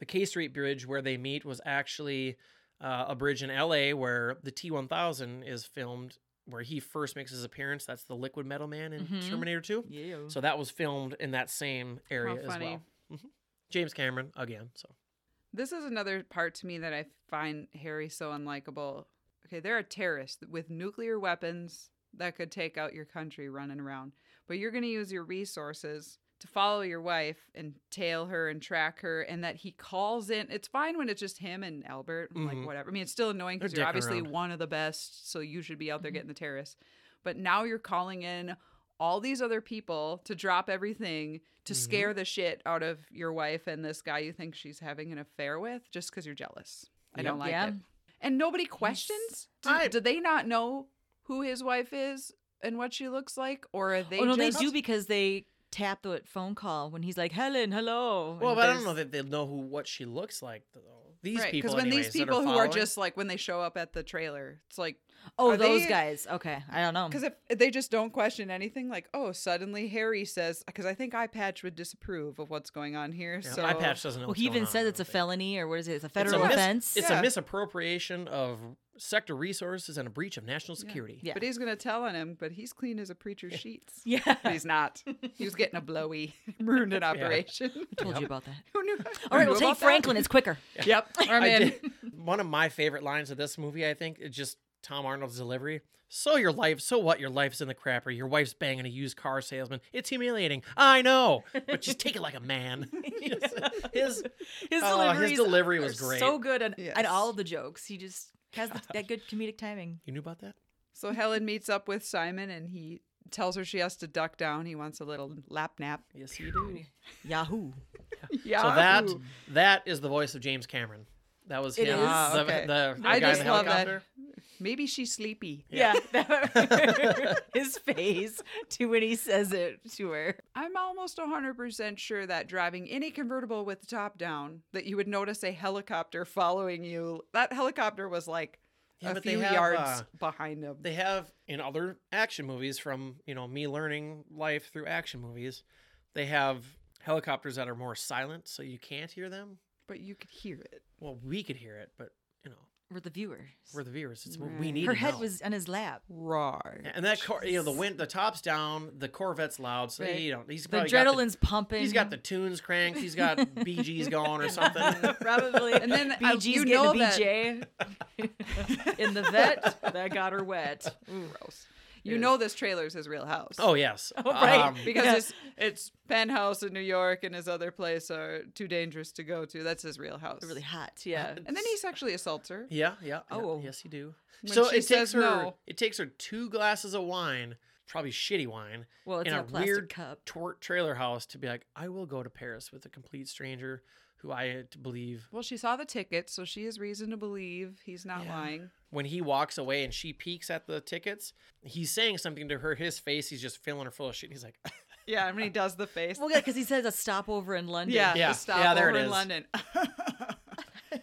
[SPEAKER 3] the K Street Bridge where they meet was actually uh, a bridge in LA where the T 1000 is filmed, where he first makes his appearance. That's the liquid metal man in
[SPEAKER 4] Mm-hmm.
[SPEAKER 5] Mhm.
[SPEAKER 3] Terminator 2.
[SPEAKER 5] Yeah.
[SPEAKER 3] So that was filmed in that same area as
[SPEAKER 4] funny.
[SPEAKER 3] well. Mhm. James Cameron again. So
[SPEAKER 4] This is another part to me that I find Harry so unlikable. Okay, there are terrorists with nuclear weapons that could take out your country running around, but you're going to use your resources to follow your wife and tail her and track her, and that he calls in. It's fine when it's just him and Albert,
[SPEAKER 3] Mhm.
[SPEAKER 4] like whatever. I mean, it's still annoying because
[SPEAKER 3] They're
[SPEAKER 4] you're
[SPEAKER 3] dicking
[SPEAKER 4] obviously
[SPEAKER 3] around. Mm-hmm.
[SPEAKER 4] one of the best, so you should be out there getting the terrorists. But now you're calling in all these other people to drop everything to
[SPEAKER 3] Mhm.
[SPEAKER 4] scare the shit out of your wife and this guy you think she's having an affair with just because you're jealous. I don't
[SPEAKER 3] Yep.
[SPEAKER 4] like
[SPEAKER 5] Yeah.
[SPEAKER 4] it. And nobody questions? Do,
[SPEAKER 3] I-
[SPEAKER 4] do they not know who his wife is and what she looks like? Or are they
[SPEAKER 5] oh no,
[SPEAKER 4] just...
[SPEAKER 5] they do because they tap the phone call when he's like, "Helen, hello."
[SPEAKER 3] well,
[SPEAKER 5] and
[SPEAKER 3] but I don't
[SPEAKER 5] there's-
[SPEAKER 3] know that they'll know who what she looks like though. These
[SPEAKER 4] Right,
[SPEAKER 3] people,
[SPEAKER 4] when
[SPEAKER 3] anyways,
[SPEAKER 4] these people
[SPEAKER 3] that
[SPEAKER 4] who are
[SPEAKER 3] following-
[SPEAKER 4] just like when they show up at the trailer, it's like
[SPEAKER 5] Oh,
[SPEAKER 4] Are
[SPEAKER 5] those
[SPEAKER 4] they-
[SPEAKER 5] guys. Okay,
[SPEAKER 3] Um.
[SPEAKER 5] I don't know.
[SPEAKER 4] because if if they just don't question anything, like oh, suddenly Harry says because I think iPatch would disapprove of what's going on here.
[SPEAKER 3] Yeah,
[SPEAKER 4] so
[SPEAKER 3] eye patch doesn't know.
[SPEAKER 5] Well,
[SPEAKER 3] what's
[SPEAKER 5] he even
[SPEAKER 3] going on, I
[SPEAKER 5] says
[SPEAKER 3] don't
[SPEAKER 5] it's a
[SPEAKER 3] think.
[SPEAKER 5] felony, or what is it? It's a
[SPEAKER 3] It's a
[SPEAKER 5] federal
[SPEAKER 4] mis-
[SPEAKER 5] offense.
[SPEAKER 3] It's
[SPEAKER 4] Yeah.
[SPEAKER 3] a misappropriation of sector resources and a breach of national security.
[SPEAKER 5] Yeah.
[SPEAKER 4] But he's gonna tell on him, but he's clean as a preacher's sheets.
[SPEAKER 5] Yeah,
[SPEAKER 4] But he's not. He was getting a blowy, ruined an operation.
[SPEAKER 5] I told you about that.
[SPEAKER 4] Who knew?
[SPEAKER 5] All right,
[SPEAKER 4] Who knew
[SPEAKER 5] we'll take
[SPEAKER 4] about that?
[SPEAKER 5] Franklin. It's quicker.
[SPEAKER 4] Yep. Or I'm
[SPEAKER 3] I
[SPEAKER 4] in.
[SPEAKER 3] did- One of my favorite lines of this movie, I think, is just Tom Arnold's delivery. So your life, so what? Your life's in the crapper. Your wife's banging a used car salesman. It's humiliating. I know, but just take it like a man. Just- His
[SPEAKER 5] His,
[SPEAKER 3] Oh, his
[SPEAKER 5] deliveries
[SPEAKER 3] delivery
[SPEAKER 5] are
[SPEAKER 3] was great.
[SPEAKER 5] So good at,
[SPEAKER 4] Yes.
[SPEAKER 5] at all of the jokes. He just has th- that good comedic timing.
[SPEAKER 3] you knew about that?
[SPEAKER 4] So Helen meets up with Simon, and he tells her she has to duck down. He wants a little lap nap.
[SPEAKER 3] Yes, you do.
[SPEAKER 5] Yahoo!
[SPEAKER 4] Yeah.
[SPEAKER 3] So that that is the voice of James Cameron. That was
[SPEAKER 5] It
[SPEAKER 3] him.
[SPEAKER 5] is.
[SPEAKER 4] Ah,
[SPEAKER 3] The,
[SPEAKER 4] okay.
[SPEAKER 3] the- the
[SPEAKER 4] I
[SPEAKER 3] guy in
[SPEAKER 4] just
[SPEAKER 3] the
[SPEAKER 4] love that.
[SPEAKER 3] helicopter.
[SPEAKER 4] Maybe she's sleepy.
[SPEAKER 5] Yeah, his face to when he says it to her.
[SPEAKER 4] I'm almost 100% sure that driving any convertible with the top down, that you would notice a helicopter following you. That helicopter was like
[SPEAKER 3] Yeah,
[SPEAKER 4] a
[SPEAKER 3] but they
[SPEAKER 4] few
[SPEAKER 3] have,
[SPEAKER 4] yards
[SPEAKER 3] uh,
[SPEAKER 4] behind him.
[SPEAKER 3] They have in other action movies from, you know, me learning life through action movies, they have helicopters that are more silent so you can't hear them.
[SPEAKER 4] but you could hear it.
[SPEAKER 3] Well, we could hear it, but you know,
[SPEAKER 5] We're the viewers.
[SPEAKER 3] we're the viewers. It's what
[SPEAKER 4] Right.
[SPEAKER 3] we need.
[SPEAKER 5] Her
[SPEAKER 3] to
[SPEAKER 5] head
[SPEAKER 3] know.
[SPEAKER 5] was on his lap.
[SPEAKER 4] Roar.
[SPEAKER 3] and that car, you know, the wind, the top's down, the Corvette's loud, so
[SPEAKER 5] Right.
[SPEAKER 3] you know, he's
[SPEAKER 5] The
[SPEAKER 3] probably got the-
[SPEAKER 5] adrenaline's pumping.
[SPEAKER 3] He's got the tunes cranked. He's got BGs going or something.
[SPEAKER 5] Probably. uh,
[SPEAKER 4] And then I-
[SPEAKER 5] BG's
[SPEAKER 4] you
[SPEAKER 5] getting
[SPEAKER 4] know
[SPEAKER 5] a
[SPEAKER 4] that-
[SPEAKER 5] BJ in the vet. That got her wet.
[SPEAKER 4] Gross. You know this trailer's his real house.
[SPEAKER 3] Oh yes,
[SPEAKER 5] right.
[SPEAKER 4] because
[SPEAKER 5] Yeah.
[SPEAKER 4] it's it's penthouse in New York and his other place are too dangerous to go to. That's his real house.
[SPEAKER 5] Really hot. Yeah.
[SPEAKER 4] And then he sexually assaults her.
[SPEAKER 3] yeah, yeah. Oh
[SPEAKER 5] Oh.
[SPEAKER 3] yes, you do.
[SPEAKER 4] When
[SPEAKER 3] so
[SPEAKER 4] she
[SPEAKER 3] it takes
[SPEAKER 4] says
[SPEAKER 3] her.
[SPEAKER 4] no.
[SPEAKER 3] It takes her two glasses of wine, probably shitty wine,
[SPEAKER 5] Well, it's
[SPEAKER 3] in
[SPEAKER 5] in
[SPEAKER 3] a
[SPEAKER 5] a plastic
[SPEAKER 3] weird
[SPEAKER 5] cup.
[SPEAKER 3] tort trailer house to be like, I will go to Paris with a complete stranger who I believe.
[SPEAKER 4] Well, she saw the ticket, so she has reason to believe he's not
[SPEAKER 3] Yeah.
[SPEAKER 4] lying.
[SPEAKER 3] When he walks away and she peeks at the tickets, he's saying something to her. His face, he's just filling her full of shit. He's like,
[SPEAKER 4] Yeah, I mean he does the face.
[SPEAKER 5] Well, yeah, because he says a stopover in London.
[SPEAKER 4] yeah,
[SPEAKER 3] Yeah.
[SPEAKER 4] the stop
[SPEAKER 3] Yeah, there
[SPEAKER 4] over
[SPEAKER 3] it
[SPEAKER 4] in
[SPEAKER 3] is.
[SPEAKER 4] London.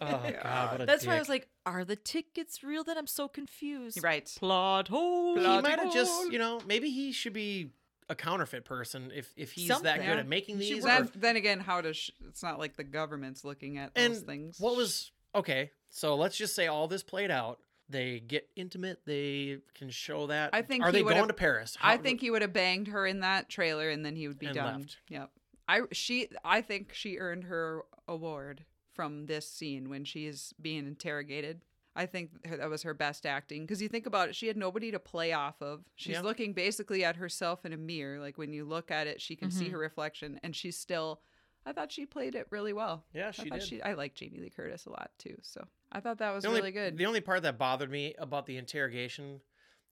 [SPEAKER 3] Oh God, what a
[SPEAKER 5] That's why I
[SPEAKER 3] dick."
[SPEAKER 5] was like, are the tickets real? That I'm so confused.
[SPEAKER 4] right.
[SPEAKER 5] Plot hole.
[SPEAKER 3] he
[SPEAKER 4] Plot
[SPEAKER 3] might have just,
[SPEAKER 4] hole.
[SPEAKER 3] you know, maybe he should be a counterfeit person if if he's that
[SPEAKER 5] Something.
[SPEAKER 3] good at making
[SPEAKER 4] She-
[SPEAKER 3] these. or-
[SPEAKER 4] then, then again, how does sh it's not like the government's looking at those
[SPEAKER 3] and
[SPEAKER 4] things?
[SPEAKER 3] what was okay? So let's just say all this played out. They get intimate. They can show that.
[SPEAKER 4] I think
[SPEAKER 3] Are
[SPEAKER 4] he
[SPEAKER 3] they
[SPEAKER 4] would've-
[SPEAKER 3] going to Paris?
[SPEAKER 4] I
[SPEAKER 3] How-
[SPEAKER 4] think he would have banged her in that trailer, and then he would be
[SPEAKER 3] And
[SPEAKER 4] done.
[SPEAKER 3] left.
[SPEAKER 4] Yep. I she I think she earned her award from this scene when she is being interrogated. I think that was her best acting because you think about it, she had nobody to play off of. She's
[SPEAKER 3] Yeah.
[SPEAKER 4] looking basically at herself in a mirror. Like when you look at it, she can
[SPEAKER 3] Mm-hmm.
[SPEAKER 4] see her reflection, and she's still. I thought she played it really well.
[SPEAKER 3] Yeah, she
[SPEAKER 4] I thought
[SPEAKER 3] did.
[SPEAKER 4] She, I like Jamie Lee Curtis a lot too, so I thought that was
[SPEAKER 3] the only,
[SPEAKER 4] really good.
[SPEAKER 3] The only part that bothered me about the interrogation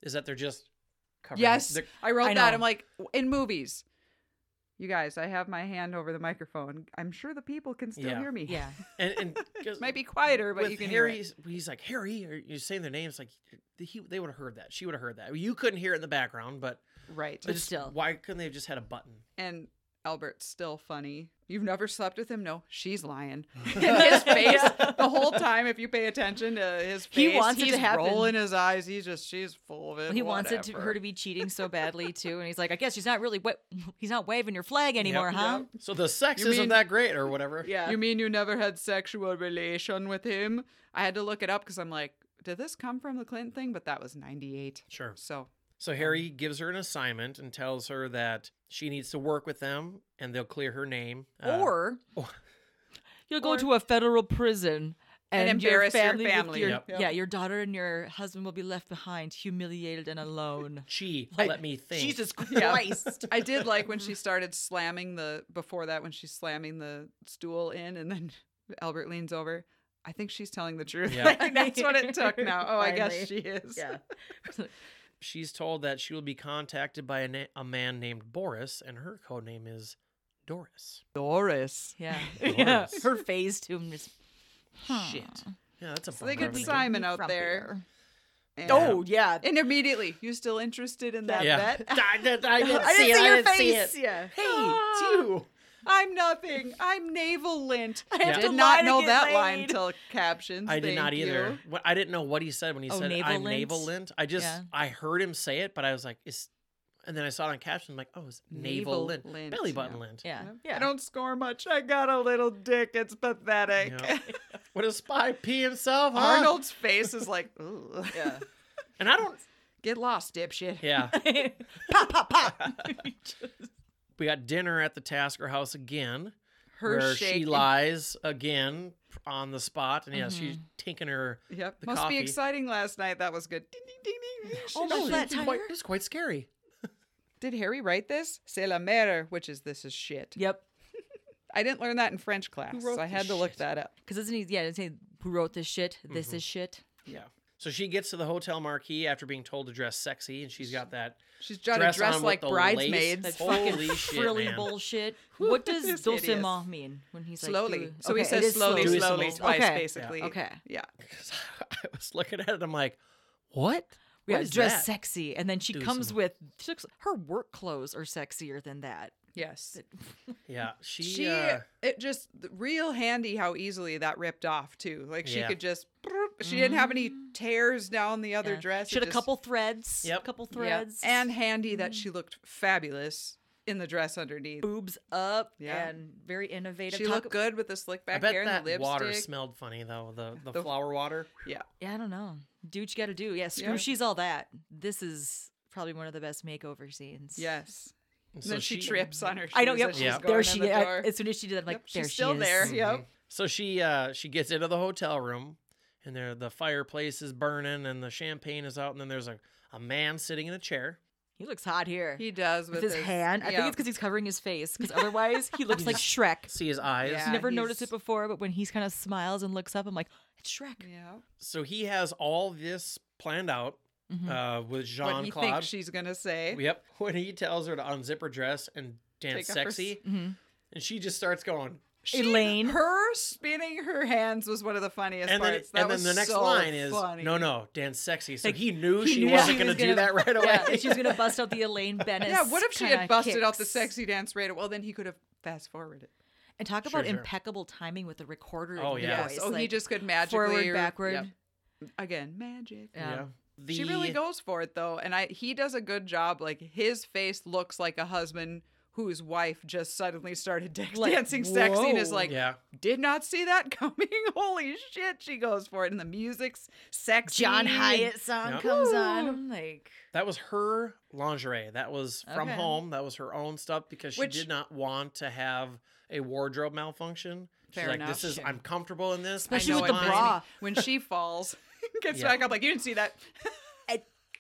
[SPEAKER 3] is that they're just covering.
[SPEAKER 4] Yes,
[SPEAKER 3] they're-
[SPEAKER 4] I wrote
[SPEAKER 5] I
[SPEAKER 4] that.
[SPEAKER 5] know.
[SPEAKER 4] I'm like w- in movies. You guys, I have my hand over the microphone. I'm sure the people can still
[SPEAKER 3] Yeah.
[SPEAKER 4] hear me.
[SPEAKER 5] Yeah.
[SPEAKER 3] and, and 'cause
[SPEAKER 4] might be quieter, but
[SPEAKER 3] with
[SPEAKER 4] you can
[SPEAKER 3] Harry,
[SPEAKER 4] hear it.
[SPEAKER 3] he's like Harry. Or you're saying their names like he. They would have heard that. She would have heard that. You couldn't hear it in the background, but,
[SPEAKER 4] Right.
[SPEAKER 3] but just,
[SPEAKER 5] still.
[SPEAKER 3] why couldn't they have just had a button?
[SPEAKER 4] And Albert's still funny. You've never slept with him? No, she's lying. and his face the whole time. If you pay attention to his
[SPEAKER 5] He
[SPEAKER 4] face,
[SPEAKER 5] wants it to
[SPEAKER 4] he's
[SPEAKER 5] happen.
[SPEAKER 4] rolling his eyes. He's just she's full of it.
[SPEAKER 5] He wants it to,
[SPEAKER 4] whatever.
[SPEAKER 5] her to be cheating so badly too, and he's like, "I guess she's not really. Wa- he's not waving your flag anymore, huh?"
[SPEAKER 3] So the sex
[SPEAKER 4] You
[SPEAKER 3] isn't
[SPEAKER 4] mean-
[SPEAKER 3] that great, or whatever.
[SPEAKER 5] Yeah.
[SPEAKER 4] You mean you never had sexual relation with him? I had to look it up because I'm like, did this come from the Clinton thing? But that was '98.
[SPEAKER 3] Sure.
[SPEAKER 4] So
[SPEAKER 3] So Harry gives her an assignment and tells her that she needs to work with them, and they'll clear her name. Uh,
[SPEAKER 5] or
[SPEAKER 3] or-
[SPEAKER 5] you'll go to a federal prison
[SPEAKER 4] And
[SPEAKER 5] and,
[SPEAKER 4] embarrass your
[SPEAKER 5] your family. with
[SPEAKER 4] family.
[SPEAKER 5] your-
[SPEAKER 3] Yep.
[SPEAKER 5] Yeah, your daughter and your husband will be left behind, humiliated and alone.
[SPEAKER 3] she let me think.
[SPEAKER 5] Jesus
[SPEAKER 4] Yeah.
[SPEAKER 5] Christ!
[SPEAKER 4] I did like when she started slamming the before that when she's slamming the stool in and then Albert leans over. I think she's telling the truth.
[SPEAKER 3] Yeah.
[SPEAKER 4] Like, that's what it took now. Oh, I guess she
[SPEAKER 5] Finally.
[SPEAKER 4] is.
[SPEAKER 5] yeah.
[SPEAKER 3] She's told that she will be contacted by a, na- a man named Boris, and her code name is Doris.
[SPEAKER 4] Doris.
[SPEAKER 5] Yeah.
[SPEAKER 3] Dolores.
[SPEAKER 5] Her phase to him is
[SPEAKER 3] Shit. Yeah, that's a.
[SPEAKER 4] So they
[SPEAKER 3] bummer
[SPEAKER 4] get
[SPEAKER 3] of a
[SPEAKER 4] signed-
[SPEAKER 3] name.
[SPEAKER 4] Simon out
[SPEAKER 5] From
[SPEAKER 4] there. And,
[SPEAKER 5] Oh yeah.
[SPEAKER 4] And immediately, you still interested in that
[SPEAKER 3] Yeah.
[SPEAKER 4] bet?
[SPEAKER 3] I, did, I didn't
[SPEAKER 5] I
[SPEAKER 3] see it.
[SPEAKER 5] didn't see
[SPEAKER 3] I
[SPEAKER 5] your
[SPEAKER 3] didn't see
[SPEAKER 5] face.
[SPEAKER 3] it.
[SPEAKER 5] Yeah. Hey,
[SPEAKER 3] It's you.
[SPEAKER 4] I'm nothing. I'm navel lint. I
[SPEAKER 3] have
[SPEAKER 4] did
[SPEAKER 5] to lie
[SPEAKER 4] not
[SPEAKER 5] to
[SPEAKER 4] know
[SPEAKER 5] get
[SPEAKER 4] that line
[SPEAKER 5] laid.
[SPEAKER 4] until captions.
[SPEAKER 3] I did not
[SPEAKER 4] Thank
[SPEAKER 3] either.
[SPEAKER 4] you.
[SPEAKER 3] What- I didn't know what he said when he
[SPEAKER 5] Oh,
[SPEAKER 3] said
[SPEAKER 5] navel
[SPEAKER 3] I'm
[SPEAKER 5] lint?
[SPEAKER 3] navel lint. I just
[SPEAKER 5] Yeah.
[SPEAKER 3] I heard him say it, but I was like, is and then I saw it on caption. I'm like, oh, it's navel,
[SPEAKER 4] Navel
[SPEAKER 3] lint.
[SPEAKER 4] lint,
[SPEAKER 3] belly button
[SPEAKER 4] yeah.
[SPEAKER 3] lint.
[SPEAKER 5] Yeah.
[SPEAKER 4] I
[SPEAKER 5] Yeah.
[SPEAKER 4] don't score much. I got a little dick. It's pathetic.
[SPEAKER 3] Yeah. Would a spy pee himself? Huh?
[SPEAKER 4] Arnold's face is like, Ooh.
[SPEAKER 5] Yeah.
[SPEAKER 3] And I don't.
[SPEAKER 4] Get lost, dipshit.
[SPEAKER 3] Yeah,
[SPEAKER 5] pop, pop, pop.
[SPEAKER 3] we got dinner at the Tasker house again,
[SPEAKER 4] Her
[SPEAKER 3] where
[SPEAKER 4] shake.
[SPEAKER 3] she lies again on the spot, and yeah, she's taking her.
[SPEAKER 4] Mm-hmm. Yep.
[SPEAKER 3] the
[SPEAKER 4] Must
[SPEAKER 3] coffee.
[SPEAKER 4] be exciting last night. That was good. Ding, ding, ding, ding.
[SPEAKER 5] Oh,
[SPEAKER 3] No,
[SPEAKER 5] my flat
[SPEAKER 3] it was quite,
[SPEAKER 5] tire.
[SPEAKER 3] it was quite scary.
[SPEAKER 4] Did Harry write this? C'est la merde, which is this is shit.
[SPEAKER 5] Yep.
[SPEAKER 4] I didn't learn that in French class,
[SPEAKER 3] Who wrote
[SPEAKER 4] so I
[SPEAKER 3] this
[SPEAKER 4] had to look
[SPEAKER 3] shit?
[SPEAKER 4] that up.
[SPEAKER 5] Because isn't he? Yeah. Say who wrote this shit? This
[SPEAKER 4] Mm-hmm.
[SPEAKER 5] is shit.
[SPEAKER 3] Yeah. So she gets to the hotel marquee after being told to dress sexy, and she's got that.
[SPEAKER 4] She's trying
[SPEAKER 3] Dress
[SPEAKER 4] to dress
[SPEAKER 3] on with
[SPEAKER 4] like
[SPEAKER 3] the lace.
[SPEAKER 4] bridesmaids.
[SPEAKER 5] That
[SPEAKER 3] Holy
[SPEAKER 5] fucking
[SPEAKER 3] shit,
[SPEAKER 5] frilly
[SPEAKER 3] man.
[SPEAKER 5] bullshit. What
[SPEAKER 4] This
[SPEAKER 5] does
[SPEAKER 4] idiot.
[SPEAKER 5] dulcement mean when he's
[SPEAKER 4] Slowly.
[SPEAKER 5] like
[SPEAKER 4] so he
[SPEAKER 5] okay, it
[SPEAKER 4] says
[SPEAKER 5] is
[SPEAKER 4] slowly,
[SPEAKER 3] slowly.
[SPEAKER 4] slowly,
[SPEAKER 3] Slowly.
[SPEAKER 4] twice,
[SPEAKER 5] Okay.
[SPEAKER 4] basically.
[SPEAKER 5] Okay.
[SPEAKER 4] Yeah.
[SPEAKER 3] I was looking at it. I'm like, what?
[SPEAKER 5] We
[SPEAKER 3] What
[SPEAKER 5] got
[SPEAKER 3] is
[SPEAKER 5] dress
[SPEAKER 3] that?
[SPEAKER 5] sexy, and then she
[SPEAKER 3] Do
[SPEAKER 5] comes
[SPEAKER 3] some-
[SPEAKER 5] with she looks- her work clothes are sexier than that.
[SPEAKER 4] Yes.
[SPEAKER 3] Yeah. She.
[SPEAKER 4] She,
[SPEAKER 3] uh,
[SPEAKER 4] it just real handy how easily that ripped off, too. Like she
[SPEAKER 3] Yeah.
[SPEAKER 4] could just She didn't have any tears down the other
[SPEAKER 5] Mm. Yeah.
[SPEAKER 4] dress.
[SPEAKER 5] Uh,
[SPEAKER 4] It
[SPEAKER 5] She had a
[SPEAKER 4] just-
[SPEAKER 5] couple threads.
[SPEAKER 3] Yep.
[SPEAKER 5] A couple
[SPEAKER 4] Yeah.
[SPEAKER 5] threads. Mm.
[SPEAKER 4] And handy that she looked fabulous in the dress underneath.
[SPEAKER 5] boobs up
[SPEAKER 4] Yeah.
[SPEAKER 5] and very innovative.
[SPEAKER 4] She
[SPEAKER 5] Talk-
[SPEAKER 4] looked good with the slick
[SPEAKER 3] I
[SPEAKER 4] back
[SPEAKER 3] bet
[SPEAKER 4] hair and the
[SPEAKER 3] that
[SPEAKER 4] lipstick.
[SPEAKER 3] water smelled funny though. The the,
[SPEAKER 4] The-
[SPEAKER 3] flower water.
[SPEAKER 4] yeah.
[SPEAKER 5] Yeah, I don't know. Do what you got to do. Yeah, screw
[SPEAKER 4] Yeah.
[SPEAKER 5] she's all that. This is probably one of the best makeover scenes.
[SPEAKER 4] Yes.
[SPEAKER 3] And
[SPEAKER 4] And then she, trips on her shoes.
[SPEAKER 5] I know. Yep.
[SPEAKER 4] as she's
[SPEAKER 3] Yeah.
[SPEAKER 4] going
[SPEAKER 5] There
[SPEAKER 4] in
[SPEAKER 5] she
[SPEAKER 4] the
[SPEAKER 5] is.
[SPEAKER 4] door.
[SPEAKER 5] As soon as she did that, I'm like,
[SPEAKER 4] Yep, she's
[SPEAKER 5] there she
[SPEAKER 4] still
[SPEAKER 5] is.
[SPEAKER 4] there. Yep.
[SPEAKER 3] So she uh she gets into the hotel room and there the fireplace is burning and the champagne is out and then there's a, a man sitting in a chair.
[SPEAKER 5] He looks hot here.
[SPEAKER 4] He does
[SPEAKER 5] with his, hand. I think it's because he's covering his face, because otherwise he looks like Shrek.
[SPEAKER 3] See his eyes.
[SPEAKER 4] Yeah.
[SPEAKER 5] I've never
[SPEAKER 4] he's-
[SPEAKER 5] noticed it before, but when he's kind of smiles and looks up, I'm like, it's Shrek.
[SPEAKER 4] yeah.
[SPEAKER 3] So he has all this planned out
[SPEAKER 5] Mhm.
[SPEAKER 3] uh with
[SPEAKER 4] Mm-hmm. What
[SPEAKER 3] Jean
[SPEAKER 4] he thinks
[SPEAKER 3] Claude.
[SPEAKER 4] she's gonna say.
[SPEAKER 3] Yep. When he tells her to unzip her dress and dance
[SPEAKER 4] Take off her
[SPEAKER 3] sexy,
[SPEAKER 5] Mhm.
[SPEAKER 3] and she just starts going.
[SPEAKER 4] She-
[SPEAKER 5] Elaine.
[SPEAKER 4] her spinning her hands was one of the funniest
[SPEAKER 3] and then,
[SPEAKER 4] parts. That
[SPEAKER 3] and then
[SPEAKER 4] was
[SPEAKER 3] the next
[SPEAKER 4] so
[SPEAKER 3] line is
[SPEAKER 4] funny.
[SPEAKER 3] no, no, dance sexy. So
[SPEAKER 5] Like,
[SPEAKER 3] he knew
[SPEAKER 5] He
[SPEAKER 3] she
[SPEAKER 5] knew
[SPEAKER 3] wasn't
[SPEAKER 5] she
[SPEAKER 3] going
[SPEAKER 5] was
[SPEAKER 3] to do
[SPEAKER 5] gonna-
[SPEAKER 3] that right away.
[SPEAKER 5] Yeah, and she's gonna bust out the Elaine Bennett.
[SPEAKER 4] Yeah, what if she had busted out the sexy dance right? Well, then he could have fast forwarded.
[SPEAKER 5] And talk
[SPEAKER 3] Sure,
[SPEAKER 5] about
[SPEAKER 3] sure.
[SPEAKER 5] impeccable timing with the recorder. in
[SPEAKER 3] Oh,
[SPEAKER 5] the
[SPEAKER 3] yeah.
[SPEAKER 5] voice,
[SPEAKER 4] Yes. Oh, he
[SPEAKER 5] like,
[SPEAKER 4] just could magically
[SPEAKER 5] forward, backward.
[SPEAKER 4] Yep. again magic.
[SPEAKER 5] Yeah.
[SPEAKER 3] The-
[SPEAKER 4] She really goes for it though, and I he does a good job. Like his face looks like a husband whose wife just suddenly started da-
[SPEAKER 5] Like,
[SPEAKER 4] dancing sexy and is
[SPEAKER 5] whoa.
[SPEAKER 4] like,
[SPEAKER 3] Yeah.
[SPEAKER 4] did not see that coming. Holy shit, she goes for it, and the music's sexy.
[SPEAKER 5] John
[SPEAKER 4] and-
[SPEAKER 5] Hyatt song
[SPEAKER 3] Yep.
[SPEAKER 5] comes on.
[SPEAKER 4] Woo.
[SPEAKER 5] I'm like,
[SPEAKER 3] That was her lingerie. That was from
[SPEAKER 5] Okay.
[SPEAKER 3] home. That was her own stuff because she
[SPEAKER 4] Which-
[SPEAKER 3] did not want to have a wardrobe malfunction. She's
[SPEAKER 4] Fair
[SPEAKER 3] like,
[SPEAKER 4] enough.
[SPEAKER 3] this is I'm comfortable in this.
[SPEAKER 4] I
[SPEAKER 5] Especially
[SPEAKER 4] know
[SPEAKER 5] with the
[SPEAKER 4] it
[SPEAKER 3] mine."
[SPEAKER 4] makes me-
[SPEAKER 5] bra.
[SPEAKER 4] when she falls, gets
[SPEAKER 3] Yeah.
[SPEAKER 4] back up like you didn't see that.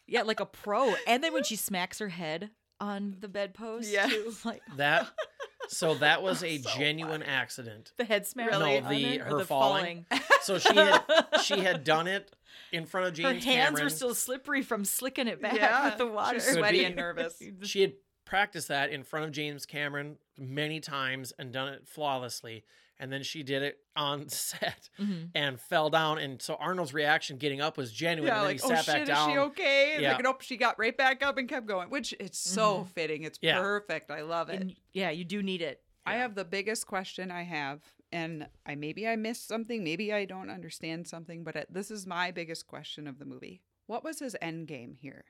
[SPEAKER 5] yeah, like a pro. And then when she smacks her head on the bedpost,
[SPEAKER 4] Yes.
[SPEAKER 5] too, like
[SPEAKER 3] That so that was a genuine accident.
[SPEAKER 5] the head smash.
[SPEAKER 3] Really?
[SPEAKER 5] on
[SPEAKER 3] No, the-
[SPEAKER 5] it, or
[SPEAKER 3] her
[SPEAKER 5] the
[SPEAKER 3] falling. So she had she had done it in front of
[SPEAKER 5] Her
[SPEAKER 3] James
[SPEAKER 5] hands
[SPEAKER 3] Cameron.
[SPEAKER 5] were still slippery from slicking it back
[SPEAKER 4] Yeah,
[SPEAKER 5] with the water.
[SPEAKER 4] she's sweaty
[SPEAKER 3] be.
[SPEAKER 4] and nervous.
[SPEAKER 3] she had practiced that in front of James Cameron many times and done it flawlessly. And then she did it on set
[SPEAKER 4] Mm-hmm.
[SPEAKER 5] Mhm.
[SPEAKER 3] and fell down. And so Arnold's reaction getting up was genuine.
[SPEAKER 4] Yeah,
[SPEAKER 3] and then
[SPEAKER 4] like
[SPEAKER 3] he
[SPEAKER 4] oh
[SPEAKER 3] sat
[SPEAKER 4] shit,
[SPEAKER 3] back down.
[SPEAKER 4] is she okay? And
[SPEAKER 3] Yeah.
[SPEAKER 4] like nope, she got right back up and kept going, which it's so fitting. It's
[SPEAKER 3] Yeah.
[SPEAKER 4] perfect. I love it.
[SPEAKER 5] And yeah, you do need it.
[SPEAKER 4] I have the biggest question I have, and I maybe I missed something, maybe I don't understand something, but it, this is my biggest question of the movie. What was his end game here?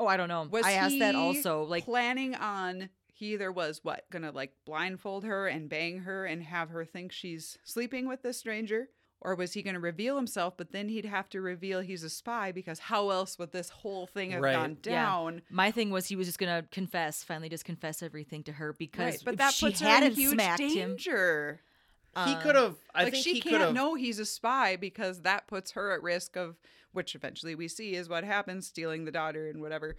[SPEAKER 5] Oh, I don't know.
[SPEAKER 4] Was
[SPEAKER 5] I asked that
[SPEAKER 4] he
[SPEAKER 5] also. Like,
[SPEAKER 4] planning on he either was what gonna like blindfold her and bang her and have her think she's sleeping with this stranger, or was he gonna reveal himself? But then he'd have to reveal he's a spy because how else would this whole thing have
[SPEAKER 3] Right.
[SPEAKER 4] gone
[SPEAKER 5] Yeah.
[SPEAKER 4] down?
[SPEAKER 5] my thing was he was just gonna confess, finally just confess everything to her because
[SPEAKER 4] Right, but
[SPEAKER 5] if
[SPEAKER 4] that
[SPEAKER 5] she
[SPEAKER 4] puts her
[SPEAKER 5] hadn't
[SPEAKER 4] in huge
[SPEAKER 5] smacked him.
[SPEAKER 4] danger.
[SPEAKER 3] he
[SPEAKER 5] Um,
[SPEAKER 3] could have. I
[SPEAKER 4] like
[SPEAKER 3] think
[SPEAKER 4] she
[SPEAKER 3] he could
[SPEAKER 4] can't
[SPEAKER 3] have.
[SPEAKER 4] know he's a spy because that puts her at risk of which eventually we see is what happens stealing the daughter and whatever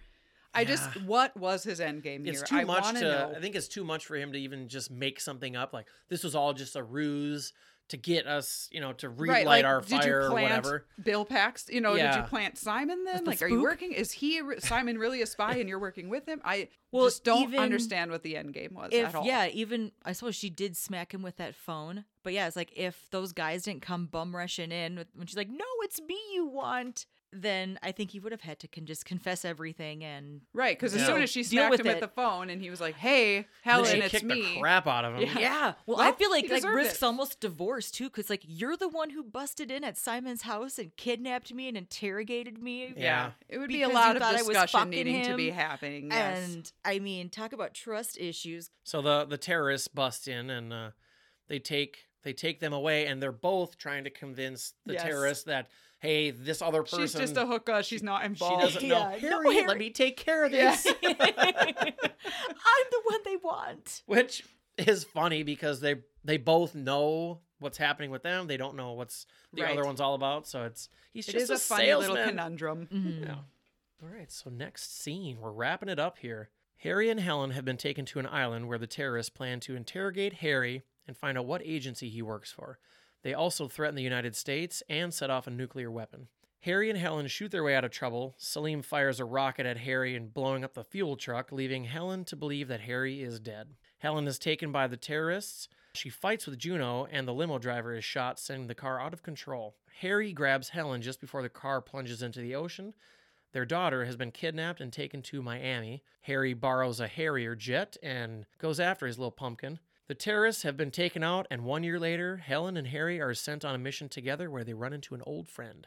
[SPEAKER 4] i just
[SPEAKER 3] Yeah.
[SPEAKER 4] what was his end game here
[SPEAKER 3] It's too
[SPEAKER 4] i
[SPEAKER 3] much
[SPEAKER 4] want
[SPEAKER 3] to.
[SPEAKER 4] know
[SPEAKER 3] I think it's too much for him to even just make something up. Like this was all just a ruse to get us, you know, to relight
[SPEAKER 4] right, like,
[SPEAKER 3] our
[SPEAKER 4] did you
[SPEAKER 3] fire or
[SPEAKER 4] plant
[SPEAKER 3] whatever.
[SPEAKER 4] bill paxton you know did
[SPEAKER 3] Yeah.
[SPEAKER 4] you plant simon then
[SPEAKER 5] the
[SPEAKER 4] like are you
[SPEAKER 5] spook?
[SPEAKER 4] working is he re- simon really a spy and you're working with him i
[SPEAKER 5] Well,
[SPEAKER 4] just don't
[SPEAKER 5] even
[SPEAKER 4] understand what the end game was
[SPEAKER 5] if
[SPEAKER 4] at all
[SPEAKER 5] yeah, even I suppose she did smack him with that phone. But yeah, it's like if those guys didn't come bum rushing in with, when she's like, "No, it's me you want," then I think he would have had to can just confess everything and
[SPEAKER 4] right because as
[SPEAKER 3] Yeah.
[SPEAKER 4] soon as she
[SPEAKER 5] Deal
[SPEAKER 4] smacked
[SPEAKER 5] with
[SPEAKER 4] him at
[SPEAKER 5] it.
[SPEAKER 4] the phone and he was like hey
[SPEAKER 3] And
[SPEAKER 4] helen
[SPEAKER 3] she
[SPEAKER 4] it's
[SPEAKER 3] kicked
[SPEAKER 4] me
[SPEAKER 3] the crap out of him.
[SPEAKER 4] Yeah.
[SPEAKER 5] Yeah. Well, I
[SPEAKER 4] Well,
[SPEAKER 5] feel
[SPEAKER 4] he
[SPEAKER 5] like like
[SPEAKER 4] deserved
[SPEAKER 5] risks
[SPEAKER 4] it.
[SPEAKER 5] almost divorce too, because like you're the one who busted in at Simon's house and kidnapped me and interrogated me.
[SPEAKER 3] Yeah.
[SPEAKER 4] it would be a
[SPEAKER 5] Because you
[SPEAKER 4] lot of
[SPEAKER 5] thought I was
[SPEAKER 4] discussion
[SPEAKER 5] fucking
[SPEAKER 4] needing to be
[SPEAKER 5] him,
[SPEAKER 4] happening yes.
[SPEAKER 5] And I mean, talk about trust issues.
[SPEAKER 3] So the the terrorists bust in and uh, they take they take them away, and they're both trying to convince the
[SPEAKER 4] Yes.
[SPEAKER 3] terrorists that hey, this other person
[SPEAKER 4] She's just a hooker. She's not
[SPEAKER 3] she
[SPEAKER 4] involved.
[SPEAKER 3] doesn't know
[SPEAKER 5] Yeah, no,
[SPEAKER 3] Harry,
[SPEAKER 5] Harry."
[SPEAKER 3] Let me take care of
[SPEAKER 4] Yeah.
[SPEAKER 3] this.
[SPEAKER 5] I'm the one they want.
[SPEAKER 3] which is funny because they they both know what's happening with them. They don't know what's the
[SPEAKER 4] Right.
[SPEAKER 3] other one's all about. So it's he's
[SPEAKER 4] It
[SPEAKER 3] just
[SPEAKER 4] is
[SPEAKER 3] a,
[SPEAKER 4] a funny little
[SPEAKER 3] salesman.
[SPEAKER 4] conundrum.
[SPEAKER 3] Yeah. All right. So next scene, we're wrapping it up here. Harry and Helen have been taken to an island where the terrorists plan to interrogate Harry and find out what agency he works for. They also threaten the United States and set off a nuclear weapon. Harry and Helen shoot their way out of trouble. Salim fires a rocket at Harry and blowing up the fuel truck, leaving Helen to believe that Harry is dead. Helen is taken by the terrorists. She fights with Juno, and the limo driver is shot, sending the car out of control. Harry grabs Helen just before the car plunges into the ocean. Their daughter has been kidnapped and taken to Miami. Harry borrows a Harrier jet and goes after his little pumpkin. The terrorists have been taken out, and one year later, Helen and Harry are sent on a mission together where they run into an old friend.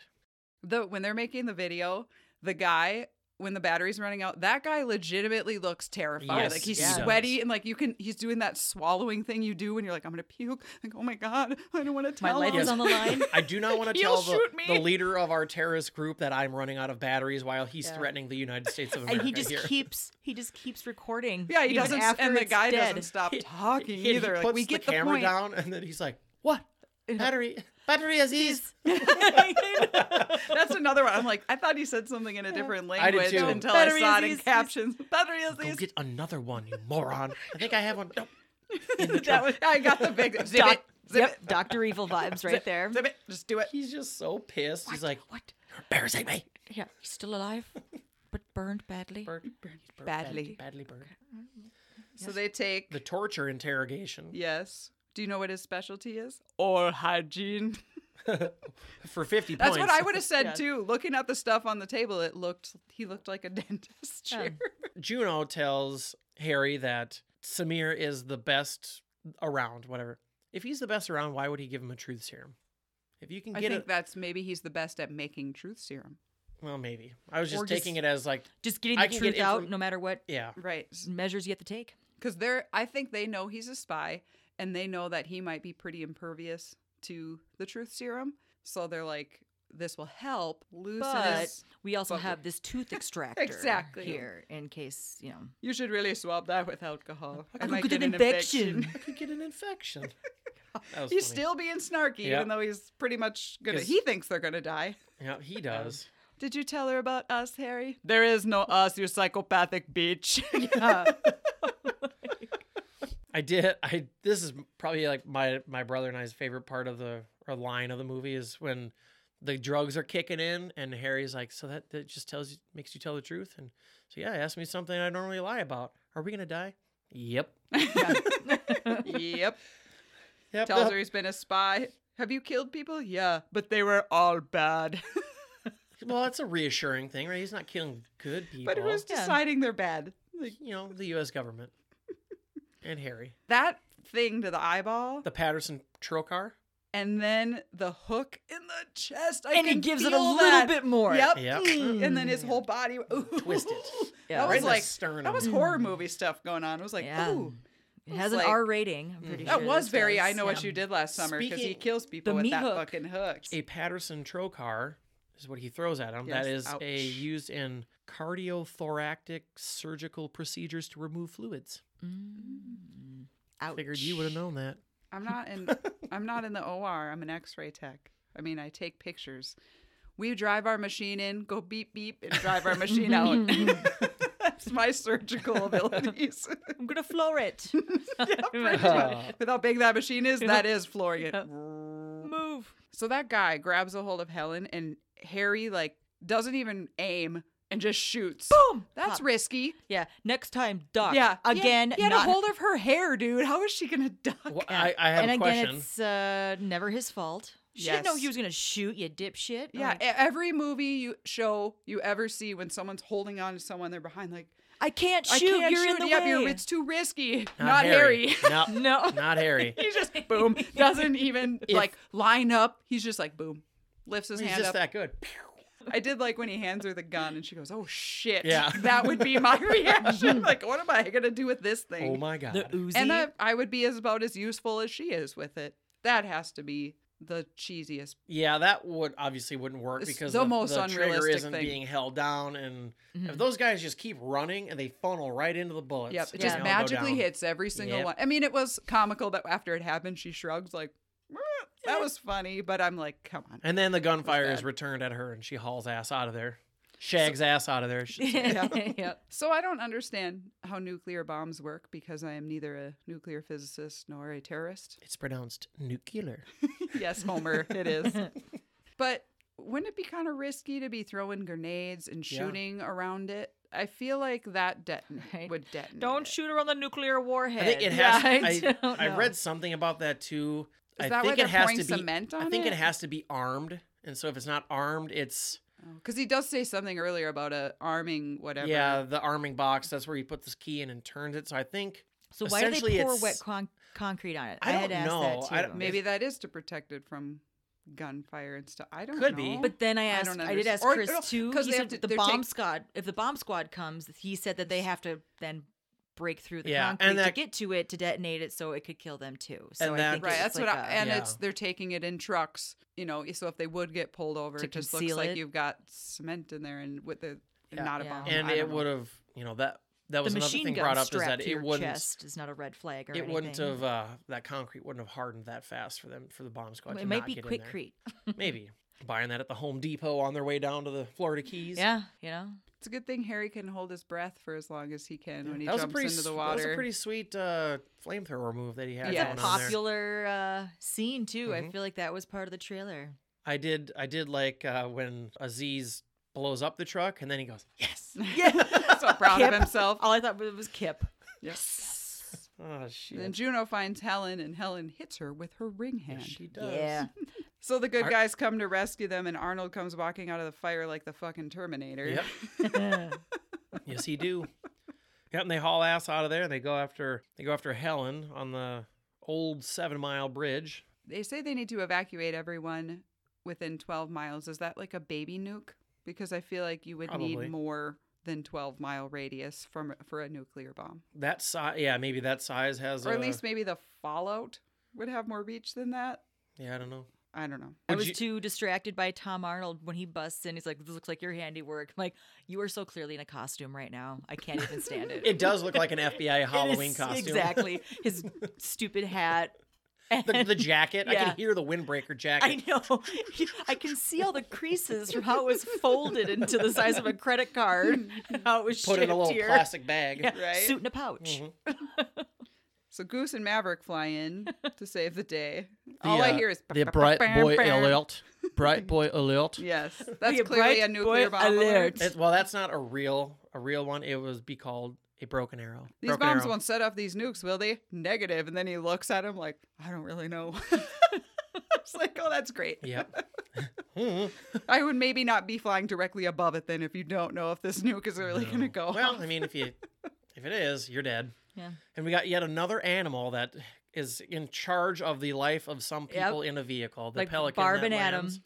[SPEAKER 4] The when they're making the video, the guy when the battery's running out, that guy legitimately looks terrified.
[SPEAKER 3] Yes,
[SPEAKER 4] like he's
[SPEAKER 5] he does.
[SPEAKER 4] sweaty and like you can he's doing that swallowing thing you do when you're like, I'm gonna puke. Like, oh my god, I don't wanna
[SPEAKER 5] My
[SPEAKER 4] tell
[SPEAKER 5] life
[SPEAKER 4] him.
[SPEAKER 5] is on the line.
[SPEAKER 3] I do not want to
[SPEAKER 4] He'll
[SPEAKER 3] tell the,
[SPEAKER 4] shoot me.
[SPEAKER 3] the leader of our terrorist group that I'm running out of batteries while he's
[SPEAKER 5] Yeah.
[SPEAKER 3] threatening the United States of America
[SPEAKER 5] and he just
[SPEAKER 3] here.
[SPEAKER 5] keeps he just keeps recording.
[SPEAKER 4] Yeah, he
[SPEAKER 5] even
[SPEAKER 4] doesn't
[SPEAKER 5] After
[SPEAKER 4] and the
[SPEAKER 5] it's
[SPEAKER 4] guy
[SPEAKER 5] dead.
[SPEAKER 4] doesn't stop
[SPEAKER 3] He-
[SPEAKER 4] talking
[SPEAKER 3] he- he
[SPEAKER 4] either. like
[SPEAKER 3] puts
[SPEAKER 4] we get
[SPEAKER 3] the camera
[SPEAKER 4] point.
[SPEAKER 3] down, and then he's like, "What? Battery? Battery Aziz?
[SPEAKER 4] That's another one. I'm like, I thought he said something in a different
[SPEAKER 3] I did
[SPEAKER 4] language
[SPEAKER 3] too.
[SPEAKER 4] until
[SPEAKER 5] Battery
[SPEAKER 4] I saw it in
[SPEAKER 5] disease.
[SPEAKER 4] captions. Battery
[SPEAKER 3] Go
[SPEAKER 4] disease.
[SPEAKER 3] get another one, you moron! I think I have one. Nope.
[SPEAKER 4] that was, I got the big zip
[SPEAKER 5] Doc-
[SPEAKER 4] it, zip
[SPEAKER 5] yep,
[SPEAKER 4] it,
[SPEAKER 5] Doctor Evil vibes right there.
[SPEAKER 4] zip it, just do it.
[SPEAKER 3] He's just so pissed. He's like,
[SPEAKER 5] what?
[SPEAKER 3] "You're embarrassing me."
[SPEAKER 5] Yeah, he's still alive, but burned badly.
[SPEAKER 3] Bird,
[SPEAKER 4] Badly.
[SPEAKER 3] badly burned.
[SPEAKER 4] So they take
[SPEAKER 3] The torture interrogation
[SPEAKER 4] yes. Do you know what his specialty is? Oral hygiene.
[SPEAKER 3] for fifty
[SPEAKER 4] That's
[SPEAKER 3] points.
[SPEAKER 4] what I would have said
[SPEAKER 5] Yeah.
[SPEAKER 4] too. Looking at the stuff on the table, it looked he looked like a dentist
[SPEAKER 5] Yeah.
[SPEAKER 4] chair.
[SPEAKER 3] Juno tells Harry that Samir is the best around, whatever. If he's the best around, why would he give him a truth serum? If you can
[SPEAKER 4] I
[SPEAKER 3] get
[SPEAKER 4] think
[SPEAKER 3] it,
[SPEAKER 4] that's maybe he's the best at making truth serum.
[SPEAKER 3] well, maybe. I was
[SPEAKER 5] Or
[SPEAKER 3] just
[SPEAKER 5] just-
[SPEAKER 3] taking it as like,
[SPEAKER 5] Just getting
[SPEAKER 3] I
[SPEAKER 5] the
[SPEAKER 3] can
[SPEAKER 5] truth
[SPEAKER 3] get
[SPEAKER 5] out,
[SPEAKER 3] inform-
[SPEAKER 5] no matter what
[SPEAKER 3] yeah,
[SPEAKER 4] Right.
[SPEAKER 5] measures you have to take.
[SPEAKER 4] Because they're I think they know he's a spy and they know that he might be pretty impervious to the truth serum. So they're like, this will help loosen
[SPEAKER 5] But
[SPEAKER 4] his
[SPEAKER 5] we also
[SPEAKER 4] but-
[SPEAKER 5] have this tooth extractor
[SPEAKER 4] Exactly.
[SPEAKER 5] here in case you know.
[SPEAKER 4] You should really swab that with alcohol. I,
[SPEAKER 5] could
[SPEAKER 4] might
[SPEAKER 5] get an
[SPEAKER 3] I could get an infection. That was
[SPEAKER 4] He's
[SPEAKER 3] funny.
[SPEAKER 4] still being snarky,
[SPEAKER 3] Yeah.
[SPEAKER 4] even though he's pretty much gonna.
[SPEAKER 3] 'Cause-
[SPEAKER 4] He thinks they're gonna die.
[SPEAKER 3] Yeah, he does.
[SPEAKER 4] Did you tell her about us, Harry? There is no us, you psychopathic bitch.
[SPEAKER 3] I did. I this is probably like my my brother and I's favorite part of the or line of the movie is when the drugs are kicking in and Harry's like, so that that just tells you makes you tell the truth and so yeah, ask me something I normally lie about. Are we gonna die? Yep.
[SPEAKER 4] yep.
[SPEAKER 3] Yep.
[SPEAKER 4] Tells her he's been a spy. Have you killed people? Yeah, but they were all bad.
[SPEAKER 3] Well, that's a reassuring thing, right? He's not killing good people.
[SPEAKER 4] but who's
[SPEAKER 5] Yeah.
[SPEAKER 4] deciding they're bad? Like
[SPEAKER 3] you know the U.S. government and Harry,
[SPEAKER 4] that thing to the eyeball,
[SPEAKER 3] the Patterson trocar.
[SPEAKER 4] and then the hook in the chest. I
[SPEAKER 5] and he
[SPEAKER 4] can
[SPEAKER 5] gives it a
[SPEAKER 4] feel
[SPEAKER 5] little
[SPEAKER 4] that.
[SPEAKER 5] bit more.
[SPEAKER 4] Yep.
[SPEAKER 3] Yep.
[SPEAKER 4] Mm. And then his whole body ooh.
[SPEAKER 3] Twisted. Mm.
[SPEAKER 5] Yeah.
[SPEAKER 4] That
[SPEAKER 5] Right
[SPEAKER 4] was
[SPEAKER 5] in the
[SPEAKER 4] like
[SPEAKER 3] sternum.
[SPEAKER 4] that was horror movie stuff going on. It was like,
[SPEAKER 5] Yeah.
[SPEAKER 4] ooh,
[SPEAKER 5] It has an
[SPEAKER 4] like- Mm.
[SPEAKER 5] R rating. I'm pretty
[SPEAKER 4] that
[SPEAKER 5] sure
[SPEAKER 4] was
[SPEAKER 5] this
[SPEAKER 4] very.
[SPEAKER 5] does.
[SPEAKER 4] I know what
[SPEAKER 5] Yeah.
[SPEAKER 4] you did last summer because he
[SPEAKER 3] Speaking-
[SPEAKER 4] kills people
[SPEAKER 5] the
[SPEAKER 4] with
[SPEAKER 5] meat
[SPEAKER 4] that
[SPEAKER 5] hook.
[SPEAKER 4] fucking hook.
[SPEAKER 3] a Patterson trocar is what he throws at him. that
[SPEAKER 4] Yes,
[SPEAKER 3] is a
[SPEAKER 4] ouch.
[SPEAKER 3] used in cardiothoracic surgical procedures to remove fluids.
[SPEAKER 5] Mm. Ouch.
[SPEAKER 3] Figured you would have known that.
[SPEAKER 4] I'm not in. I'm not in the OR. I'm an X-ray tech. I mean, I take pictures. We drive our machine in, go beep beep, and drive our machine out. That's my surgical abilities.
[SPEAKER 5] I'm gonna floor it.
[SPEAKER 4] Without big that machine is, that is flooring it.
[SPEAKER 5] Move.
[SPEAKER 4] So that guy grabs a hold of Helen, and Harry like doesn't even aim and just shoots.
[SPEAKER 5] Boom.
[SPEAKER 4] That's
[SPEAKER 5] Pop.
[SPEAKER 4] risky.
[SPEAKER 5] Yeah. Next time, duck.
[SPEAKER 4] Yeah. He had-
[SPEAKER 5] Again.
[SPEAKER 4] He had
[SPEAKER 5] not-
[SPEAKER 4] a hold of her hair, dude. How is she gonna duck?
[SPEAKER 3] Well, I, I have
[SPEAKER 5] and
[SPEAKER 3] a
[SPEAKER 5] again,
[SPEAKER 3] question.
[SPEAKER 5] it's uh, never his fault. She didn't know
[SPEAKER 4] Yes.
[SPEAKER 5] he was gonna shoot you, dipshit.
[SPEAKER 4] Yeah,
[SPEAKER 5] Like,
[SPEAKER 4] e- every movie you show you ever see when someone's holding on to someone, they're behind like
[SPEAKER 5] I can't shoot.
[SPEAKER 4] I can't
[SPEAKER 5] you're
[SPEAKER 4] shoot.
[SPEAKER 5] in the
[SPEAKER 4] yep,
[SPEAKER 5] way.
[SPEAKER 4] You're, it's too risky. Not,
[SPEAKER 3] Harry.
[SPEAKER 4] Harry.
[SPEAKER 3] no,
[SPEAKER 5] No.
[SPEAKER 3] not Harry.
[SPEAKER 4] he just boom doesn't even like line up. He's just like boom, lifts his
[SPEAKER 3] He's
[SPEAKER 4] hand
[SPEAKER 3] just
[SPEAKER 4] up.
[SPEAKER 3] that good.
[SPEAKER 4] I did like when he hands her the gun and she goes, "Oh shit!"
[SPEAKER 3] Yeah.
[SPEAKER 4] that would be my reaction. like, what am I gonna do with this thing?
[SPEAKER 3] Oh my god.
[SPEAKER 5] the Uzi.
[SPEAKER 4] and I, I would be as about as useful as she is with it. That has to be the cheesiest.
[SPEAKER 3] Yeah, that would obviously wouldn't work
[SPEAKER 4] It's
[SPEAKER 3] because
[SPEAKER 4] the
[SPEAKER 3] the,
[SPEAKER 4] most
[SPEAKER 3] the trigger
[SPEAKER 4] unrealistic
[SPEAKER 3] isn't
[SPEAKER 4] thing.
[SPEAKER 3] being held down, and if
[SPEAKER 5] Mhm.
[SPEAKER 3] those guys just keep running and they funnel right into the bullets,
[SPEAKER 4] Yep, it
[SPEAKER 3] and
[SPEAKER 4] just
[SPEAKER 3] they'll go
[SPEAKER 4] magically
[SPEAKER 3] down.
[SPEAKER 4] hits every single
[SPEAKER 3] Yep.
[SPEAKER 4] one. I mean, it was comical that after it happened, she shrugs like, "Eh, "That was funny," but I'm like, "Come on."
[SPEAKER 3] And then the gunfire
[SPEAKER 4] bad.
[SPEAKER 3] is returned at her, and she hauls ass out of there, shags ass out of there. She-
[SPEAKER 5] yep.
[SPEAKER 4] So I don't understand how nuclear bombs work because I am neither a nuclear physicist nor a terrorist.
[SPEAKER 3] It's pronounced nuclear.
[SPEAKER 4] yes, Homer, it is. But wouldn't it be kind of risky to be throwing grenades and
[SPEAKER 3] Yeah.
[SPEAKER 4] shooting around it? I feel like that deton-
[SPEAKER 5] Right.
[SPEAKER 4] would detonate.
[SPEAKER 5] Don't
[SPEAKER 4] it.
[SPEAKER 5] shoot her on the nuclear warhead.
[SPEAKER 3] I think it has.
[SPEAKER 5] Yeah,
[SPEAKER 3] I,
[SPEAKER 5] don't
[SPEAKER 3] I,
[SPEAKER 5] know.
[SPEAKER 3] read something about that too.
[SPEAKER 4] Is
[SPEAKER 3] I
[SPEAKER 4] that why
[SPEAKER 3] think
[SPEAKER 4] they're
[SPEAKER 3] it has
[SPEAKER 4] pouring
[SPEAKER 3] to be.
[SPEAKER 4] cement
[SPEAKER 3] I
[SPEAKER 4] on
[SPEAKER 3] think it?
[SPEAKER 4] it?
[SPEAKER 3] has to be armed, and so if it's not armed, it's
[SPEAKER 4] because Oh, he does say something earlier about a arming whatever.
[SPEAKER 3] yeah the arming box. That's where you put this key in and turns it. So I think
[SPEAKER 5] So why do
[SPEAKER 3] Essentially,
[SPEAKER 5] they pour
[SPEAKER 3] it's-
[SPEAKER 5] wet con- concrete on it?
[SPEAKER 3] I
[SPEAKER 5] had
[SPEAKER 3] don't
[SPEAKER 5] asked
[SPEAKER 3] know.
[SPEAKER 5] that too.
[SPEAKER 3] I don't-
[SPEAKER 4] Maybe that is to protect it from gunfire and stuff. I don't
[SPEAKER 3] Could
[SPEAKER 4] know.
[SPEAKER 3] be.
[SPEAKER 5] But then I
[SPEAKER 4] I
[SPEAKER 5] asked,
[SPEAKER 4] don't
[SPEAKER 5] I, did
[SPEAKER 4] understand.
[SPEAKER 5] ask
[SPEAKER 4] Or-
[SPEAKER 5] Chris
[SPEAKER 4] no,
[SPEAKER 5] too.
[SPEAKER 4] 'cause
[SPEAKER 5] He
[SPEAKER 4] they have
[SPEAKER 5] said
[SPEAKER 4] to-
[SPEAKER 5] that the
[SPEAKER 4] they're
[SPEAKER 5] bomb
[SPEAKER 4] take-
[SPEAKER 5] squad, if the bomb squad comes, he said that they have to then break through the
[SPEAKER 3] Yeah, and
[SPEAKER 5] concrete
[SPEAKER 3] that-
[SPEAKER 5] to get to it to detonate it, so it could kill them too. So
[SPEAKER 3] And
[SPEAKER 5] I
[SPEAKER 3] that-
[SPEAKER 5] think
[SPEAKER 4] right.
[SPEAKER 5] it's
[SPEAKER 4] That's
[SPEAKER 5] like
[SPEAKER 4] what I,
[SPEAKER 5] a-
[SPEAKER 4] and
[SPEAKER 3] Yeah.
[SPEAKER 4] it's they're taking it in trucks, you know. So if they would get pulled over,
[SPEAKER 5] To
[SPEAKER 4] it just looks
[SPEAKER 5] conceal
[SPEAKER 4] like
[SPEAKER 5] it.
[SPEAKER 4] you've got cement in there and with the
[SPEAKER 3] Yeah.
[SPEAKER 4] not a
[SPEAKER 5] Yeah.
[SPEAKER 4] bomb.
[SPEAKER 3] and
[SPEAKER 4] I don't
[SPEAKER 3] it
[SPEAKER 4] know.
[SPEAKER 3] would have you know that that was
[SPEAKER 5] the
[SPEAKER 3] another
[SPEAKER 5] machine
[SPEAKER 3] thing
[SPEAKER 5] gun
[SPEAKER 3] brought up is
[SPEAKER 5] strapped
[SPEAKER 3] that
[SPEAKER 5] to
[SPEAKER 3] it
[SPEAKER 5] your
[SPEAKER 3] wouldn't
[SPEAKER 5] chest is not a red flag or
[SPEAKER 3] it wouldn't
[SPEAKER 5] anything.
[SPEAKER 3] have uh, that concrete wouldn't have hardened that fast for them for the bomb squad. to
[SPEAKER 5] It might
[SPEAKER 3] not
[SPEAKER 5] be
[SPEAKER 3] get in there.
[SPEAKER 5] quickcrete.
[SPEAKER 3] Maybe buying that at the Home Depot on their way down to the Florida Keys.
[SPEAKER 5] Yeah, you know.
[SPEAKER 4] It's a good thing Harry can hold his breath for as long as he can when he
[SPEAKER 3] that was a
[SPEAKER 4] jumps
[SPEAKER 3] pretty
[SPEAKER 4] into
[SPEAKER 3] s-
[SPEAKER 4] the
[SPEAKER 3] That was a
[SPEAKER 4] water.
[SPEAKER 3] pretty sweet uh, flamethrower move that he had.
[SPEAKER 5] That's
[SPEAKER 4] Yeah,
[SPEAKER 3] going
[SPEAKER 5] a
[SPEAKER 3] on there.
[SPEAKER 5] popular uh, scene too. I
[SPEAKER 3] Mhm.
[SPEAKER 5] feel like that was part of the trailer.
[SPEAKER 3] I did. I did like uh, when Aziz blows up the truck and then he goes, "Yes."
[SPEAKER 4] Yeah, so proud of
[SPEAKER 5] Kip.
[SPEAKER 4] himself.
[SPEAKER 5] All I thought was Kip.
[SPEAKER 4] Yes.
[SPEAKER 3] Oh
[SPEAKER 4] And then
[SPEAKER 3] shit!
[SPEAKER 4] Juno finds Helen, and Helen hits her with her ring hand.
[SPEAKER 3] She does.
[SPEAKER 5] Yeah.
[SPEAKER 4] So the good
[SPEAKER 3] Ar-
[SPEAKER 4] guys come to rescue them, and Arnold comes walking out of the fire like the fucking Terminator.
[SPEAKER 3] Yep. yes, he do. Yep, and they haul ass out of there. They go after they go after Helen on the old seven mile bridge.
[SPEAKER 4] They say they need to evacuate everyone within 12 miles. Is that like a baby nuke? Because I feel like you would
[SPEAKER 3] Probably.
[SPEAKER 4] need more than 12 mile radius from for a nuclear bomb.
[SPEAKER 3] That size, yeah, maybe that size has,
[SPEAKER 4] Or at
[SPEAKER 3] a-
[SPEAKER 4] least maybe the fallout would have more reach than that.
[SPEAKER 3] yeah, I don't know.
[SPEAKER 4] I don't know.
[SPEAKER 5] I
[SPEAKER 3] Would
[SPEAKER 5] was
[SPEAKER 3] you-
[SPEAKER 5] too distracted by Tom Arnold when he busts in. He's like, "This looks like your handiwork." I'm like, "You are so clearly in a costume right now. I can't even stand it."
[SPEAKER 3] It does look like an FBI
[SPEAKER 5] It is
[SPEAKER 3] Halloween costume.
[SPEAKER 5] exactly. His stupid hat.
[SPEAKER 3] The, the jacket. I
[SPEAKER 5] Yeah.
[SPEAKER 3] can hear the windbreaker jacket.
[SPEAKER 5] I know. I can see all the creases from how it was folded into the size of a credit card. and How it was
[SPEAKER 3] Put
[SPEAKER 5] shaped
[SPEAKER 3] in a little
[SPEAKER 5] here.
[SPEAKER 3] plastic bag.
[SPEAKER 5] Yeah,
[SPEAKER 4] right?
[SPEAKER 5] Suit and a pouch.
[SPEAKER 3] Mhm.
[SPEAKER 4] So Goose and Maverick fly in to save the day.
[SPEAKER 3] The,
[SPEAKER 4] All I
[SPEAKER 3] uh,
[SPEAKER 4] hear is
[SPEAKER 3] the bright boy alert. Bright boy alert.
[SPEAKER 4] Yes, that's
[SPEAKER 5] The
[SPEAKER 4] clearly a
[SPEAKER 5] bright
[SPEAKER 4] nuclear
[SPEAKER 5] boy
[SPEAKER 4] bomb alert.
[SPEAKER 5] alert.
[SPEAKER 3] It- well, that's not a real a real one. It was be called a broken arrow.
[SPEAKER 4] These
[SPEAKER 3] broken
[SPEAKER 4] bombs
[SPEAKER 3] arrow.
[SPEAKER 4] won't set off these nukes, will they? Negative. And then he looks at him like, I don't really know. It's like, oh, that's great.
[SPEAKER 3] Yep. Mhm.
[SPEAKER 4] I would maybe not be flying directly above it then if you don't know if this nuke is really going to
[SPEAKER 3] No.
[SPEAKER 4] go.
[SPEAKER 3] Well,
[SPEAKER 4] off.
[SPEAKER 3] I mean, if you if it is, you're dead.
[SPEAKER 5] Yeah.
[SPEAKER 3] And we got yet another animal that is in charge of the life of some
[SPEAKER 5] Yep.
[SPEAKER 3] people in a vehicle. The
[SPEAKER 5] Like
[SPEAKER 3] pelican
[SPEAKER 5] Barb
[SPEAKER 3] that
[SPEAKER 5] and Adam.
[SPEAKER 3] lands.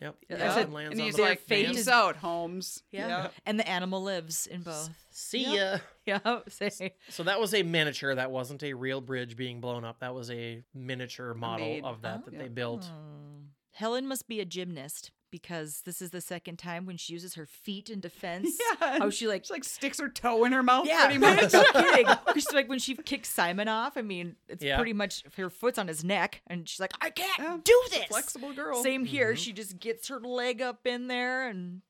[SPEAKER 3] Yep.
[SPEAKER 5] Yeah,
[SPEAKER 3] Pelican
[SPEAKER 5] I said-
[SPEAKER 3] lands
[SPEAKER 4] and
[SPEAKER 3] on
[SPEAKER 4] he's
[SPEAKER 3] the
[SPEAKER 4] like,
[SPEAKER 5] fans.
[SPEAKER 4] "Peace out, Holmes."
[SPEAKER 5] Yeah.
[SPEAKER 4] Yeah.
[SPEAKER 5] And the animal lives in both.
[SPEAKER 3] See ya.
[SPEAKER 5] Yeah. Say.
[SPEAKER 3] So that was a miniature. That wasn't a real bridge being blown up. That was a miniature model
[SPEAKER 4] made.
[SPEAKER 3] of that
[SPEAKER 5] Oh.
[SPEAKER 3] that
[SPEAKER 4] Yeah.
[SPEAKER 3] they built.
[SPEAKER 5] Hmm. Helen must be a gymnast because this is the second time when she uses her feet in defense.
[SPEAKER 4] Yeah.
[SPEAKER 5] How Oh, she like
[SPEAKER 4] She like sticks her toe in her mouth
[SPEAKER 5] Yeah,
[SPEAKER 4] pretty much.
[SPEAKER 5] no kidding. She's like when she kicks Simon off. I mean, it's
[SPEAKER 3] Yeah.
[SPEAKER 5] pretty much her foot's on his neck, and she's like, "I can't
[SPEAKER 4] Yeah,
[SPEAKER 5] do
[SPEAKER 4] she's a
[SPEAKER 5] this."
[SPEAKER 4] flexible girl.
[SPEAKER 5] Same here.
[SPEAKER 3] Mm-hmm.
[SPEAKER 5] She just gets her leg up in there, and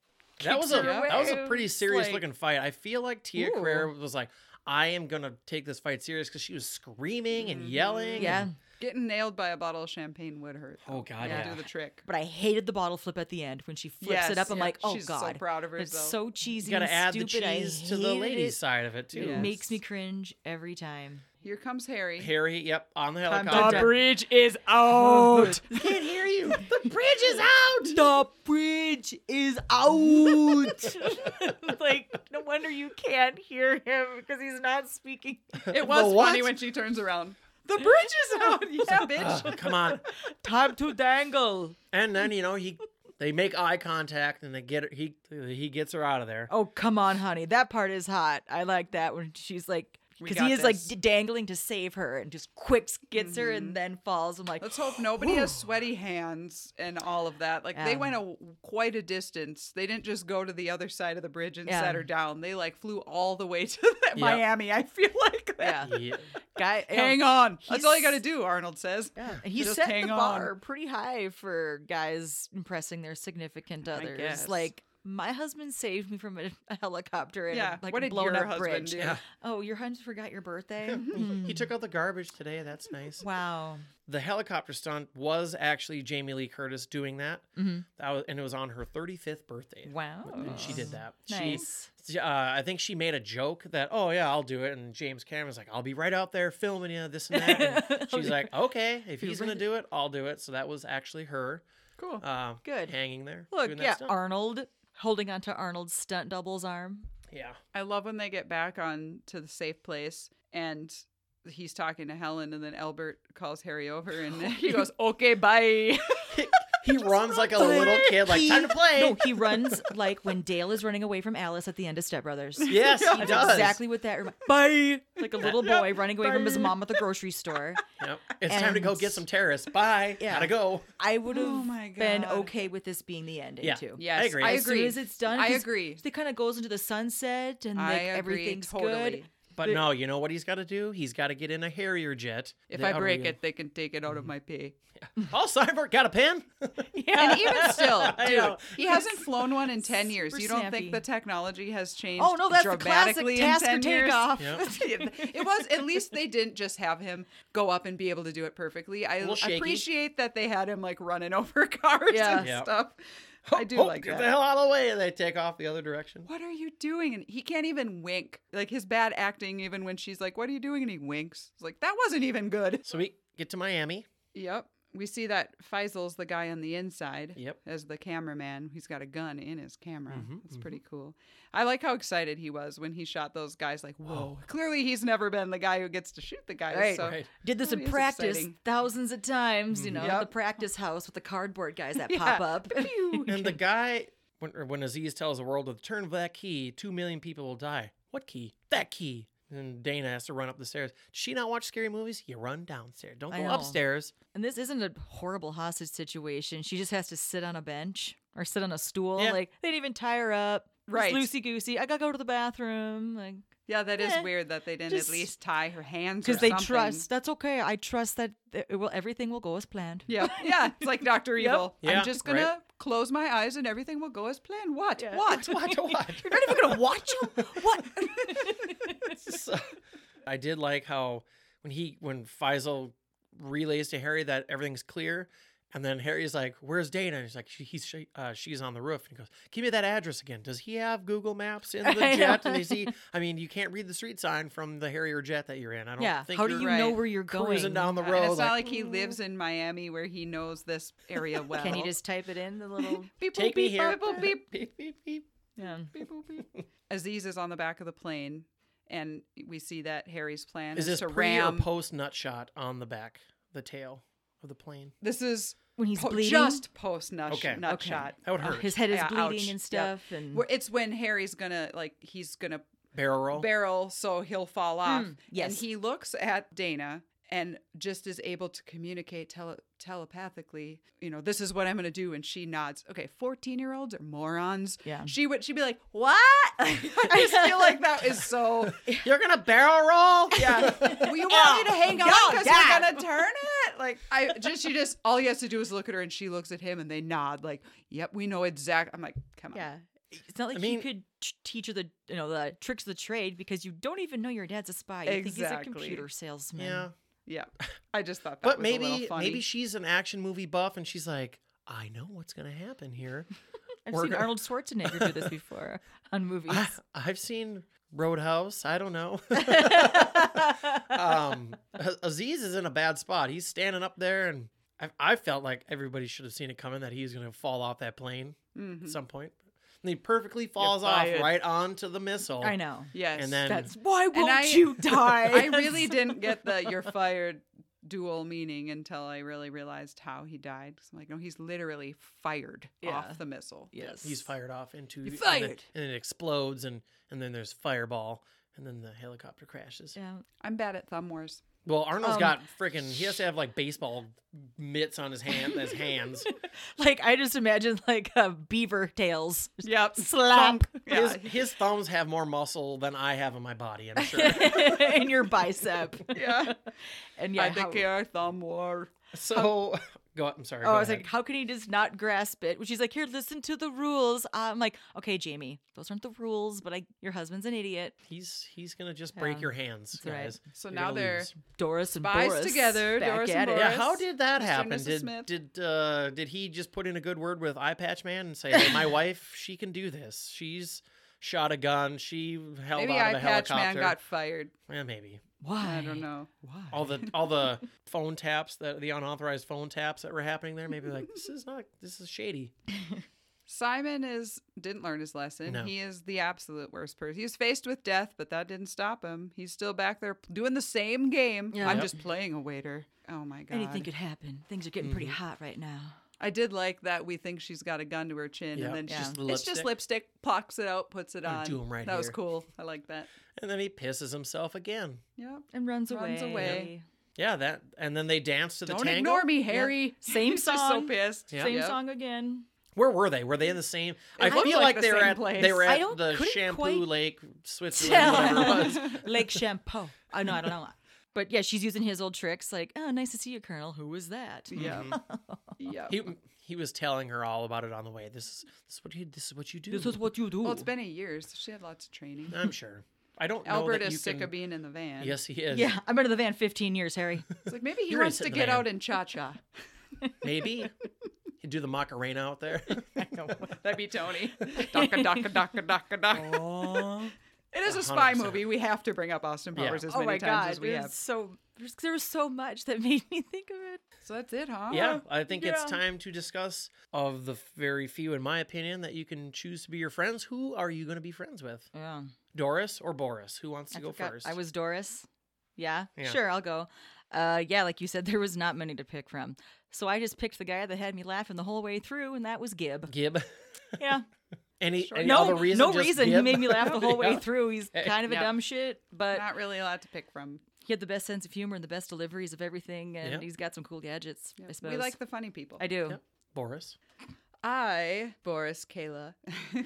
[SPEAKER 3] That was a
[SPEAKER 5] her
[SPEAKER 3] that was a
[SPEAKER 5] away.
[SPEAKER 3] pretty
[SPEAKER 5] It's
[SPEAKER 3] serious
[SPEAKER 5] like-
[SPEAKER 3] looking fight. I feel like Tia
[SPEAKER 5] Ooh.
[SPEAKER 3] Carrere was like, I am gonna take this fight serious because she was screaming and yelling.
[SPEAKER 5] Mm-hmm. yeah.
[SPEAKER 3] and-
[SPEAKER 4] Getting nailed by a bottle of champagne would hurt.
[SPEAKER 3] oh god,
[SPEAKER 4] That'll
[SPEAKER 3] yeah.
[SPEAKER 4] Do the trick.
[SPEAKER 5] But I hated the bottle flip at the end when she flips it
[SPEAKER 4] Yes,
[SPEAKER 5] up. I'm
[SPEAKER 4] yeah.
[SPEAKER 5] like, "Oh
[SPEAKER 4] She's so
[SPEAKER 5] god!"
[SPEAKER 4] proud of
[SPEAKER 5] It's
[SPEAKER 4] herself.
[SPEAKER 5] so cheesy.
[SPEAKER 3] You gotta
[SPEAKER 5] and
[SPEAKER 3] add
[SPEAKER 5] stupid.
[SPEAKER 3] the
[SPEAKER 5] I
[SPEAKER 3] cheese to the
[SPEAKER 5] hated
[SPEAKER 3] ladies'
[SPEAKER 5] It.
[SPEAKER 3] side of it too.
[SPEAKER 5] It
[SPEAKER 4] Yes.
[SPEAKER 5] makes me cringe every time.
[SPEAKER 4] Here comes Harry.
[SPEAKER 3] Harry, yep, on the
[SPEAKER 5] dun,
[SPEAKER 3] helicopter.
[SPEAKER 5] dun.
[SPEAKER 7] bridge is out.
[SPEAKER 3] can't hear you.
[SPEAKER 5] bridge is out. The bridge is out. like no wonder you can't hear him because he's not speaking.
[SPEAKER 4] It was
[SPEAKER 3] what?
[SPEAKER 4] funny when she turns around. The bridge is out. Yeah, bitch.
[SPEAKER 3] Come on.
[SPEAKER 5] Time to dangle.
[SPEAKER 3] And then you know he, they make eye contact and they get he he gets her out of there.
[SPEAKER 5] Oh come on, honey, that part is hot. I like that when she's like,
[SPEAKER 4] We
[SPEAKER 5] because
[SPEAKER 4] got
[SPEAKER 5] he is like
[SPEAKER 4] this. Mm-hmm.
[SPEAKER 5] d- dangling to save her and just quick gets her and then falls. I'm like,
[SPEAKER 4] Let's hope nobody has sweaty hands and all of that. Like they
[SPEAKER 5] Yeah.
[SPEAKER 4] went a, quite a distance. They didn't just go to the other side of the bridge and
[SPEAKER 5] Yeah.
[SPEAKER 4] set her down. They like flew all the way to
[SPEAKER 3] Yep.
[SPEAKER 4] that Miami. I feel like that.
[SPEAKER 5] yeah,
[SPEAKER 3] Yeah.
[SPEAKER 5] guy, yeah.
[SPEAKER 4] Hang on. That's all you got to
[SPEAKER 5] He's-
[SPEAKER 4] do. Arnold says.
[SPEAKER 5] Yeah, and he
[SPEAKER 4] Just
[SPEAKER 5] set
[SPEAKER 4] hang
[SPEAKER 5] the
[SPEAKER 4] on.
[SPEAKER 5] bar pretty high for guys impressing their significant others.
[SPEAKER 4] guess.
[SPEAKER 5] Like my husband saved me from a, a helicopter and
[SPEAKER 4] Yeah.
[SPEAKER 5] like
[SPEAKER 4] what
[SPEAKER 5] a
[SPEAKER 4] did
[SPEAKER 5] blown
[SPEAKER 4] your
[SPEAKER 5] up
[SPEAKER 4] husband
[SPEAKER 5] bridge.
[SPEAKER 4] do?
[SPEAKER 3] Yeah.
[SPEAKER 5] Oh, your husband forgot your birthday.
[SPEAKER 3] He took out the garbage today. That's nice.
[SPEAKER 5] wow.
[SPEAKER 3] The helicopter stunt was actually Jamie Lee Curtis doing that.
[SPEAKER 5] Mhm.
[SPEAKER 3] That was, and it was on her 35th birthday.
[SPEAKER 5] Wow.
[SPEAKER 3] And she did that.
[SPEAKER 5] Nice.
[SPEAKER 3] She, uh, I think she made a joke that, oh yeah, I'll do it. And James Cameron's like, I'll be right out there filming you, this and that. And she's like, okay, if he's gonna do it, I'll do it. So that was actually her.
[SPEAKER 4] Cool.
[SPEAKER 3] Uh,
[SPEAKER 5] Good.
[SPEAKER 3] Hanging there. doing
[SPEAKER 5] Look,
[SPEAKER 3] that
[SPEAKER 5] yeah,
[SPEAKER 3] stunt.
[SPEAKER 5] Arnold holding onto Arnold's stunt double's arm.
[SPEAKER 3] yeah.
[SPEAKER 4] I love when they get back on to the safe place and he's talking to Helen, and then Albert calls Harry over, and he goes, "Okay, bye."
[SPEAKER 8] He runs like a little kid, like time to play.
[SPEAKER 5] No, he runs like when Dale is running away from Alice at the end of Step Brothers.
[SPEAKER 8] yes, he
[SPEAKER 5] That's
[SPEAKER 8] does.
[SPEAKER 5] exactly what that reminds. Bye. Like a little boy running away from his mom at the grocery store.
[SPEAKER 3] Yep. It's time to go
[SPEAKER 5] And-
[SPEAKER 3] get some terrorists. Bye.
[SPEAKER 5] Yeah.
[SPEAKER 3] Gotta go.
[SPEAKER 5] I would have
[SPEAKER 4] my
[SPEAKER 5] been
[SPEAKER 4] God.
[SPEAKER 5] okay with this being the ending
[SPEAKER 3] Yeah.
[SPEAKER 5] too.
[SPEAKER 4] Yes,
[SPEAKER 3] agree.
[SPEAKER 5] I
[SPEAKER 3] I
[SPEAKER 5] as agree. soon as it's done,
[SPEAKER 4] I
[SPEAKER 5] 'cause
[SPEAKER 4] agree.
[SPEAKER 5] It kind of goes into the sunset and
[SPEAKER 4] I
[SPEAKER 5] like
[SPEAKER 4] agree
[SPEAKER 5] everything's
[SPEAKER 4] totally.
[SPEAKER 5] good.
[SPEAKER 3] But no, you know what he's got to do? He's got to get in a Harrier jet.
[SPEAKER 4] If
[SPEAKER 3] The-
[SPEAKER 4] I
[SPEAKER 3] oh,
[SPEAKER 4] break
[SPEAKER 3] yeah.
[SPEAKER 4] it, they can take it out of my pay.
[SPEAKER 3] oh, Cyborg got a pen.
[SPEAKER 4] And even still, dude,
[SPEAKER 3] know.
[SPEAKER 4] he hasn't flown one in ten years.
[SPEAKER 5] Super
[SPEAKER 4] You don't
[SPEAKER 5] snappy.
[SPEAKER 4] think the technology has changed?
[SPEAKER 5] Oh no, that's the classic
[SPEAKER 4] dramatically in
[SPEAKER 5] task or
[SPEAKER 4] 10 years?
[SPEAKER 5] takeoff.
[SPEAKER 3] Yeah.
[SPEAKER 4] it was at least they didn't just have him go up and be able to do it perfectly. I
[SPEAKER 3] little shaky.
[SPEAKER 4] appreciate that they had him like running over cars
[SPEAKER 5] Yeah.
[SPEAKER 4] and
[SPEAKER 3] Yeah.
[SPEAKER 4] stuff. I do
[SPEAKER 3] Oh,
[SPEAKER 4] like
[SPEAKER 3] get
[SPEAKER 4] that.
[SPEAKER 3] the hell out of the way. And they take off the other direction.
[SPEAKER 4] What are you doing? And he can't even wink. Like his bad acting, even when she's like, "What are you doing?" and he winks. It's like that wasn't even good.
[SPEAKER 3] So we get to Miami.
[SPEAKER 4] Yep. We see that Faisal's the guy on the inside
[SPEAKER 3] Yep. Mm-hmm,
[SPEAKER 4] as the cameraman. He's got a gun in his camera. It's pretty cool. I like how excited he was when he shot those guys. Like, whoa. Clearly, he's never been the guy who gets to shoot the guys.
[SPEAKER 5] Right.
[SPEAKER 4] so
[SPEAKER 3] Right.
[SPEAKER 5] Did this
[SPEAKER 4] That
[SPEAKER 5] in
[SPEAKER 4] is
[SPEAKER 5] practice
[SPEAKER 4] exciting.
[SPEAKER 5] thousands of times, you know,
[SPEAKER 4] Yep.
[SPEAKER 5] the practice house with the cardboard guys that
[SPEAKER 4] Yeah.
[SPEAKER 5] pop up.
[SPEAKER 3] And the guy, when, or when Aziz tells the world to turn that key, two million people will die. What key? That key. And Dana has to run up the stairs. Does she not watch scary movies? You run downstairs. Don't
[SPEAKER 5] I
[SPEAKER 3] go
[SPEAKER 5] know.
[SPEAKER 3] upstairs.
[SPEAKER 5] And this isn't a horrible hostage situation. She just has to sit on a bench or sit on a stool.
[SPEAKER 3] Yeah.
[SPEAKER 5] Like they didn't even tie her up.
[SPEAKER 4] Right.
[SPEAKER 5] Loosey goosey. I gotta go to the bathroom. Like
[SPEAKER 4] Yeah, that is
[SPEAKER 5] Eh,
[SPEAKER 4] weird that they didn't
[SPEAKER 5] just-
[SPEAKER 4] at least tie her hands or
[SPEAKER 5] because they
[SPEAKER 4] something.
[SPEAKER 5] trust. That's okay. I trust that th- it will. Everything will go as planned.
[SPEAKER 4] Yeah, yeah. It's like Doctor Evil.
[SPEAKER 3] Yeah,
[SPEAKER 4] I'm just gonna
[SPEAKER 3] right.
[SPEAKER 4] close my eyes and everything will go as planned. What? What?
[SPEAKER 3] What? What?
[SPEAKER 5] You're not even gonna watch him. What?
[SPEAKER 3] So, I did like how when he when Faisal relays to Harry that everything's clear, and then Harry's like, "Where's Dana?" And he's like, she, "He's she, uh, she's on the roof." And he goes, "Give me that address again." Does he have Google Maps in the
[SPEAKER 5] I
[SPEAKER 3] jet?
[SPEAKER 5] know.
[SPEAKER 3] And they see, I mean, you can't read the street sign from the Harrier jet that you're in. I don't
[SPEAKER 5] yeah.
[SPEAKER 3] think
[SPEAKER 5] How do
[SPEAKER 3] you're
[SPEAKER 5] you know
[SPEAKER 4] right.
[SPEAKER 5] where you're
[SPEAKER 3] cruising
[SPEAKER 5] going?
[SPEAKER 3] down the
[SPEAKER 4] And
[SPEAKER 3] road.
[SPEAKER 4] it's not like he lives in Miami where he knows this area well.
[SPEAKER 5] Mm. Can you just type it in the little?
[SPEAKER 4] Beep,
[SPEAKER 3] Take
[SPEAKER 4] boop,
[SPEAKER 3] me
[SPEAKER 4] beep,
[SPEAKER 3] here.
[SPEAKER 4] boop, boop, beep.
[SPEAKER 3] beep, beep, beep.
[SPEAKER 5] Yeah.
[SPEAKER 4] Aziz is on the back of the plane, and we see that Harry's plan
[SPEAKER 3] Is
[SPEAKER 4] is,
[SPEAKER 3] this
[SPEAKER 4] to
[SPEAKER 3] pre
[SPEAKER 4] ram.
[SPEAKER 3] or post nut shot on the back, the tail of the plane?
[SPEAKER 4] this is
[SPEAKER 5] When he's
[SPEAKER 4] po-
[SPEAKER 5] bleeding.
[SPEAKER 4] just post nut,
[SPEAKER 3] Okay. Mm.
[SPEAKER 4] nut
[SPEAKER 5] Okay.
[SPEAKER 4] shot.
[SPEAKER 3] That would
[SPEAKER 5] Oh,
[SPEAKER 3] hurt.
[SPEAKER 5] his head is
[SPEAKER 4] Yeah,
[SPEAKER 5] bleeding
[SPEAKER 4] ouch.
[SPEAKER 5] and
[SPEAKER 4] Yeah.
[SPEAKER 5] stuff. And
[SPEAKER 4] Where it's when Harry's gonna like he's gonna
[SPEAKER 3] barrel roll.
[SPEAKER 4] barrel so he'll fall off. And
[SPEAKER 5] yes.
[SPEAKER 4] he looks at Dana and just is able to communicate tele- telepathically, you know, this is what I'm going to do and she nods. Okay, 14-year-olds are morons.
[SPEAKER 5] Yeah.
[SPEAKER 4] She would she'd be like, "What?" I just feel like that is so
[SPEAKER 3] You're gonna barrel roll.
[SPEAKER 4] yeah. Well, you want me to hang on because you're gonna turn it. Like I just, she just, all he has to do is look at her, and she looks at him, and they nod. Like, yep, we know exact. I'm like, come on.
[SPEAKER 5] Yeah. It's not like
[SPEAKER 3] mean-
[SPEAKER 5] you could t- teach her the you know the tricks of the trade because you don't even know your dad's a spy. You think he's a
[SPEAKER 4] Exactly.
[SPEAKER 5] computer salesman.
[SPEAKER 3] Yeah.
[SPEAKER 4] yeah. I just thought that
[SPEAKER 3] but
[SPEAKER 4] was a
[SPEAKER 3] maybe
[SPEAKER 4] little funny.
[SPEAKER 3] maybe she's an action movie buff and she's like i know what's going to happen here
[SPEAKER 5] I've
[SPEAKER 3] We're
[SPEAKER 5] seen
[SPEAKER 3] gonna-
[SPEAKER 5] Arnold Schwarzenegger do this before on movies.
[SPEAKER 3] I, i've seen roadhouse i don't know um, A- aziz is in a bad spot he's standing up there and i, I felt like everybody should have seen it coming that he's going to fall off that plane
[SPEAKER 4] Mm-hmm.
[SPEAKER 3] at some point and he perfectly falls off
[SPEAKER 4] fired.
[SPEAKER 3] right onto the missile
[SPEAKER 5] I know.
[SPEAKER 4] yes,
[SPEAKER 3] and then
[SPEAKER 5] That's why won't
[SPEAKER 4] I-
[SPEAKER 5] you die?
[SPEAKER 4] I really didn't get the "you're fired" dual meaning until I really realized how he died. 'Cause I'm like, no, he's literally fired
[SPEAKER 5] Yeah.
[SPEAKER 4] off the missile.
[SPEAKER 5] yes.
[SPEAKER 3] he's fired off into
[SPEAKER 4] You're
[SPEAKER 3] and then-
[SPEAKER 4] fired.
[SPEAKER 3] and it explodes and and then there's fireball and then the helicopter crashes
[SPEAKER 5] Yeah.
[SPEAKER 4] I'm bad at thumb wars.
[SPEAKER 3] Well, Arnold's
[SPEAKER 5] Um,
[SPEAKER 3] got freaking. He has to have like baseball mitts on his hand as hands.
[SPEAKER 5] Like I just imagine like uh, beaver tails.
[SPEAKER 4] Yep,
[SPEAKER 5] Slap.
[SPEAKER 4] Yeah.
[SPEAKER 3] His, his thumbs have more muscle than I have in my body. I'm sure.
[SPEAKER 5] in your bicep.
[SPEAKER 4] yeah.
[SPEAKER 5] And yeah,
[SPEAKER 4] I
[SPEAKER 5] how-
[SPEAKER 4] don't care thumb war.
[SPEAKER 3] so go. I'm sorry.
[SPEAKER 5] Oh,
[SPEAKER 3] go
[SPEAKER 5] I was
[SPEAKER 3] ahead.
[SPEAKER 5] like, how can he just not grasp it? Which he's like, here, listen to the rules. I'm like, okay, Jamie, those aren't the rules, but I, your husband's an idiot.
[SPEAKER 3] he's he's gonna just break
[SPEAKER 5] Yeah,
[SPEAKER 3] your hands,
[SPEAKER 5] right.
[SPEAKER 3] guys.
[SPEAKER 4] So
[SPEAKER 3] You're
[SPEAKER 4] now
[SPEAKER 3] gonna
[SPEAKER 4] they're
[SPEAKER 3] lose.
[SPEAKER 5] Doris and
[SPEAKER 4] Spies
[SPEAKER 5] Boris
[SPEAKER 4] together,
[SPEAKER 5] back
[SPEAKER 4] Doris
[SPEAKER 5] at
[SPEAKER 4] and
[SPEAKER 5] it.
[SPEAKER 3] Yeah,
[SPEAKER 4] Boris.
[SPEAKER 3] how did that
[SPEAKER 4] Mr. and
[SPEAKER 3] happen?
[SPEAKER 4] Mrs.
[SPEAKER 3] Did
[SPEAKER 4] Smith.
[SPEAKER 3] did uh, did he just put in a good word with Eye Patch Man and say, hey, "My wife, she can do this. She's shot a gun. She held
[SPEAKER 4] Maybe
[SPEAKER 3] out
[SPEAKER 4] I
[SPEAKER 3] of a
[SPEAKER 4] Patch
[SPEAKER 3] helicopter."
[SPEAKER 4] Man got fired.
[SPEAKER 3] yeah, maybe.
[SPEAKER 5] Why?
[SPEAKER 4] I don't know.
[SPEAKER 3] all the all the phone taps that the unauthorized phone taps that were happening there maybe like this is not this is shady
[SPEAKER 4] Simon is didn't learn his lesson.
[SPEAKER 9] No.
[SPEAKER 4] He is the absolute worst person. He was faced with death, but that didn't stop him. He's still back there doing the same game.
[SPEAKER 5] Yeah.
[SPEAKER 4] I'm
[SPEAKER 5] Yep.
[SPEAKER 4] just playing a waiter. Oh my god.
[SPEAKER 5] Anything could happen. Things are getting pretty hot right now.
[SPEAKER 4] I did like that we think she's got a gun to her chin
[SPEAKER 9] Yep.
[SPEAKER 4] and then
[SPEAKER 5] Yeah.
[SPEAKER 4] she's
[SPEAKER 5] Just
[SPEAKER 9] the
[SPEAKER 4] it's just lipstick, plucks it out, puts it
[SPEAKER 9] I'll
[SPEAKER 4] on.
[SPEAKER 9] do 'em right
[SPEAKER 4] that was
[SPEAKER 9] here.
[SPEAKER 4] cool. I like that.
[SPEAKER 3] And then he pisses himself again.
[SPEAKER 4] Yep.
[SPEAKER 5] And runs away.
[SPEAKER 4] Runs away.
[SPEAKER 3] Yeah, that. And then they dance to the
[SPEAKER 4] Don't
[SPEAKER 3] tango.
[SPEAKER 4] ignore me, Harry.
[SPEAKER 5] Same
[SPEAKER 4] He's just so
[SPEAKER 5] song.
[SPEAKER 4] pissed.
[SPEAKER 3] Yeah.
[SPEAKER 5] Same
[SPEAKER 4] Yep.
[SPEAKER 5] song again.
[SPEAKER 3] Where were they? Were they in the same? I
[SPEAKER 4] looked
[SPEAKER 3] feel like,
[SPEAKER 4] like the
[SPEAKER 3] they were
[SPEAKER 4] same
[SPEAKER 3] at
[SPEAKER 4] place.
[SPEAKER 3] they were
[SPEAKER 5] I
[SPEAKER 3] at
[SPEAKER 5] don't-
[SPEAKER 3] the
[SPEAKER 5] couldn't
[SPEAKER 3] Shampoo
[SPEAKER 5] quite
[SPEAKER 3] Lake, Switzerland, whatever it was.
[SPEAKER 5] Lake Champeau. Oh no, I don't know. But yeah, she's using his old tricks like, oh, nice to see you, Colonel. Who was that?
[SPEAKER 4] Yeah. yeah.
[SPEAKER 3] He he was telling her all about it on the way. This is this is what you this is what you do.
[SPEAKER 5] what you do.
[SPEAKER 4] Well, it's been a year. So she had lots of training.
[SPEAKER 3] I'm sure. I don't know
[SPEAKER 4] Albert
[SPEAKER 3] that you
[SPEAKER 4] is sick
[SPEAKER 3] can-
[SPEAKER 4] of being in the van.
[SPEAKER 3] Yes, he is.
[SPEAKER 5] yeah, I've been to the van 15 years, Harry.
[SPEAKER 4] It's like maybe he
[SPEAKER 3] You're gonna
[SPEAKER 4] wants
[SPEAKER 3] sit
[SPEAKER 4] to
[SPEAKER 3] in the
[SPEAKER 4] get
[SPEAKER 3] van.
[SPEAKER 4] out and cha cha.
[SPEAKER 3] Maybe. He'd do the Macarena out there.
[SPEAKER 4] That'd be Tony. Daka daka daka daka daka. It is a spy
[SPEAKER 3] 100%.
[SPEAKER 4] movie. We have to bring up Austin
[SPEAKER 3] Yeah.
[SPEAKER 4] Powers as
[SPEAKER 5] oh
[SPEAKER 4] many
[SPEAKER 5] my
[SPEAKER 4] times
[SPEAKER 5] god,
[SPEAKER 4] as we
[SPEAKER 5] there's
[SPEAKER 4] have.
[SPEAKER 5] so there's, there was so much that made me think of it.
[SPEAKER 4] So that's it, huh?
[SPEAKER 3] yeah, I think it's
[SPEAKER 5] Uh-huh. yeah.
[SPEAKER 3] time to discuss of the very few, in my opinion, that you can choose to be your friends. Who are you going to be friends with?
[SPEAKER 5] Yeah,
[SPEAKER 3] Doris or Boris? Who wants to
[SPEAKER 5] I
[SPEAKER 3] go
[SPEAKER 5] forgot
[SPEAKER 3] first?
[SPEAKER 5] I was Doris. Yeah,
[SPEAKER 3] Yeah.
[SPEAKER 5] sure, I'll go. Uh, yeah, like you said, there was not many to pick from, so I just picked the guy that had me laughing the whole way through, and that was Gib.
[SPEAKER 3] Gib.
[SPEAKER 5] Yeah,
[SPEAKER 3] Any, any
[SPEAKER 5] no,
[SPEAKER 3] other reason?
[SPEAKER 5] no
[SPEAKER 3] just
[SPEAKER 5] reason. He
[SPEAKER 3] Gib?
[SPEAKER 5] made me laugh the whole way
[SPEAKER 3] Yeah.
[SPEAKER 5] through. He's kind of a
[SPEAKER 4] Yeah.
[SPEAKER 5] dumb shit, but
[SPEAKER 4] Not really a lot to pick from.
[SPEAKER 5] he had the best sense of humor and the best deliveries of everything, and
[SPEAKER 3] Yeah.
[SPEAKER 5] he's got some cool gadgets. I suppose
[SPEAKER 4] We like the funny people.
[SPEAKER 5] I do.
[SPEAKER 3] Boris.
[SPEAKER 4] I, Boris, Kayla.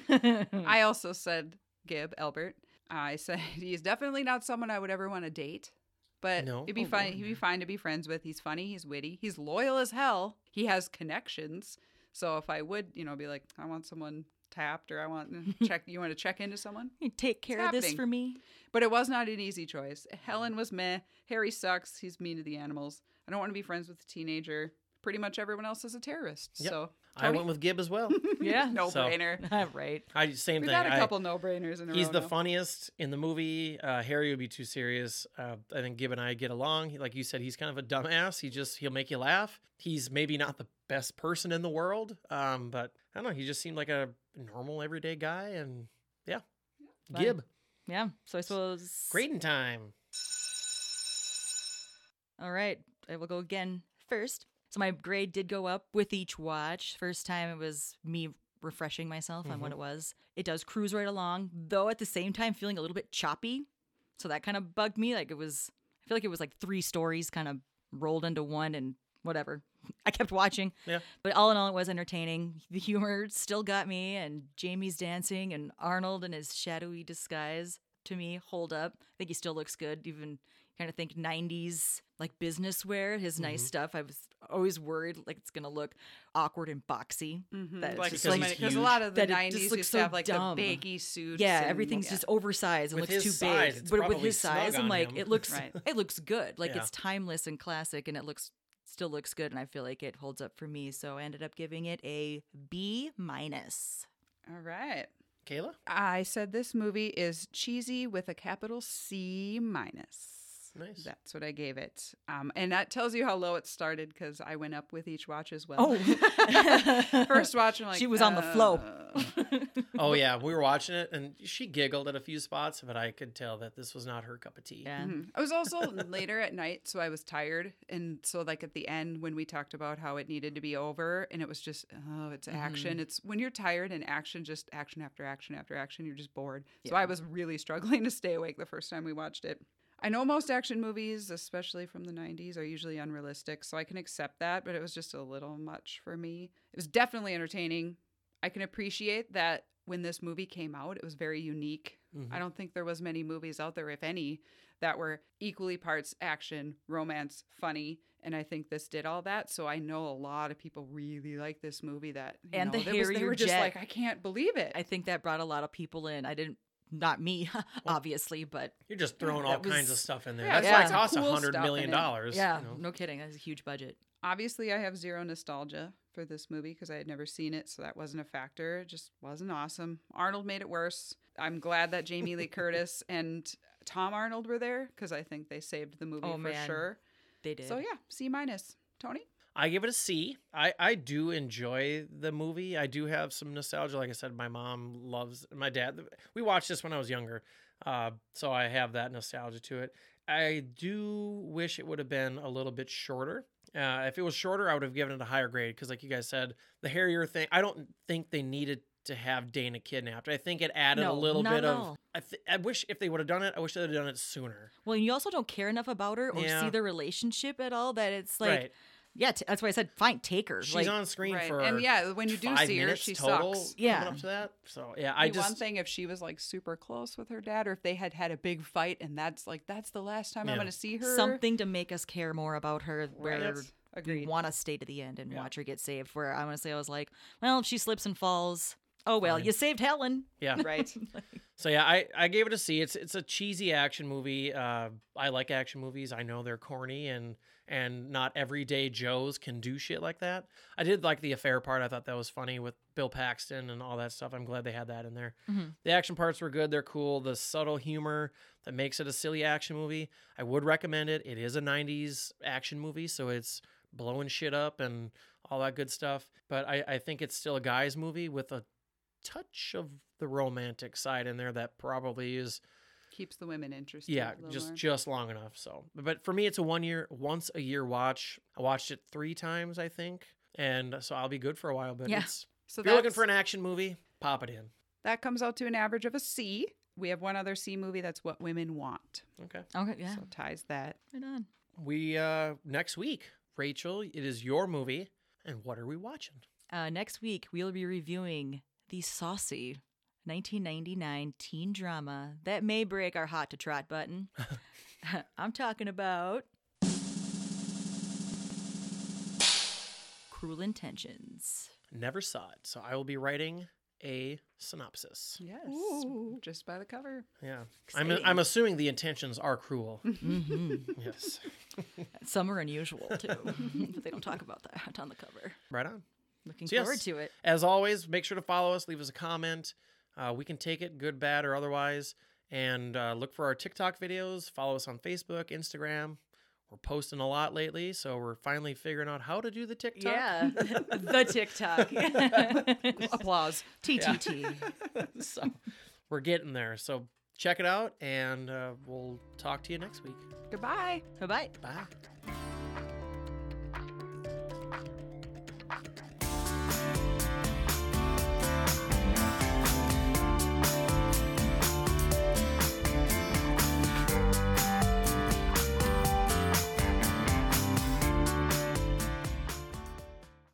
[SPEAKER 4] I also said Gib, Albert. I said he's definitely not someone I would ever want to date. But
[SPEAKER 3] No.
[SPEAKER 4] it'd be
[SPEAKER 3] Oh,
[SPEAKER 4] fun.
[SPEAKER 3] Lord,
[SPEAKER 4] He'd be fine to be friends with. He's funny. He's witty. He's loyal as hell. He has connections. So if I would, you know, be like, I want someone tapped, or I want check. You want to check into someone?
[SPEAKER 5] You Take care of this
[SPEAKER 4] happening.
[SPEAKER 5] for me.
[SPEAKER 4] But it was not an easy choice. Helen was meh. Harry sucks. He's mean to the animals. I don't want to be friends with a teenager. Pretty much everyone else is a terrorist.
[SPEAKER 3] Yep.
[SPEAKER 4] So
[SPEAKER 3] I went with Gib as well.
[SPEAKER 5] Yeah,
[SPEAKER 4] no brainer.
[SPEAKER 5] right.
[SPEAKER 3] I same
[SPEAKER 4] We've
[SPEAKER 3] thing.
[SPEAKER 4] had a
[SPEAKER 3] I-
[SPEAKER 4] couple no brainers in a
[SPEAKER 3] He's
[SPEAKER 4] row
[SPEAKER 3] the
[SPEAKER 4] now.
[SPEAKER 3] funniest in the movie. Uh, Harry would be too serious. Uh, I think Gib and I get along. He- Like you said, he's kind of a dumbass. He just he'll make you laugh. He's maybe not the best person in the world, um, but I don't know. He just seemed like a normal everyday guy, and yeah,
[SPEAKER 5] fine.
[SPEAKER 3] Gib,
[SPEAKER 5] Yeah. So I suppose.
[SPEAKER 3] grading time.
[SPEAKER 5] All right. I will go again first. So my grade did go up with each watch. First time it was me refreshing myself on what it was. It does cruise right along, though at the same time feeling a little bit choppy. So that kind of bugged me. Like it was, I feel like it was like three stories kind of rolled into one and whatever. I kept watching.
[SPEAKER 3] Yeah.
[SPEAKER 5] But all in all, it was entertaining. The humor still got me, and Jamie's dancing, and Arnold in his shadowy disguise to me hold up. I think he still looks good, even kind of think 90s like business wear, his nice stuff. I was always worried like it's going to look awkward and boxy. That it's
[SPEAKER 4] Like,
[SPEAKER 5] just
[SPEAKER 3] because
[SPEAKER 5] like,
[SPEAKER 3] he's
[SPEAKER 4] because a
[SPEAKER 3] huge.
[SPEAKER 4] lot of the
[SPEAKER 5] That it just
[SPEAKER 4] 90s
[SPEAKER 5] looks
[SPEAKER 4] used
[SPEAKER 5] so
[SPEAKER 4] to have like
[SPEAKER 5] dumb.
[SPEAKER 4] the baggy suits.
[SPEAKER 5] yeah,
[SPEAKER 4] and-
[SPEAKER 5] everything's
[SPEAKER 4] yeah.
[SPEAKER 5] just oversized and
[SPEAKER 3] With
[SPEAKER 5] looks too
[SPEAKER 3] his size,
[SPEAKER 5] big.
[SPEAKER 3] it's
[SPEAKER 5] But with
[SPEAKER 3] probably
[SPEAKER 5] his size,
[SPEAKER 3] snug
[SPEAKER 5] I'm
[SPEAKER 3] on
[SPEAKER 5] like,
[SPEAKER 3] him.
[SPEAKER 5] it looks
[SPEAKER 4] Right.
[SPEAKER 5] it looks good. Like
[SPEAKER 3] Yeah.
[SPEAKER 5] it's timeless and classic, and it looks still looks good. And I feel like it holds up for me. So I ended up giving it a B minus.
[SPEAKER 4] All right.
[SPEAKER 3] Kayla,
[SPEAKER 4] I said this movie is cheesy with a capital C minus.
[SPEAKER 3] nice.
[SPEAKER 4] That's what I gave it. Um, and that tells you how low it started because I went up with each watch as well. Oh. First watch, I'm like,
[SPEAKER 5] Oh. She was on the flow.
[SPEAKER 4] uh,
[SPEAKER 3] Oh yeah, we were watching it, and she giggled at a few spots, but I could tell that this was not her cup of tea.
[SPEAKER 5] Yeah.
[SPEAKER 4] Mhm. I was also later at night, so I was tired. And so, like, at the end, when we talked about how it needed to be over, and it was just, oh, it's action. It's when you're tired and action, just action after action after action, you're just bored. So, I was really struggling to stay awake the first time we watched it. I know most action movies, especially from the 90s, are usually unrealistic, so I can accept that, but it was just a little much for me. It was definitely entertaining. I can appreciate that when this movie came out, it was very unique.
[SPEAKER 3] Mm-hmm.
[SPEAKER 4] I don't think there was many movies out there, if any, that were equally parts action, romance, funny, and I think this did all that. So I know a lot of people really like this movie. That you
[SPEAKER 5] And
[SPEAKER 4] know,
[SPEAKER 5] the
[SPEAKER 4] there was- they
[SPEAKER 5] Harrier
[SPEAKER 4] were just
[SPEAKER 5] jet.
[SPEAKER 4] like, I can't believe it.
[SPEAKER 5] I think that brought a lot of people in. I didn't, not me, obviously, but
[SPEAKER 3] You're just throwing all
[SPEAKER 5] that was-
[SPEAKER 3] kinds of stuff in there.
[SPEAKER 4] Yeah,
[SPEAKER 3] That's
[SPEAKER 5] yeah.
[SPEAKER 3] why it
[SPEAKER 5] some
[SPEAKER 3] costs a
[SPEAKER 4] cool
[SPEAKER 3] hundred
[SPEAKER 4] stuff
[SPEAKER 3] million
[SPEAKER 4] in it.
[SPEAKER 3] dollars. you
[SPEAKER 5] yeah,
[SPEAKER 3] know?
[SPEAKER 5] no kidding. That was a huge budget.
[SPEAKER 4] obviously I have zero nostalgia for this movie because I had never seen it, so that wasn't a factor. It just wasn't awesome. Arnold made it worse. I'm glad that Jamie Lee Curtis and Tom Arnold were there because I think they saved the movie
[SPEAKER 5] Oh,
[SPEAKER 4] for
[SPEAKER 5] man.
[SPEAKER 4] sure.
[SPEAKER 5] They did.
[SPEAKER 4] So yeah, C minus. Tony,
[SPEAKER 3] I give it a C. I, I do enjoy the movie. I do have some nostalgia. Like I said, my mom loves my dad. We watched this when I was younger, uh, so I have that nostalgia to it. I do wish it would have been a little bit shorter. Uh, if it was shorter, I would have given it a higher grade because, like you guys said, the hairier thing. I don't think they needed to have Dana kidnapped. I think it added a
[SPEAKER 5] No,
[SPEAKER 3] little
[SPEAKER 5] not
[SPEAKER 3] bit
[SPEAKER 5] at
[SPEAKER 3] of.
[SPEAKER 5] all.
[SPEAKER 3] I, th- I wish if they would have done it, I wish they'd have done it sooner.
[SPEAKER 5] Well, you also don't care enough about her or
[SPEAKER 3] Yeah.
[SPEAKER 5] see the relationship at all that it's like,
[SPEAKER 3] right?
[SPEAKER 5] yeah, t- that's why I said fine, take her.
[SPEAKER 3] She's
[SPEAKER 5] like,
[SPEAKER 3] on screen
[SPEAKER 4] right.
[SPEAKER 3] for
[SPEAKER 4] And yeah, when you do
[SPEAKER 3] five
[SPEAKER 4] see her,
[SPEAKER 3] minutes
[SPEAKER 4] she
[SPEAKER 3] total
[SPEAKER 4] sucks.
[SPEAKER 3] coming
[SPEAKER 5] Yeah.
[SPEAKER 3] up to that. So yeah, I
[SPEAKER 4] Be one
[SPEAKER 3] just
[SPEAKER 4] thing if she was like super close with her dad, or if they had had a big fight, and that's like that's the last time I'm
[SPEAKER 3] Yeah.
[SPEAKER 4] going to see her.
[SPEAKER 5] something to make us care more about her.
[SPEAKER 4] Right.
[SPEAKER 5] Where we
[SPEAKER 4] Agreed.
[SPEAKER 5] want to stay to the end and
[SPEAKER 3] Yeah.
[SPEAKER 5] watch her get saved. Where I honestly, I was like, well, if she slips and falls, oh well,
[SPEAKER 3] Fine.
[SPEAKER 5] you saved Helen.
[SPEAKER 3] yeah.
[SPEAKER 4] right.
[SPEAKER 3] So yeah, I, I gave it a C. It's it's a cheesy action movie. Uh, I like action movies. I know they're corny and and not everyday Joes can do shit like that. I did like the affair part. I thought that was funny with Bill Paxton and all that stuff. I'm glad they had that in there.
[SPEAKER 5] Mhm.
[SPEAKER 3] The action parts were good. They're cool. The subtle humor that makes it a silly action movie. I would recommend it. It is a 90s action movie, so it's blowing shit up and all that good stuff. But I, I think it's still a guy's movie with a touch of the romantic side in there that probably is
[SPEAKER 4] Keeps the women interested.
[SPEAKER 3] yeah
[SPEAKER 4] a little
[SPEAKER 3] just
[SPEAKER 4] more.
[SPEAKER 3] just long enough so but for me it's a one year once a year watch i watched it three times i think and so i'll be good for a while but
[SPEAKER 5] Yeah.
[SPEAKER 3] it's,
[SPEAKER 4] so
[SPEAKER 3] if you're looking for an
[SPEAKER 4] that's-
[SPEAKER 3] action movie pop it in
[SPEAKER 4] that comes out to an average of a C. We have one other C movie that's what women want.
[SPEAKER 3] okay
[SPEAKER 5] Okay, yeah,
[SPEAKER 4] So ties that.
[SPEAKER 5] right on.
[SPEAKER 3] we uh next week rachel it is your movie and what are we watching
[SPEAKER 5] Uh, next week, we'll be reviewing the saucy 1999 teen drama that may break our hot to trot button. I'm talking about Cruel Intentions.
[SPEAKER 3] never saw it so i will be writing a synopsis
[SPEAKER 4] Yes. Just by the cover.
[SPEAKER 3] yeah I'm, I'm assuming the intentions are cruel
[SPEAKER 4] Mm-hmm.
[SPEAKER 3] yes
[SPEAKER 5] Some are unusual too, but they don't talk about that on the cover.
[SPEAKER 3] right on
[SPEAKER 5] Looking
[SPEAKER 3] So yes,
[SPEAKER 5] forward to it.
[SPEAKER 3] As always, make sure to follow us, leave us a comment. Uh, we can take it, good, bad, or otherwise. And uh, look for our TikTok videos. Follow us on Facebook, Instagram. We're posting a lot lately, so we're finally figuring out how to do the TikTok.
[SPEAKER 5] Yeah, the TikTok.
[SPEAKER 4] Applause.
[SPEAKER 5] TTT.
[SPEAKER 3] so we're getting there. So check it out, and uh, we'll talk to you next week.
[SPEAKER 4] Goodbye.
[SPEAKER 5] Bye bye.
[SPEAKER 3] Bye.